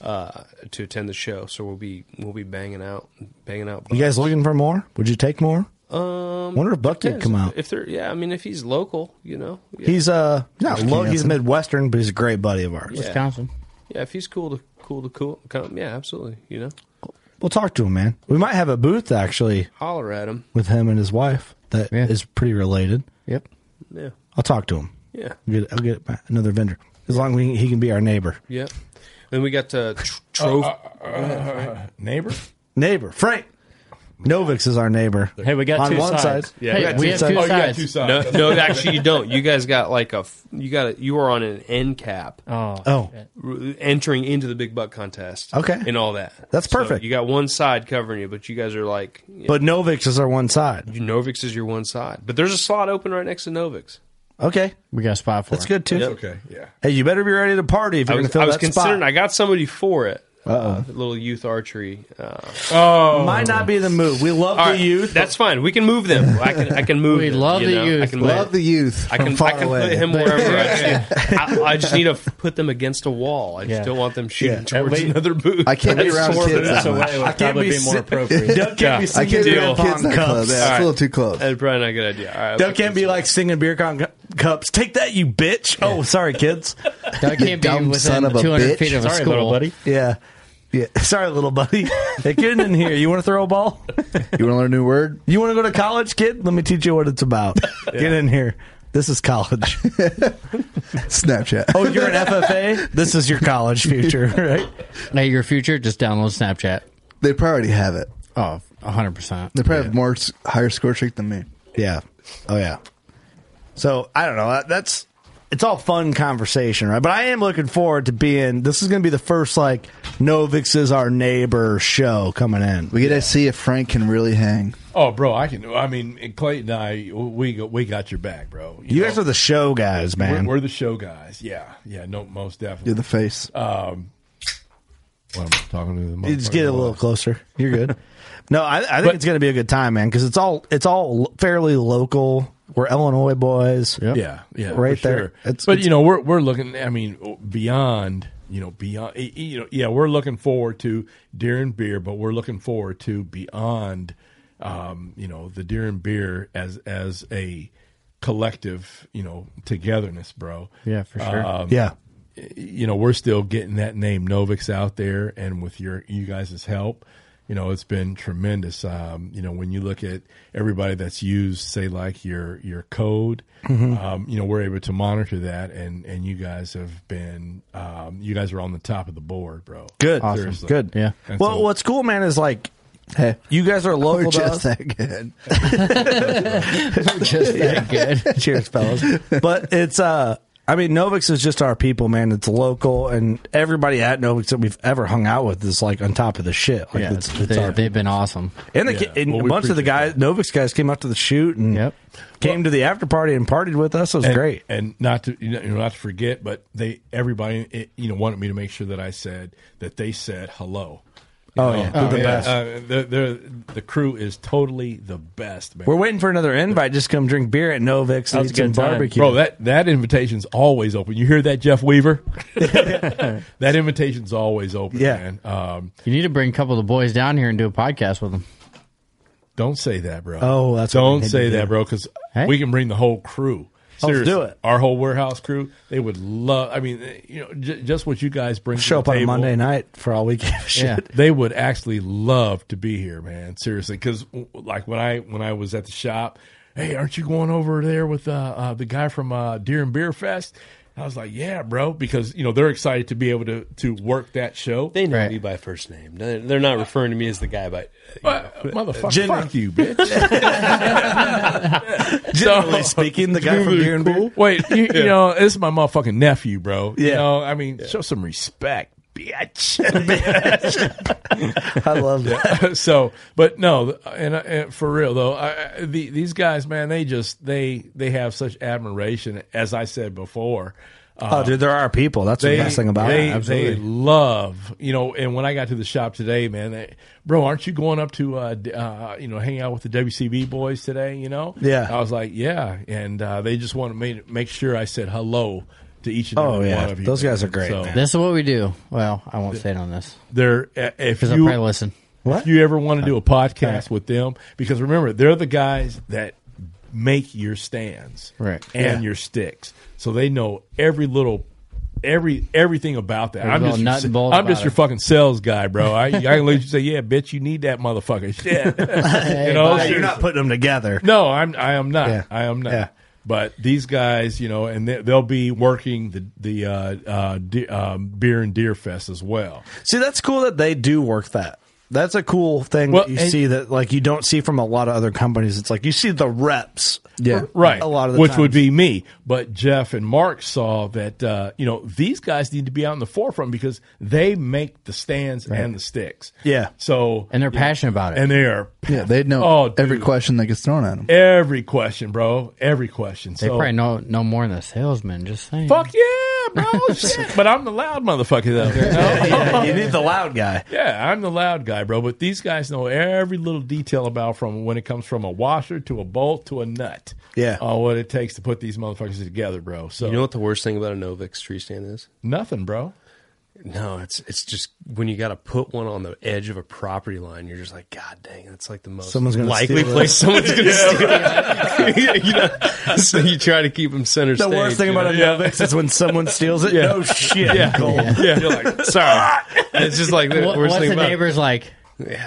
S10: uh, to attend the show. So we'll be we'll be banging out banging out.
S2: you guys looking for more? Would you take more?
S10: Um,
S2: Wonder if Bucky would
S10: depends.
S2: come out.
S10: If they're yeah, I mean if he's local, you know, yeah.
S2: He's uh not
S10: Wisconsin.
S2: low, he's Midwestern, but he's a great buddy of ours.
S10: Yeah. Yeah, if he's cool to cool to cool come, yeah, absolutely. You know,
S2: We'll talk to him, man. We might have a booth actually
S10: holler at him.
S2: with him and his wife that is pretty related. Yep.
S10: Yeah,
S2: I'll talk to him.
S10: Yeah.
S2: I'll get, I'll get another vendor as long as we, he can be our neighbor.
S10: yeah. Then we got uh, tr- trophy
S11: neighbor.
S2: Neighbor Frank. Novix is our neighbor.
S15: Hey, we got
S2: on
S15: two
S2: one
S15: sides.
S2: side.
S15: Hey, we have two
S2: Oh, you got
S15: sides.
S2: two
S10: No, no, actually you don't. You guys got like a f- you got a, you are on an end cap.
S15: Oh,
S2: Oh.
S10: R- entering into the big buck contest.
S2: Okay.
S10: and all that.
S2: That's
S10: So
S2: perfect.
S10: you got one side covering you, but you guys are like, you
S2: But Novix is our one side.
S10: know, Novix is your one side. But there's a slot open right next to Novix.
S2: Okay.
S4: We got a spot for
S2: That's
S4: it.
S2: good too.
S10: Yep. Okay, yeah.
S2: Hey, you better be ready to party if
S10: I
S2: you're going
S10: was,
S2: to fill
S10: I was
S2: that
S10: considering.
S2: spot.
S10: I got somebody for it.
S2: Uh-oh.
S10: Uh, little youth archery. Uh,
S2: Oh. Might not be the move. We love
S10: All
S2: the
S10: right,
S2: youth.
S10: That's fine. We can move them. I can. I can move.
S4: We
S10: them,
S4: love
S10: you
S4: the
S10: know? I
S4: youth.
S10: can
S4: Love
S10: move-
S4: the youth
S10: I
S4: from
S10: can.
S4: far
S10: I can
S4: away.
S10: put him
S4: But-
S10: wherever. I, see. I, I just need to f- put them against a wall. I just
S15: Yeah.
S10: don't want them shooting
S15: At
S10: towards
S15: least-
S10: another booth.
S15: I can't be around Four kids minutes that much. away would I can't probably be be more si- appropriate. Doug can't be singing
S10: Deal.
S2: beer pong I can't be around kids that cups. close. Yeah, it's a
S10: All right. Uh,
S2: little too close.
S10: That's probably not a good idea. All right.
S2: Doug can't be like singing beer con- cups. Take that, you bitch! Oh, sorry, kids.
S4: That You can't be dumb within son of a 200 bitch. feet of a
S2: sorry,
S4: school.
S2: little buddy. Yeah, yeah. Sorry, little buddy. Hey, get in here. You want to throw a ball? You want to learn a new word? You want to go to college, kid? Let me teach you what it's about. Get in here. This is college.
S3: Snapchat.
S2: Oh, you're an FFA. This is your college future, right?
S4: Now your future, just download Snapchat.
S3: They probably already have it.
S4: Oh, 100%.
S3: They probably have more s- higher score streak than me.
S2: Yeah. Oh yeah. So I don't know. That- That's it's all fun conversation, right? But I am looking forward to being. This is going to be the first like Novix is our neighbor show coming in.
S3: We get to see if Frank can really hang.
S10: Oh, bro, I can. I mean, and Clayton and I, we got, we got your back, bro.
S2: You, guys are the show guys, man.
S10: We're, we're the show guys. Yeah, yeah. No, most definitely.
S3: You're the face.
S10: Um, well, I'm talking to the.
S2: You just get a
S10: motherfucker.
S2: little closer. You're good. no, I, I think it's going to be a good time, man, because it's all it's all lo- fairly local. We're Illinois boys.
S10: Yeah, yeah,
S2: right
S10: for
S2: there.
S10: sure.
S2: It's-
S10: but
S2: it's-
S10: you know, we're we're looking. I mean, beyond you know, beyond y- you know, yeah, we're looking forward to deer and beer, but we're looking forward to beyond, um, you know, the deer and beer as as a collective, you know, togetherness, bro.
S4: Yeah, for sure.
S2: Yeah.
S10: y- You know, we're still getting that name Novix out there, and with your you guys' help, you know, it's been tremendous. Um, you know, when you look at everybody that's used, say like your your code,
S25: Mhm.
S10: um, you know, we're able to monitor that, and and you guys have been, um, you guys are on the top of the board, bro.
S2: Good.
S10: Seriously.
S2: Good. Yeah.
S10: And
S2: Well,
S10: so-
S2: what's cool, man, is like, you guys are local.
S3: We're
S2: to
S3: just
S2: us.
S3: that good.
S2: just
S3: that
S2: good. Cheers, fellas. But it's uh I mean Novix is just our people, man. It's local and everybody at Novix that we've ever hung out with is like on top of the shit. Like
S4: Yeah,
S2: it's, it's
S4: they,
S2: our
S4: they've been awesome.
S2: and, the, ki- and a bunch of the guys, Novix guys, came out to the shoot and came to the after party and partied with us. It was
S10: and,
S2: great.
S10: And not to you know, not to forget, but they everybody it, you know wanted me to make sure that I said that they said hello. You
S2: Oh,
S10: know?
S2: yeah. They're the
S10: Uh,
S2: best.
S10: uh, they're- they're- the crew is totally the best, man.
S2: We're waiting for another invite. Just come drink beer at Novix and eat some barbecue.
S10: bro. That that invitation's always open. You hear that, Jeff Weaver? that invitation's always open.
S4: Yeah.
S10: man. Um,
S4: You need to bring a couple of the boys down here and do a podcast with them.
S10: Don't say that, bro.
S4: Oh, that's what we
S10: don't
S4: need to
S10: say that,
S4: do.
S10: bro, because
S4: Hey.
S10: we can bring the whole crew.
S4: Oh, let's
S10: Seriously,
S4: do it.
S10: Our whole warehouse crew. They would love. I mean, eh, you know, j- just what you guys bring. to
S2: Show
S10: the
S2: up on a
S10: table.
S2: Monday night for all we give a shit.
S10: They would actually love to be here, man. Seriously, because like when I when I was at the shop, hey, aren't you going over there with uh, uh, the guy from uh, Deer and Beer Fest? I was like, yeah, bro, because you know they're excited to be able to to work that show.
S26: They know me by first name. They're they're not referring to me as the guy by
S10: motherfucker.
S26: Gen-
S10: Fuck you, bitch.
S2: Generally speaking, the guy from Deer and Beer.
S10: Wait, you, you know, this is my motherfucking nephew, bro. You
S2: Yeah.
S10: know, I mean, show some respect, bitch.
S2: I love
S10: that. so, but no, and, and for real though, I, I- the, these guys, man, they just they they have such admiration. As I said before,
S2: oh, dude, there are people. That's the best thing about
S10: uh, they,
S2: it.
S10: They love, you know. And when I got to the shop today, man, they, bro, aren't you going up to, uh, d- uh, you know, hang out with the WCB boys today? You know,
S2: Yeah.
S10: I was like, yeah, and uh, they just want to make make sure I said hello to each and
S4: Oh,
S10: every
S4: yeah.
S10: one of you.
S4: Those
S10: man.
S4: guys are great,
S10: So,
S4: man. This is what we do. Well, I won't say it on this.
S10: They're if
S4: 'Cause they'll
S10: you
S4: probably listen.
S10: If you ever want to do a podcast with them, because remember, they're the guys that make your stands
S4: Right.
S10: and
S4: Yeah.
S10: your sticks, so they know every little. Every everything about that.
S4: Every
S10: I'm
S4: little
S10: just your,
S4: nut and bolt
S10: I'm
S4: about
S10: just your
S4: it.
S10: fucking sales guy, bro. I I can look at you and say, yeah, bitch, you need that motherfucker. Shit, you know,
S2: Yeah, you're not
S10: seriously.
S2: putting them together.
S10: No, I'm I am not.
S2: Yeah.
S10: I am not.
S2: Yeah.
S10: But these guys, you know, and they, they'll be working the the uh, uh, de- um, beer and deer fest as well.
S2: See, that's cool that they do work that. That's a cool thing
S10: Well,
S2: that you
S10: and-
S2: see that like you don't see from a lot of other companies. It's like you see the reps.
S10: Yeah, right.
S2: A lot of the
S10: which would
S2: times.
S10: be me, but Jeff and Mark saw that uh, you know these guys need to be out in the forefront because they make the stands
S3: Right.
S10: and the sticks.
S2: Yeah.
S10: So
S4: and they're passionate about it.
S10: and they are
S3: Yeah, they'd know
S10: Oh,
S3: every question that gets thrown at them.
S10: every question, bro. Every question.
S4: They
S10: so,
S4: probably know no more than the salesman. Just saying.
S10: Fuck yeah, bro. shit. But I'm the loud motherfucker though. you know?
S2: you need the loud guy.
S10: Yeah, I'm the loud guy, bro. But these guys know every little detail about from when it comes from a washer to a bolt to a nut.
S2: Yeah.
S10: uh, what it takes to put these motherfuckers together, bro. So
S26: you know what the worst thing about a Novix tree stand is?
S10: Nothing, bro. No, it's it's just when you got to put one on the edge of a property line, you're just like, God dang, that's like the most
S2: Someone's gonna
S10: likely
S2: steal it."
S10: place someone's going to
S2: Yeah.
S10: steal it. you know, so you try to keep them center
S2: The
S10: stage.
S2: worst thing
S10: you
S2: about
S10: know?
S2: a Novix is when someone steals it.
S10: Yeah.
S2: No shit.
S10: Yeah.
S2: Gold.
S10: Yeah. You're like, sorry. It's just like the
S4: What-
S10: worst
S4: what's
S10: thing
S4: the
S10: about it.
S4: neighbors like?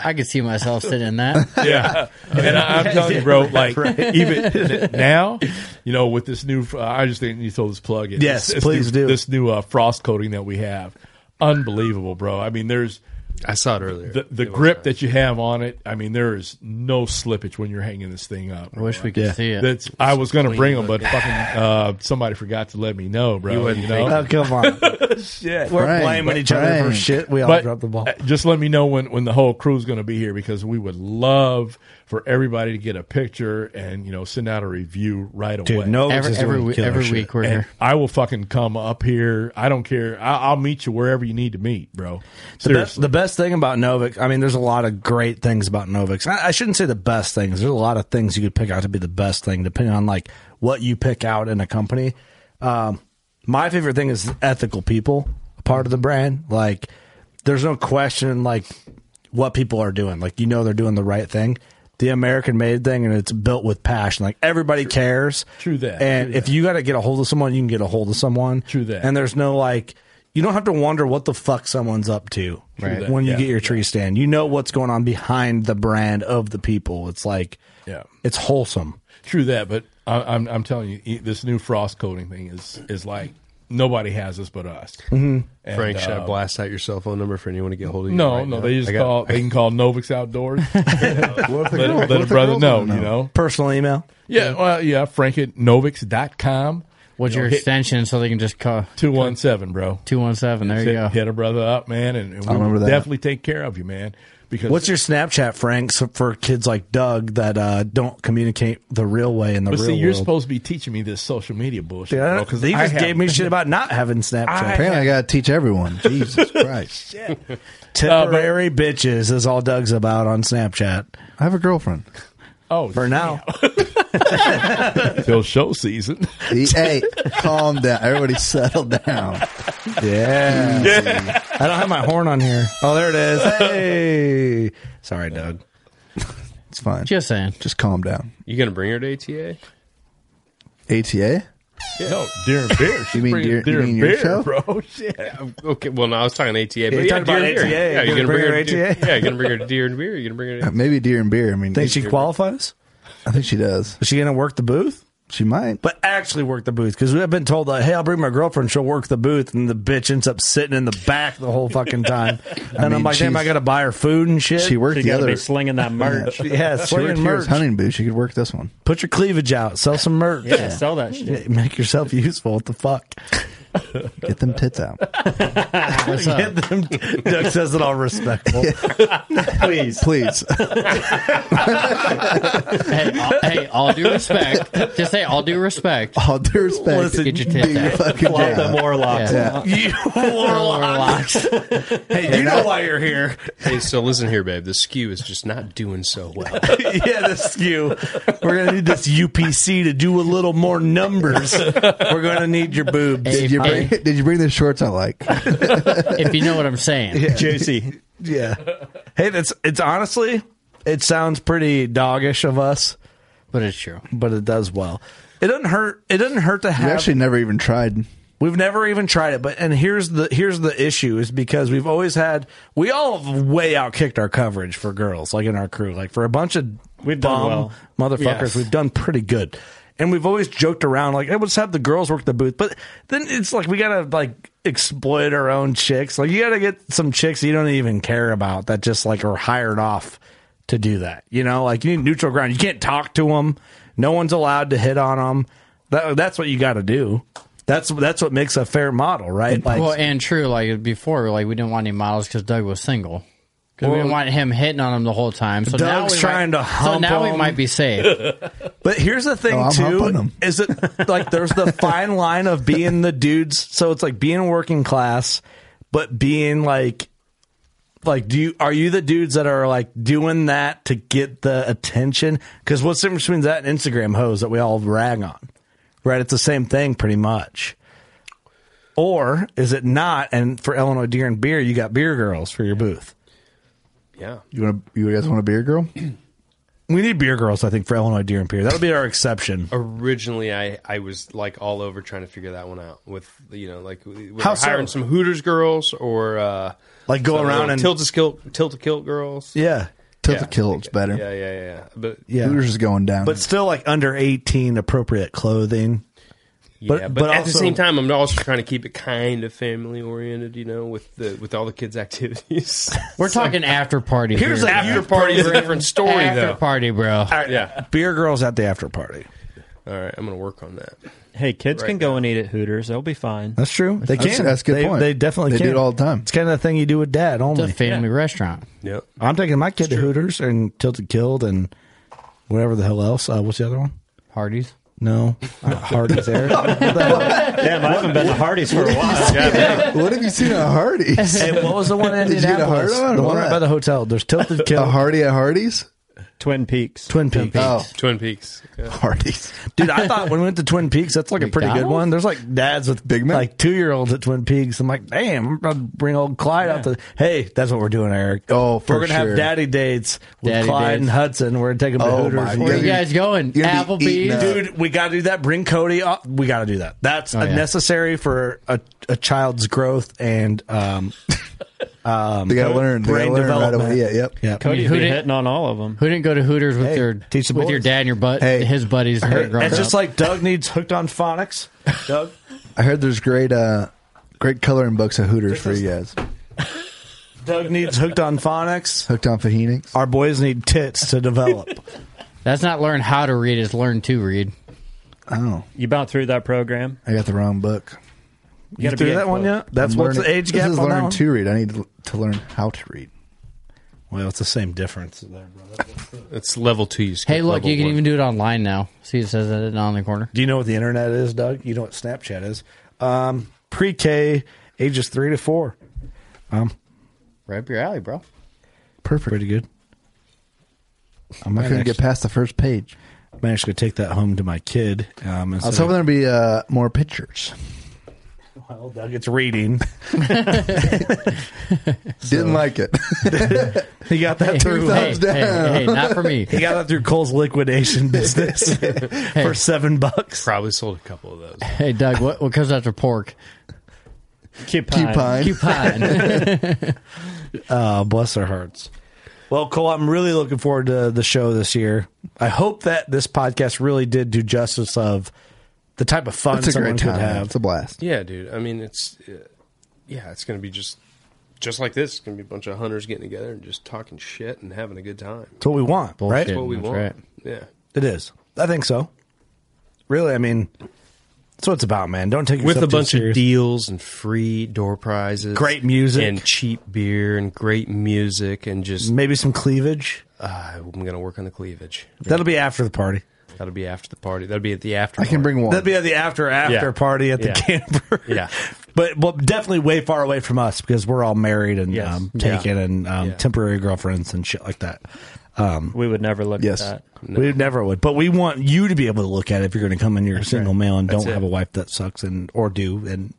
S4: I could see myself sitting in that.
S11: yeah. And I, I'm telling you, bro, like
S4: Right.
S11: even now, you know, with this new, uh, I just think you throw this plug in.
S9: Yes,
S11: This- this
S9: please
S11: new-
S9: do.
S11: This new uh, frost coating that we have, unbelievable, bro. I mean, there's.
S10: I saw it earlier.
S11: The, the grip that you have on it, I mean, there is no slippage when you're hanging this thing up.
S4: I wish we could see it.
S11: That's, I was going to
S4: Clean
S11: bring them, but
S4: look.
S11: fucking uh, somebody forgot to let me know, bro.
S10: You wouldn't
S11: know?
S10: think
S2: Oh, come on.
S11: shit.
S2: We're blaming each other for shit. We all
S11: But
S2: dropped the ball.
S11: uh, Just let me know when, when the whole crew's going to be here because we would love for everybody to get a picture and you know send out a review right
S2: Dude,
S11: away.
S2: Novix Every- is every doing we- killer every shit. week we're
S11: And
S2: here.
S11: I will fucking come up here. I don't care. I, I'll meet you wherever you need to meet, bro.
S2: The best,
S11: Seriously.
S2: the best thing about Novik, I mean, there's a lot of great things about Novik. I, I shouldn't say the best things. There's a lot of things you could pick out to be the best thing, depending on like what you pick out in a company. Um, my favorite thing is ethical people, a part of the brand. Like, there's no question like what people are doing. Like, you know, they're doing the right thing. The American made thing, and it's built with passion. Like everybody cares.
S11: True that.
S2: And
S11: True
S2: if you got to get a hold of someone, you can get a hold of someone. True
S11: that.
S2: And there's no like, you don't have to wonder what the fuck someone's up to
S11: True that.
S2: when you
S11: Yeah.
S2: get your tree stand. You know what's going on behind the brand of the people. It's like,
S11: Yeah.
S2: it's wholesome.
S11: True that, but I, I'm I'm telling you, e- this new frost coating thing is is like nobody has this but us.
S2: Mm-hmm.
S11: And,
S10: Frank, should I
S11: uh,
S10: blast out your cell phone number for anyone to get hold of you?
S11: No,
S10: right
S11: no,
S10: now?
S11: they just
S10: I got-
S11: call. They can call Novix Outdoors.
S2: Let,
S11: girl- let what a if the brother girl know, doesn't you know? know?
S2: Personal email.
S11: Yeah, well, yeah, Frank at Novix.com.
S4: What's your extension so they can just call?
S11: 217, bro.
S4: 217. There you
S11: hit,
S4: go.
S11: Hit a brother up, man, and, and
S2: I
S11: we
S2: remember
S11: will
S2: that.
S11: definitely take care of you, man. Because
S2: What's your Snapchat, Frank, so- for kids like Doug that uh, don't communicate the real way in the
S11: but
S2: real
S11: see, you're
S2: world?
S11: supposed to be teaching me this social media bullshit.
S2: Yeah,
S11: bro, 'cause
S2: they
S11: I
S2: just gave
S11: haven't.
S2: me shit about not having Snapchat.
S11: I
S3: Apparently, I got to teach everyone. Jesus Christ.
S2: Temporary bitches is all Doug's about on Snapchat.
S3: I have a girlfriend.
S11: Oh,
S2: for now.
S11: till show season.
S3: Hey, calm down. Everybody settle down.
S2: Yeah. I don't have my horn on here. Oh, there it is. Hey. Sorry, Doug.
S3: It's fine.
S4: Just saying.
S3: Just calm down.
S10: You gonna bring her to ATA?
S3: ATA?
S11: Yeah. No, deer and beer.
S3: You mean
S11: Bring
S3: deer- you
S11: and
S3: mean your
S11: beer,
S3: show?
S11: bro? Shit.
S10: Yeah. Okay. Well, no, I was talking ATA. But
S2: you're
S10: yeah,
S2: talking
S10: deer
S2: about
S10: and beer.
S2: ATA.
S10: Yeah, you're
S2: You're
S10: gonna bring her.
S2: bringing her
S10: to-
S2: ATA?
S10: Yeah, you're gonna bring her to deer and beer. You're gonna bring her. To,
S3: Maybe deer and beer. I mean,
S2: Think she qualifies?
S3: I think she does.
S2: Is she going to work the booth?
S3: She might.
S2: But actually work the booth because we have been told that, hey, I'll bring my girlfriend. She'll work the booth. And the bitch ends up sitting in the back the whole fucking time. And I
S3: mean,
S2: am like, damn,
S3: she's-
S2: I got to buy her food and shit.
S3: She worked the other.
S2: Yeah,
S3: she worked
S2: slinging merch.
S3: Here's hunting boots. She could work this one.
S2: Put your cleavage out. Sell some merch.
S3: Yeah,
S15: sell that shit.
S2: Yeah, Make yourself useful. What the fuck?
S3: Get them tits out.
S4: What's up?
S2: Get them- Doug says it all respectful.
S3: Please. Please.
S4: hey, all, hey, all due respect. Just say all due respect.
S3: All due respect.
S4: Listen, get your tits
S3: do your
S4: out.
S3: fucking
S4: Flop
S3: job.
S4: them
S10: warlocks.
S3: Yeah.
S2: You warlocks. hey, you know why you're here.
S10: hey, so listen here, babe. The skew is just not doing so well.
S2: yeah, the skew. We're gonna need this UPC to do a little more numbers. We're gonna need your boobs.
S3: Did you bring? Did you bring the shorts I like?
S4: If you know what I'm saying.
S2: Yeah.
S15: JC.
S2: Yeah. Hey, that's it's honestly, it sounds pretty doggish of us,
S4: but it's true.
S2: But it does well. It doesn't hurt. It doesn't hurt to
S3: You
S2: have.
S3: actually never even tried.
S2: We've never even tried it, but and here's the here's the issue is because we've always had we all have way outkicked our coverage for girls, like in our crew, like for a bunch of
S15: We've done
S2: bum
S15: well.
S2: motherfuckers,
S15: Yes.
S2: we've done pretty good, and we've always joked around like, "Hey, let's have the girls work the booth," but then it's like we gotta like exploit our own chicks. Like you gotta get some chicks you don't even care about that just like are hired off to do that. You know, like you need neutral ground. You can't talk to them. No one's allowed to hit on them. That, that's what you got to do. That's that's what makes a fair model, right? Like,
S4: well, and true, like before, like we didn't want any models because Doug was single. Because we
S2: Well-
S4: didn't want him hitting on him the whole time. So now
S2: Doug's
S4: we
S2: trying
S4: might,
S2: to
S4: So
S2: hump
S4: now we
S2: him.
S4: might be safe.
S2: But here's the thing
S4: No, Oh, I'm humping
S2: too
S4: 'em.
S2: is that like there's the fine line of being the dudes. So it's like being working class, but being like like do you are you the dudes that are like doing that to get the attention? Because what's the difference between that and Instagram hoes that we all rag on? Right, it's the same thing pretty much. Or is it not? And for Illinois Deer and Beer, you got beer girls for your booth.
S10: Yeah.
S3: You want you guys want a beer girl?
S2: We need beer girls, I think, for Illinois Deer and Beer. That'll be our exception.
S10: Originally, I, I was like all over trying to figure that one out with you know like we were
S2: How so?
S10: hiring some Hooters girls or uh,
S2: Like, go around and-
S10: tilt a kilt tilt a kilt girls.
S2: Yeah.
S3: Tilt
S10: Yeah.
S3: the kilt's better.
S10: Yeah, yeah, yeah. But
S2: Yeah.
S3: Hooters is going down.
S2: But still, like under eighteen, appropriate clothing.
S10: yeah, but, at the
S2: also-
S10: same time, I'm also trying to keep it kind of family oriented, you know, with the with all the kids' activities.
S4: We're
S10: So- uh,
S4: talking after party.
S10: Here's
S4: here,
S10: the
S4: bro.
S10: after party is a different story,
S4: after
S10: though.
S4: party, bro.
S10: yeah.
S2: beer girls at the after party.
S10: All right, I'm gonna work on that.
S27: Hey, kids
S10: Right
S27: can go and eat at Hooters. They'll be fine.
S2: That's true. They
S27: That's-
S2: can.
S27: that's a good
S2: they,
S27: point.
S2: They definitely
S27: They do
S2: can.
S27: it all
S2: the time. It's kind of the thing you do with dad only.
S4: It's a family restaurant.
S10: Yep.
S2: I'm taking my kid to Hooters and Tilted Killed and whatever the hell else. Uh, what's the other one?
S4: Hardee's.
S2: No, uh, Hardee's there.
S27: Damn, I haven't been to Hardee's for a while.
S3: what have you seen at Hardee's?
S2: Hey, what was the one in
S3: Did you get a hard
S2: Indianapolis?
S3: on?
S2: The
S3: or
S2: one right
S3: what?
S2: by the hotel. There's Tilted Killed.
S3: A Hardy at Hardee's?
S27: Twin Peaks.
S2: Twin Peaks.
S3: Oh,
S10: Twin Peaks. Yeah.
S3: Hardee's.
S2: Dude, I thought when we went to Twin Peaks, that's like a pretty good
S3: McDonald's?
S2: one. There's like dads with big men, like two year olds at Twin Peaks. I'm like, damn, I'm about to bring old Clyde out to. Hey, that's what we're doing, Eric.
S3: Oh, for
S2: we're gonna
S3: sure.
S2: have daddy dates with
S4: Daddy
S2: Clyde
S4: dates.
S2: and Hudson. We're taking them to
S3: Oh,
S2: Hooters.
S3: my
S2: We're
S4: Where you
S2: gonna-
S4: guys going?
S3: You're gonna be eating
S4: Applebee's.
S3: up.
S2: Dude, we got to do that. Bring Cody. Up. We got to do that. That's
S4: Oh, yeah.
S2: necessary for a, a child's growth and um, um,
S3: They got to learn. They got
S2: brain
S3: to learn right
S2: development.
S3: away. Yeah, yep.
S2: Yeah.
S27: Cody's
S4: Who
S27: been
S4: did-
S27: hitting on all of them.
S4: Who didn't go to Hooters with
S2: Hey,
S4: your
S2: teach the
S4: with
S2: boys.
S4: your dad and your butt
S3: Hey.
S4: his buddies? and their
S2: It's
S4: grown-ups?
S2: just like Doug needs hooked on phonics. Doug,
S3: I heard there's great uh, great coloring books at Hooters for you guys.
S2: Doug needs hooked on phonics.
S3: Hooked on fajitas.
S2: Our boys need tits to develop.
S4: that's not learn how to read; it's learn to read.
S3: Oh,
S27: You about through that program?
S3: I got the wrong book.
S27: You,
S2: You
S27: gotta
S2: through
S27: be
S2: that one yet? That's
S3: I'm
S2: what's
S3: learning-
S2: the age
S3: This
S2: gap
S3: is
S2: on that
S3: learn
S2: one?
S3: to read. I need to, to learn how to read.
S2: Well, it's the same difference there, brother.
S10: It's level two. You skip
S4: Hey, look,
S10: level
S4: you can
S10: one.
S4: even do it online now. See, it says it on the corner.
S2: Do you know what the internet is, Doug? You know what Snapchat is. Um, pre-K, ages three to four. Um,
S4: Right up your alley, bro.
S3: Perfect.
S2: pretty good.
S3: I couldn't get past the first page.
S2: I'm actually gonna take that home to my kid. Um,
S3: I was hoping there'd be uh, more pictures.
S2: well, Doug, it's reading.
S3: Didn't like it.
S2: He got that through.
S4: hey,
S3: thumbs down.
S4: hey, hey, not for me.
S2: He got that through Cole's liquidation business for seven bucks.
S10: Probably sold a couple of those.
S4: Hey, Doug, what, what comes after pork?
S27: Cupine.
S3: Cupine.
S4: Cupine.
S2: Uh, bless their hearts. Well, Cole, I'm really looking forward to the show this year. I hope that this podcast really did do justice of the type of fun
S3: It's a
S2: someone
S3: great
S2: could
S3: time.
S2: have.
S3: It's a blast.
S10: Yeah, dude. I mean, it's uh, yeah, it's gonna be just just like this. It's gonna be a bunch of hunters getting together and just talking shit and having a good time.
S2: It's what we want,
S4: Bullshit.
S2: right?
S10: That's what we
S4: That's
S10: want.
S4: right.
S10: Yeah.
S2: It is. I think so. Really, I mean, that's what it's about, man. Don't take
S10: With
S2: yourself too
S10: a bunch of
S2: serious.
S10: deals and free door prizes,
S2: Great music.
S10: and cheap beer and great music and just
S2: maybe some cleavage.
S10: uh, I'm gonna work on the cleavage.
S2: That'll be after the party.
S10: That'll be after the party. That'll be at the after.
S3: I can
S10: party.
S3: bring one.
S2: That'll be at the after after
S10: Yeah.
S2: party at the
S10: Yeah.
S2: camper.
S10: Yeah.
S2: But well, definitely way far away from us because we're all married and
S27: Yes.
S2: um, taken
S10: Yeah.
S2: and um,
S10: Yeah.
S2: temporary girlfriends and shit like that. Um,
S27: We would never look
S3: Yes.
S27: at that.
S2: We never would, but we want you to be able to look at it if you're going to come in. You're a single male and don't
S10: it.
S2: have a wife that sucks and or do and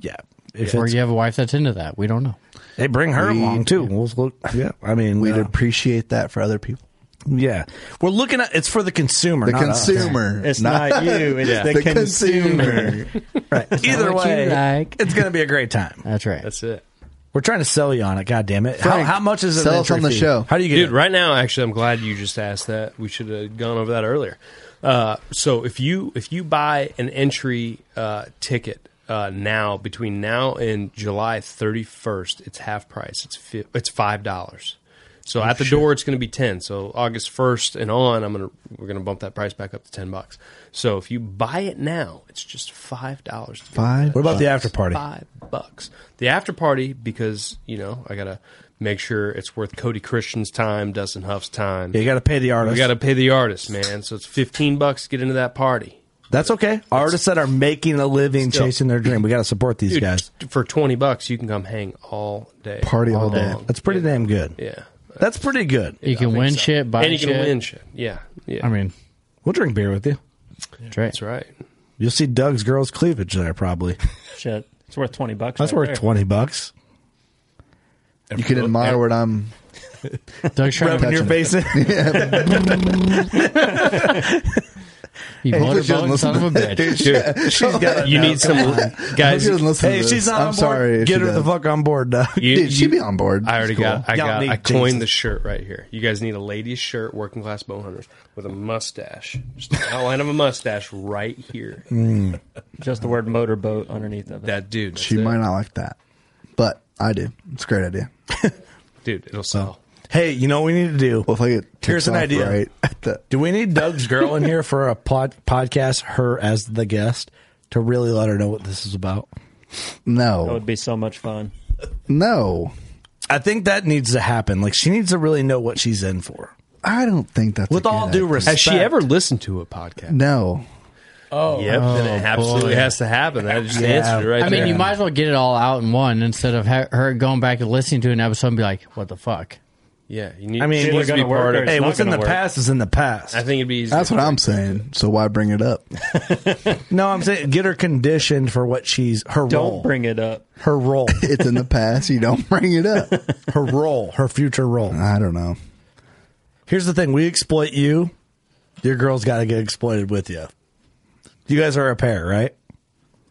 S2: yeah. If
S4: or
S2: it's-
S4: you have a wife that's into that. We don't know.
S2: They bring her along too. We'll look. Yeah, I mean,
S3: We'd
S2: uh,
S3: appreciate that for other people.
S2: yeah, we're looking at it's for the consumer,
S3: The
S2: not us.
S3: consumer.
S27: It's not, you. It's
S10: Yeah.
S27: the,
S3: the
S27: consumer.
S3: consumer.
S2: Right. Either
S4: what you
S2: way,
S4: like.
S2: it's going to be a great time.
S4: That's right.
S10: That's it.
S2: We're trying to sell you on it. God damn it! How,
S3: Frank,
S2: how much is it?
S3: sell us on the show.
S2: How do you get
S10: Dude,
S2: it?
S10: right now, actually, I'm glad you just asked that. We should have gone over that earlier. Uh, so if you if you buy an entry uh, ticket uh, now between now and July 31st, it's half price. It's fi- it's five dollars.
S2: Oh,
S10: So at the door, it's going to be ten. So August 1st and on, I'm gonna we're gonna bump that price back up to ten bucks. So if you buy it now, it's just five dollars.
S3: Five.
S2: What about the after party?
S10: Five bucks. The after party because you know I gotta make sure it's worth Cody Christian's time, Dustin Huff's time.
S2: You got to pay the artist.
S10: we gotta pay the artist, man. So it's fifteen bucks to get into that party.
S2: That's okay. Artists that are making a living
S10: Still.
S2: chasing their dream. We got to support these
S10: Dude,
S2: guys.
S10: t- for twenty bucks you can come hang all day,
S3: Party all day.
S10: long.
S2: That's pretty damn good.
S10: Yeah,
S2: That's pretty good.
S4: you can win shit, buy
S10: and you
S4: shit.
S10: can win shit. Yeah, yeah.
S4: I mean,
S2: We'll drink beer with you.
S4: that's right.
S10: that's right.
S2: You'll see Doug's girl's cleavage there probably.
S27: Shit.
S28: It's worth twenty bucks.
S29: That's
S28: right
S29: worth
S28: there.
S29: twenty bucks.
S3: You can admire what I'm.
S4: Doug's trying to-
S3: touching.
S4: your face in. You
S3: Hopefully
S4: motorboat
S3: she doesn't listen
S4: son of a
S3: to
S4: bitch.
S3: this.
S4: Dude, she's got it
S3: You
S4: now,
S3: need some-
S4: come on.
S3: guys- She doesn't listen to
S2: hey, if
S3: this.
S2: she's not
S3: I'm
S2: on board.
S3: sorry if
S2: Get
S3: she
S2: her the
S3: does.
S2: fuck on board, Doug.
S10: You-
S3: Dude, she'd
S10: you-
S3: be on board.
S10: I already
S3: It's
S10: got.
S3: cool.
S10: I
S3: Y'all
S10: got.
S3: need
S10: I coined
S3: Jesus.
S10: the shirt right here. You guys need a ladies' shirt, working class bow hunters with a mustache, just an outline of a mustache right here.
S3: Mm.
S28: Just the word motorboat underneath of it.
S10: That dude.
S3: She might not like that, but I do. It's a great idea.
S10: Dude, it'll sell.
S2: Hey, you know what we need to do?
S3: Well, if I get
S2: Here's
S3: ticks
S2: an
S3: off
S2: idea.
S3: right
S2: do we need Doug's girl in here for a pod, podcast? Her as the guest to really let her know what this is about.
S28: That
S3: No,
S28: would be so much fun.
S3: no,
S2: I think that needs to happen. Like she needs to really know what she's in for.
S3: I don't think that's.
S2: With
S3: a
S2: all
S3: good
S2: due
S3: idea.
S2: respect,
S10: listened to a podcast?
S3: No,
S10: Oh, yep.
S4: Oh,
S10: then it absolutely
S4: boy.
S10: has to happen. That just answered it right
S4: I mean,
S10: there.
S4: you might as well get it all out in one instead of ha- her going back and listening to an episode and be like, "What the fuck?"
S10: Yeah, you need.
S4: I mean,
S10: she
S4: it's
S10: needs to be
S4: gonna work
S10: part
S4: or
S10: of.
S4: it's Hey, not what's in gonna the work.
S2: past is in the past.
S10: I think it'd be easier.
S3: that's what I'm saying. So why bring it up?
S2: No, I'm saying get her conditioned for what she's her
S3: Don't
S2: role.
S28: bring it up.
S2: Her role.
S3: it's in the past. You don't bring it up.
S2: Her role. Her future role.
S3: I don't know.
S2: Here's the thing: we exploit you. Your girl's got to get exploited with you. You guys are a pair, right?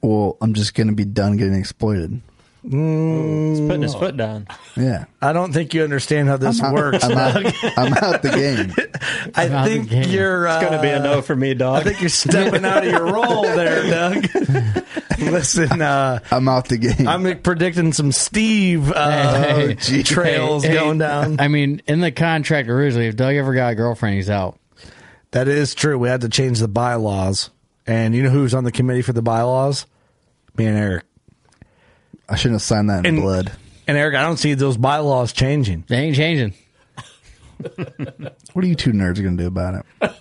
S3: Well, I'm just gonna be done getting exploited.
S28: He's putting his foot down.
S3: Yeah.
S2: I don't think you understand how this
S3: I'm out-
S2: works.
S3: I'm out-
S2: Doug.
S3: I'm out the game.
S28: I'm
S2: I
S28: out the
S2: think
S28: game.
S2: you're. Uh,
S28: It's gonna be a no for me, dog.
S2: I think you're stepping out of your role there, Doug. Listen, uh,
S3: I'm out the game.
S2: I'm predicting some Steve uh,
S4: Hey, hey,
S2: trails
S4: hey,
S2: going down.
S4: I mean, in the contract originally, if Doug ever got a girlfriend, he's out.
S2: That is true. We had to change the bylaws, and you know who's on the committee for the bylaws? Me and Eric.
S3: I shouldn't have signed that in
S2: And-
S3: blood.
S2: And Eric, I don't see those bylaws changing.
S4: They ain't changing.
S3: What are you two nerds gonna do about it?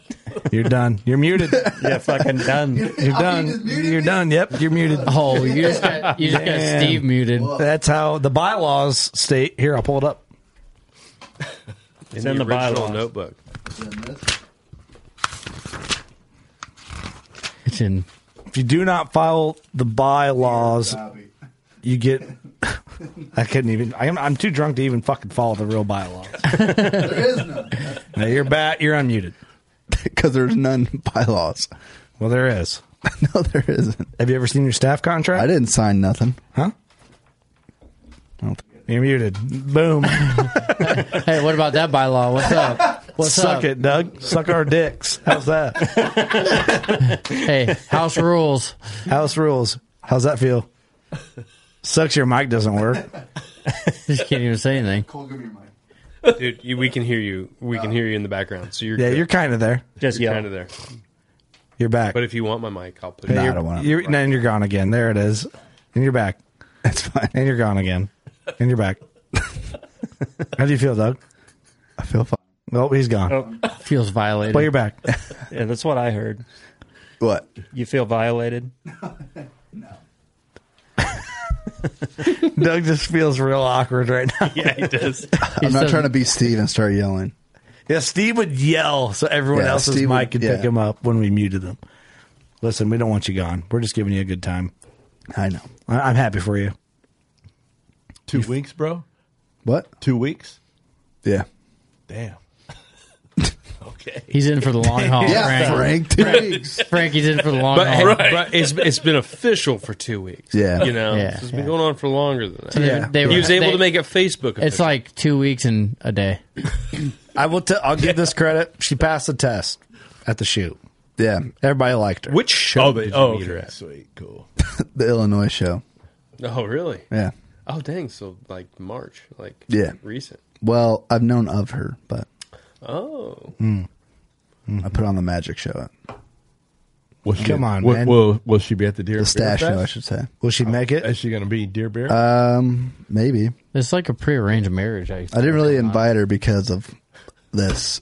S2: You're done. You're muted.
S28: yeah, fucking done.
S2: You're done. You're done. Yep, you're muted.
S4: Oh, you just got, you just got
S2: Damn.
S4: Steve muted.
S2: That's how the bylaws state. Here, I'll pull it up.
S28: It's in the
S10: original
S28: bylaws.
S10: notebook.
S4: It's in.
S2: If you do not file the bylaws, you get. I couldn't even. I'm, I'm too drunk to even fucking follow the real bylaws.
S3: There is none.
S2: Now you're back. You're unmuted.
S3: Because there's none bylaws.
S2: Well, there is.
S3: No, there isn't.
S2: Have you ever seen your staff contract?
S3: I didn't sign nothing.
S2: Huh? You're muted. Boom.
S4: Hey, what about that bylaw? What's up? What's
S2: Suck
S4: up?
S2: it, Doug. Suck our dicks. How's that?
S4: Hey, house rules.
S2: House rules. How's that feel? Sucks your mic doesn't work.
S4: Just can't even say anything.
S10: Dude, you, we can hear you. We can hear you in the background. So you're
S2: Yeah,
S10: good.
S2: you're kind of there.
S28: Just
S10: you're
S28: yell.
S10: kind of there.
S2: You're back.
S10: But if you want my mic, I'll put
S2: Yeah,
S10: it.
S2: you're,
S3: I don't want it.
S2: you're, And you're gone again. There it is. And you're back.
S3: That's fine.
S2: And you're gone again. And you're back. How do you feel, Doug?
S3: I feel fine.
S2: Oh, he's gone.
S28: Oh,
S4: Feels violated.
S2: Well, you're back.
S28: yeah, that's what I heard.
S3: What?
S28: You feel violated.
S2: Doug just feels real awkward right now.
S10: Yeah, he does.
S3: I'm not
S4: says-
S3: trying to be Steve and start yelling.
S2: Yeah, Steve would yell so everyone
S3: Yeah,
S2: else's
S3: Steve
S2: mic
S3: would-
S2: could pick
S3: yeah.
S2: him up when we muted them. Listen, we don't want you gone. We're just giving you a good time.
S3: I know.
S2: I- I'm happy for you.
S30: Two weeks, bro.
S3: What?
S30: Two weeks.
S3: Yeah.
S30: Damn. okay.
S4: He's in for the long haul.
S3: yeah, Frank. Two weeks.
S4: Frankie's in for the long
S10: But,
S4: haul.
S10: but it's it's been official for two weeks.
S3: Yeah.
S10: you know,
S4: Yeah,
S10: So it's been going on for longer than that.
S4: So they- Yeah. they
S10: he
S4: were-
S10: was able
S4: they-
S10: to make it Facebook. Official.
S4: It's like two weeks and a day.
S2: I will. T- I'll give this credit. She passed the test at the shoot.
S3: Yeah.
S2: Everybody liked her.
S10: which show
S30: Oh,
S10: did
S30: but,
S10: you
S30: oh
S10: meet her
S30: okay.
S10: at?
S30: sweet, cool.
S3: The Illinois show.
S10: Oh, really?
S3: Yeah.
S10: Oh, dang. So like March, like
S3: Yeah.
S10: recent.
S3: Well, I've known of her, but
S10: Oh,
S3: I put on the magic show at
S30: Will she,
S2: Come on,
S30: will,
S2: man.
S30: Will, will she be at the Deer
S3: the stash
S30: Bear
S3: show, I
S30: Fest?
S3: should say.
S2: Will she make it?
S30: Is she going to be Deer Bear?
S3: Um, maybe.
S4: It's like a prearranged marriage. I,
S3: I didn't really invite her because of this.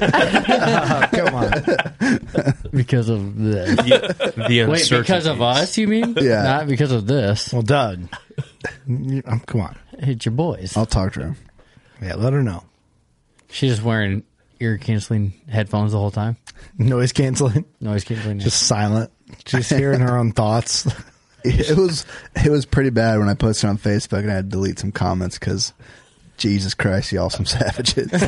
S2: Come on.
S4: because of this.
S10: the
S4: Wait, because of us? You mean?
S3: Yeah.
S4: Not because of this.
S2: Well, Doug. you- um, Come on.
S4: It's your boys.
S3: I'll talk to her.
S2: Yeah, let her know.
S4: She's just wearing ear canceling headphones the whole time.
S2: Noise canceling.
S4: Noise canceling.
S2: Just silent. Just hearing her own thoughts.
S3: it was it was pretty bad when I posted on Facebook and I had to delete some comments because Jesus Christ, y'all some savages.
S4: hey,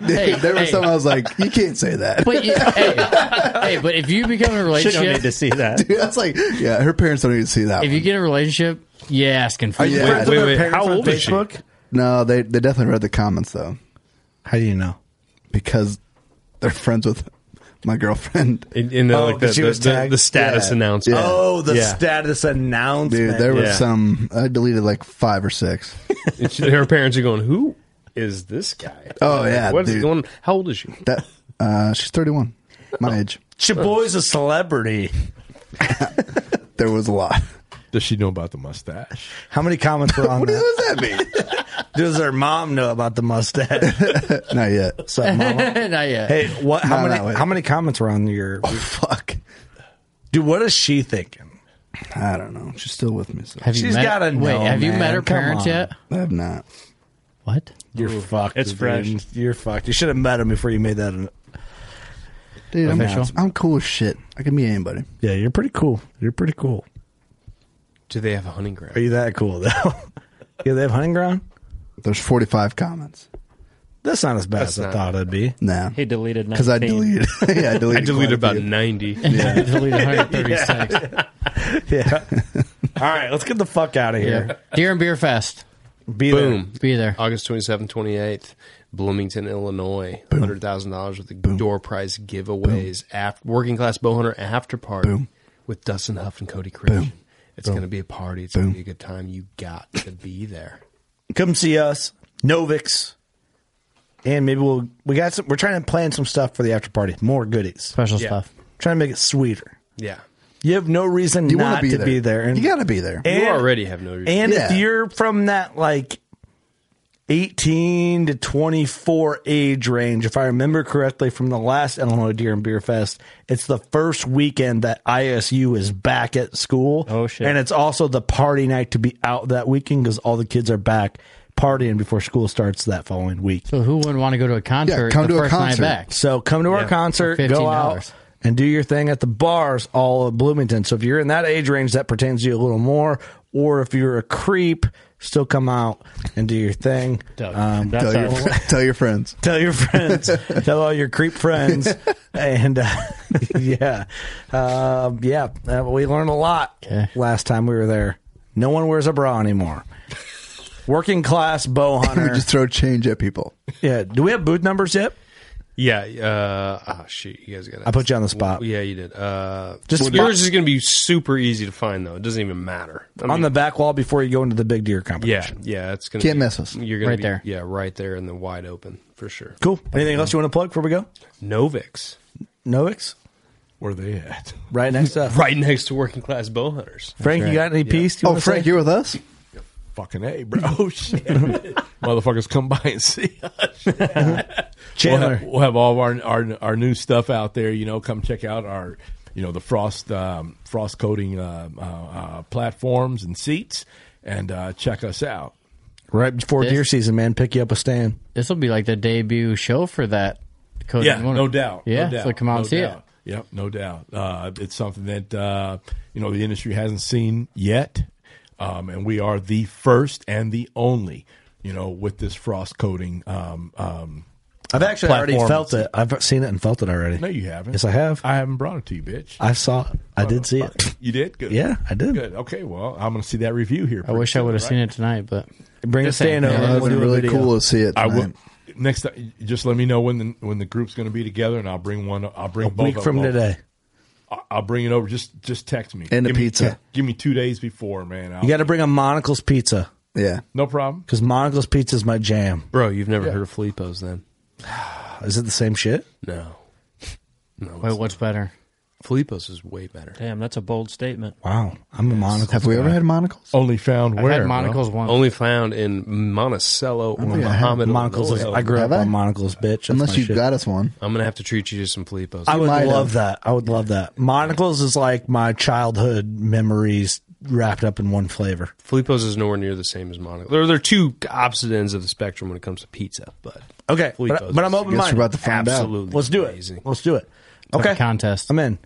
S3: Dude,
S4: hey,
S3: there was
S4: hey.
S3: something I was like, you can't say that.
S4: But you, hey, hey, but if you become in a relationship,
S3: see that. Dude, that's like, yeah, her parents don't need to see that.
S4: if you get in a relationship, you're asking for.
S3: Are you
S4: it.
S3: friends with Wait, her wait, parents how on old is she? Facebook? No, they they definitely read the comments though.
S31: How do you know?
S3: Because they're friends with my girlfriend.
S10: In, in the, like the, the, the, the status announcement.
S2: Oh, the
S3: Yeah.
S2: status announcement.
S3: Dude, there was
S10: Yeah.
S3: some. I deleted like five or six.
S10: It's- her parents are going, who is this guy?
S3: Oh, yeah,
S10: What is
S3: dude.
S10: going How old is she?
S3: That uh, she's thirty one,
S4: Oh.
S3: my age.
S2: Your boy's a celebrity.
S3: there was a lot.
S6: Does she know about the mustache?
S2: How many comments were on what that?
S3: What does
S2: that mean? does her mom know about the mustache?
S3: Not yet.
S2: What's up, mama?
S4: Not yet.
S2: Hey, what? How
S3: No, not
S2: many?
S3: yet.
S2: How many comments were on your? Oh, fuck, dude. What is she thinking?
S3: I don't know. She's still with me. So.
S2: Have you She's met- gotta wait, know, have you man. met her Come parents on. yet?
S3: I have not.
S4: What?
S2: You're fucked.
S32: it's
S2: dude.
S32: fresh.
S2: You're fucked. You should have met him before you made that. An-
S3: Dude, I'm,
S2: Official?
S3: I'm cool as shit. I can meet anybody.
S2: yeah, you're pretty cool. You're pretty cool.
S10: Do they have a hunting ground?
S2: Are you that cool though? yeah, they have hunting ground.
S3: There's 45 comments.
S2: That's not as bad
S10: That's
S2: as I
S10: not-
S2: thought it'd be.
S3: Nah.
S32: He deleted
S3: Because I deleted. yeah, I deleted.
S10: I deleted
S3: quite
S10: about
S3: a few.
S10: 90.
S3: Yeah.
S4: deleted 136.
S2: Yeah. All right, let's get the fuck out of here.
S4: Yeah. Deer and Beer Fest.
S2: Be there.
S10: Boom.
S4: Be there.
S2: Oh,
S10: August 27th, 28th, Bloomington, Illinois. $100,000 with the door prize giveaways. After, working Class Bowhunter after party with Dustin Huff and Cody Christian. It's going to be a party. It's going to be a good time. You got to be there.
S2: Come see us, Novix, and maybe we'll we got some. We're trying to plan some stuff for the after party. More goodies,
S4: special
S10: Yeah. stuff.
S2: Trying to make it sweeter.
S10: Yeah.
S2: You have no reason
S3: You wanna
S2: not
S3: be
S2: to
S3: there.
S2: be there. And,
S3: You gotta be there.
S2: And,
S10: you already have no reason.
S2: and
S3: Yeah.
S2: if you're from that like 18 to 24 age range, if I remember correctly from the last Illinois Deer and Beer Fest, it's the first weekend that ISU is back at school.
S32: Oh, shit.
S2: And it's also the party night to be out that weekend because all the kids are back partying before school starts that following week.
S4: So who wouldn't want to go to a concert?
S3: come
S4: the
S3: to a
S4: first
S3: concert.
S4: Night back.
S2: So come to our
S4: Yeah.
S2: concert,
S4: For
S2: go out
S4: $15.
S2: and do your thing at the bars all of Bloomington. So if you're in that age range, that pertains to you a little more. Or if you're a creep, still come out and do your thing. Um,
S32: That's
S3: Tell your,
S32: how-
S3: tell your friends.
S2: tell your friends, tell all your creep friends, and uh, yeah, Um yeah. Uh, we learned a lot last time we were there. No one wears a bra anymore. Working class bow
S3: We
S2: hunter.
S3: just throw change at people.
S2: yeah. Do we have booth numbers yet?
S10: Yeah. Uh, ah, shoot. You guys got
S2: I put you on the spot.
S10: Yeah, you did. Uh,
S2: Just
S10: well,
S2: spot-
S10: yours is going to be super easy to find, though. It doesn't even matter. I
S2: on
S10: mean,
S2: the back wall before you go into the big deer
S10: yeah,
S2: competition.
S10: yeah, it's gonna
S3: Can't
S10: be-
S3: miss us.
S10: You're gonna
S4: Right
S10: be-
S4: there.
S10: yeah, right there and the wide open for sure.
S2: Cool. Anything else you want to plug before we go?
S10: Novix,
S2: Novix,
S6: Where they at?
S2: right next up.
S10: right next to working class bow hunters.
S2: Frank, you got any piece? You
S3: Oh,
S2: wanna
S3: Frank,
S2: say?
S3: you're with us?
S6: Fucking a, bro. Oh shit. Motherfuckers, come by and see us. We'll
S2: Chandler.
S6: have, we'll have all of our, our our new stuff out there. You know, come check out our you know the frost um, frost coating uh, uh, uh, platforms and seats, and uh, check us out.
S2: right before
S4: This-
S2: deer season, man. Pick you up a stand.
S4: This will be like the debut show for that. Cody,
S6: yeah,
S4: you wanna-
S6: no doubt.
S4: Yeah,
S6: no doubt,
S4: so come out
S6: no
S4: and see
S6: doubt. Yep, no doubt. Uh, it's something that uh, you know the industry hasn't seen yet, um, and we are the first and the only. You know, with this frost coating. Um, um,
S2: I've actually already
S6: Platform.
S2: felt it. I've seen it and felt it already.
S6: no, you haven't.
S2: Yes, I have.
S6: I haven't brought it to you, bitch.
S2: I saw. it. I did see it.
S6: You did? Good.
S2: Yeah, I did.
S6: Good. Okay. Well, I'm going to see that review here.
S4: I wish I would have seen it tonight, but
S2: Bring a
S4: Just
S2: stand
S4: saying,
S2: over.
S4: yeah,
S2: and we'll
S3: That would
S2: do
S3: be
S2: a
S3: really
S2: video.
S3: cool to see it.
S6: I will.
S3: tonight.
S6: Next, ti- just let me know when the when the group's going to be together, and I'll bring one. I'll bring
S2: A
S6: both
S2: week
S6: of
S2: from
S6: them over.
S2: today.
S6: I- I'll bring it over. Just just text me
S3: And a
S6: Give me-
S3: pizza.
S6: give me two days before, man. I'll,
S2: You got to bring a Monocle's pizza
S3: Yeah.
S6: no problem.
S2: because Monocle's pizza is my jam.
S10: Bro, you've never heard of Filippo's then?
S2: Is it the same shit?
S10: No, no.
S4: wait, what's better?
S10: Filippo's is way better.
S32: Damn, that's a bold statement.
S2: Wow, I'm a Monocle.
S3: Have we ever had monocles?
S6: Only found
S4: I
S6: where
S4: had
S6: bro?
S4: monocles once.
S3: oh,
S10: Only found in Monticello or
S3: think I have
S10: Muhammad.
S2: Monocles? Is,
S10: Illinois.
S2: I grew up
S3: Have I?
S2: on Monocles, bitch. That's my
S3: Unless you
S2: shit.
S3: got us one.
S10: I'm gonna have to treat you to some Filippo's.
S2: I would
S3: might
S2: love
S3: have.
S2: that. I would love that. Monocles is like my childhood memories wrapped up in one flavor.
S10: Filippo's is nowhere near the same as Monaco. They're, they're two opposite ends of the spectrum when it comes to pizza, but
S2: Okay, but,
S10: Filippo's
S2: but I'm
S10: is
S2: open
S3: Guess we're
S2: minded.
S3: about to find out.
S10: absolutely
S2: Let's do
S10: amazing.
S2: it. Let's do it.
S4: Like a
S2: Okay,
S4: contest.
S2: I'm in.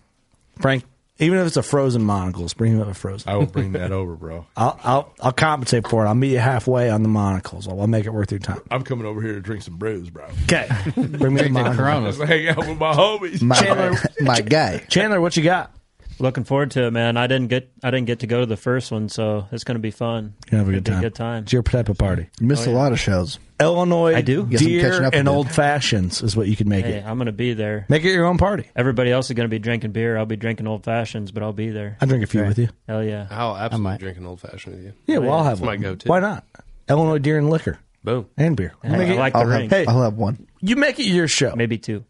S2: Frank, Even if it's a frozen monocles, bring him up a frozen.
S33: I will bring that over, bro.
S2: I'll, I'll I'll compensate for it. I'll meet you halfway on the monocles. I'll, I'll make it worth your time.
S33: I'm coming over here to drink some brews, bro.
S2: Okay, bring me the monocles.
S33: Hang out with my homies.
S2: Chandler,
S3: my guy.
S2: Chandler, what you got?
S10: Looking forward to it, man. I didn't get I didn't get to go to the first one, so it's going to be fun.
S2: You have a
S10: It'd
S2: good
S10: be
S2: time.
S10: Good time.
S2: It's your type of party.
S3: You missed a lot of shows.
S2: Illinois,
S10: I do. Guess I'm catching
S2: deer
S10: up with
S2: and
S10: you.
S2: old fashions is what you could make
S10: Hey,
S2: it.
S10: I'm going to be there.
S2: Make it your own party.
S10: Everybody else is going to be drinking beer. I'll be drinking old fashions, but I'll be there.
S2: I drink a few with you.
S10: Hell yeah.
S34: I'll absolutely
S10: might.
S34: drink an old fashioned with you.
S2: Yeah,
S10: Oh,
S2: well, I'll have
S34: It's
S2: one.
S34: My go-to.
S2: Why not? Illinois deer and liquor.
S34: Boom.
S2: And beer.
S10: Yeah, I like the
S2: I'll have-
S10: ring.
S2: Hey,
S3: I'll have one.
S2: you make it your show.
S10: Maybe two.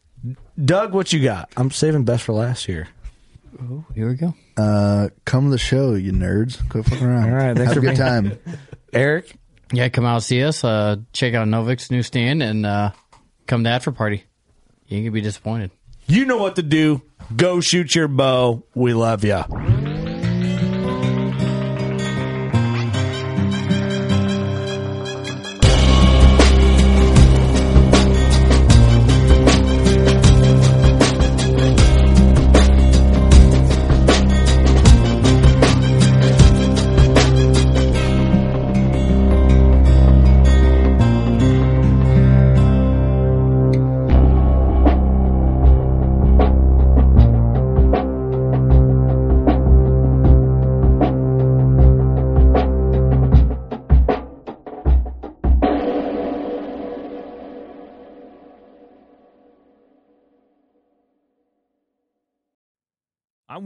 S2: Doug, what you got? I'm saving best for last year.
S3: Oh,
S4: here we go.
S3: Uh, come to the show, you nerds. Quit fucking around.
S4: All right, thanks
S3: have
S4: for
S3: a good
S4: being-
S3: time.
S2: Eric?
S4: Yeah, come out see us. Uh, check out Novik's new stand and uh, come to after party. You ain't gonna be disappointed.
S2: You know what to do. Go shoot your bow. We love ya.
S7: I'm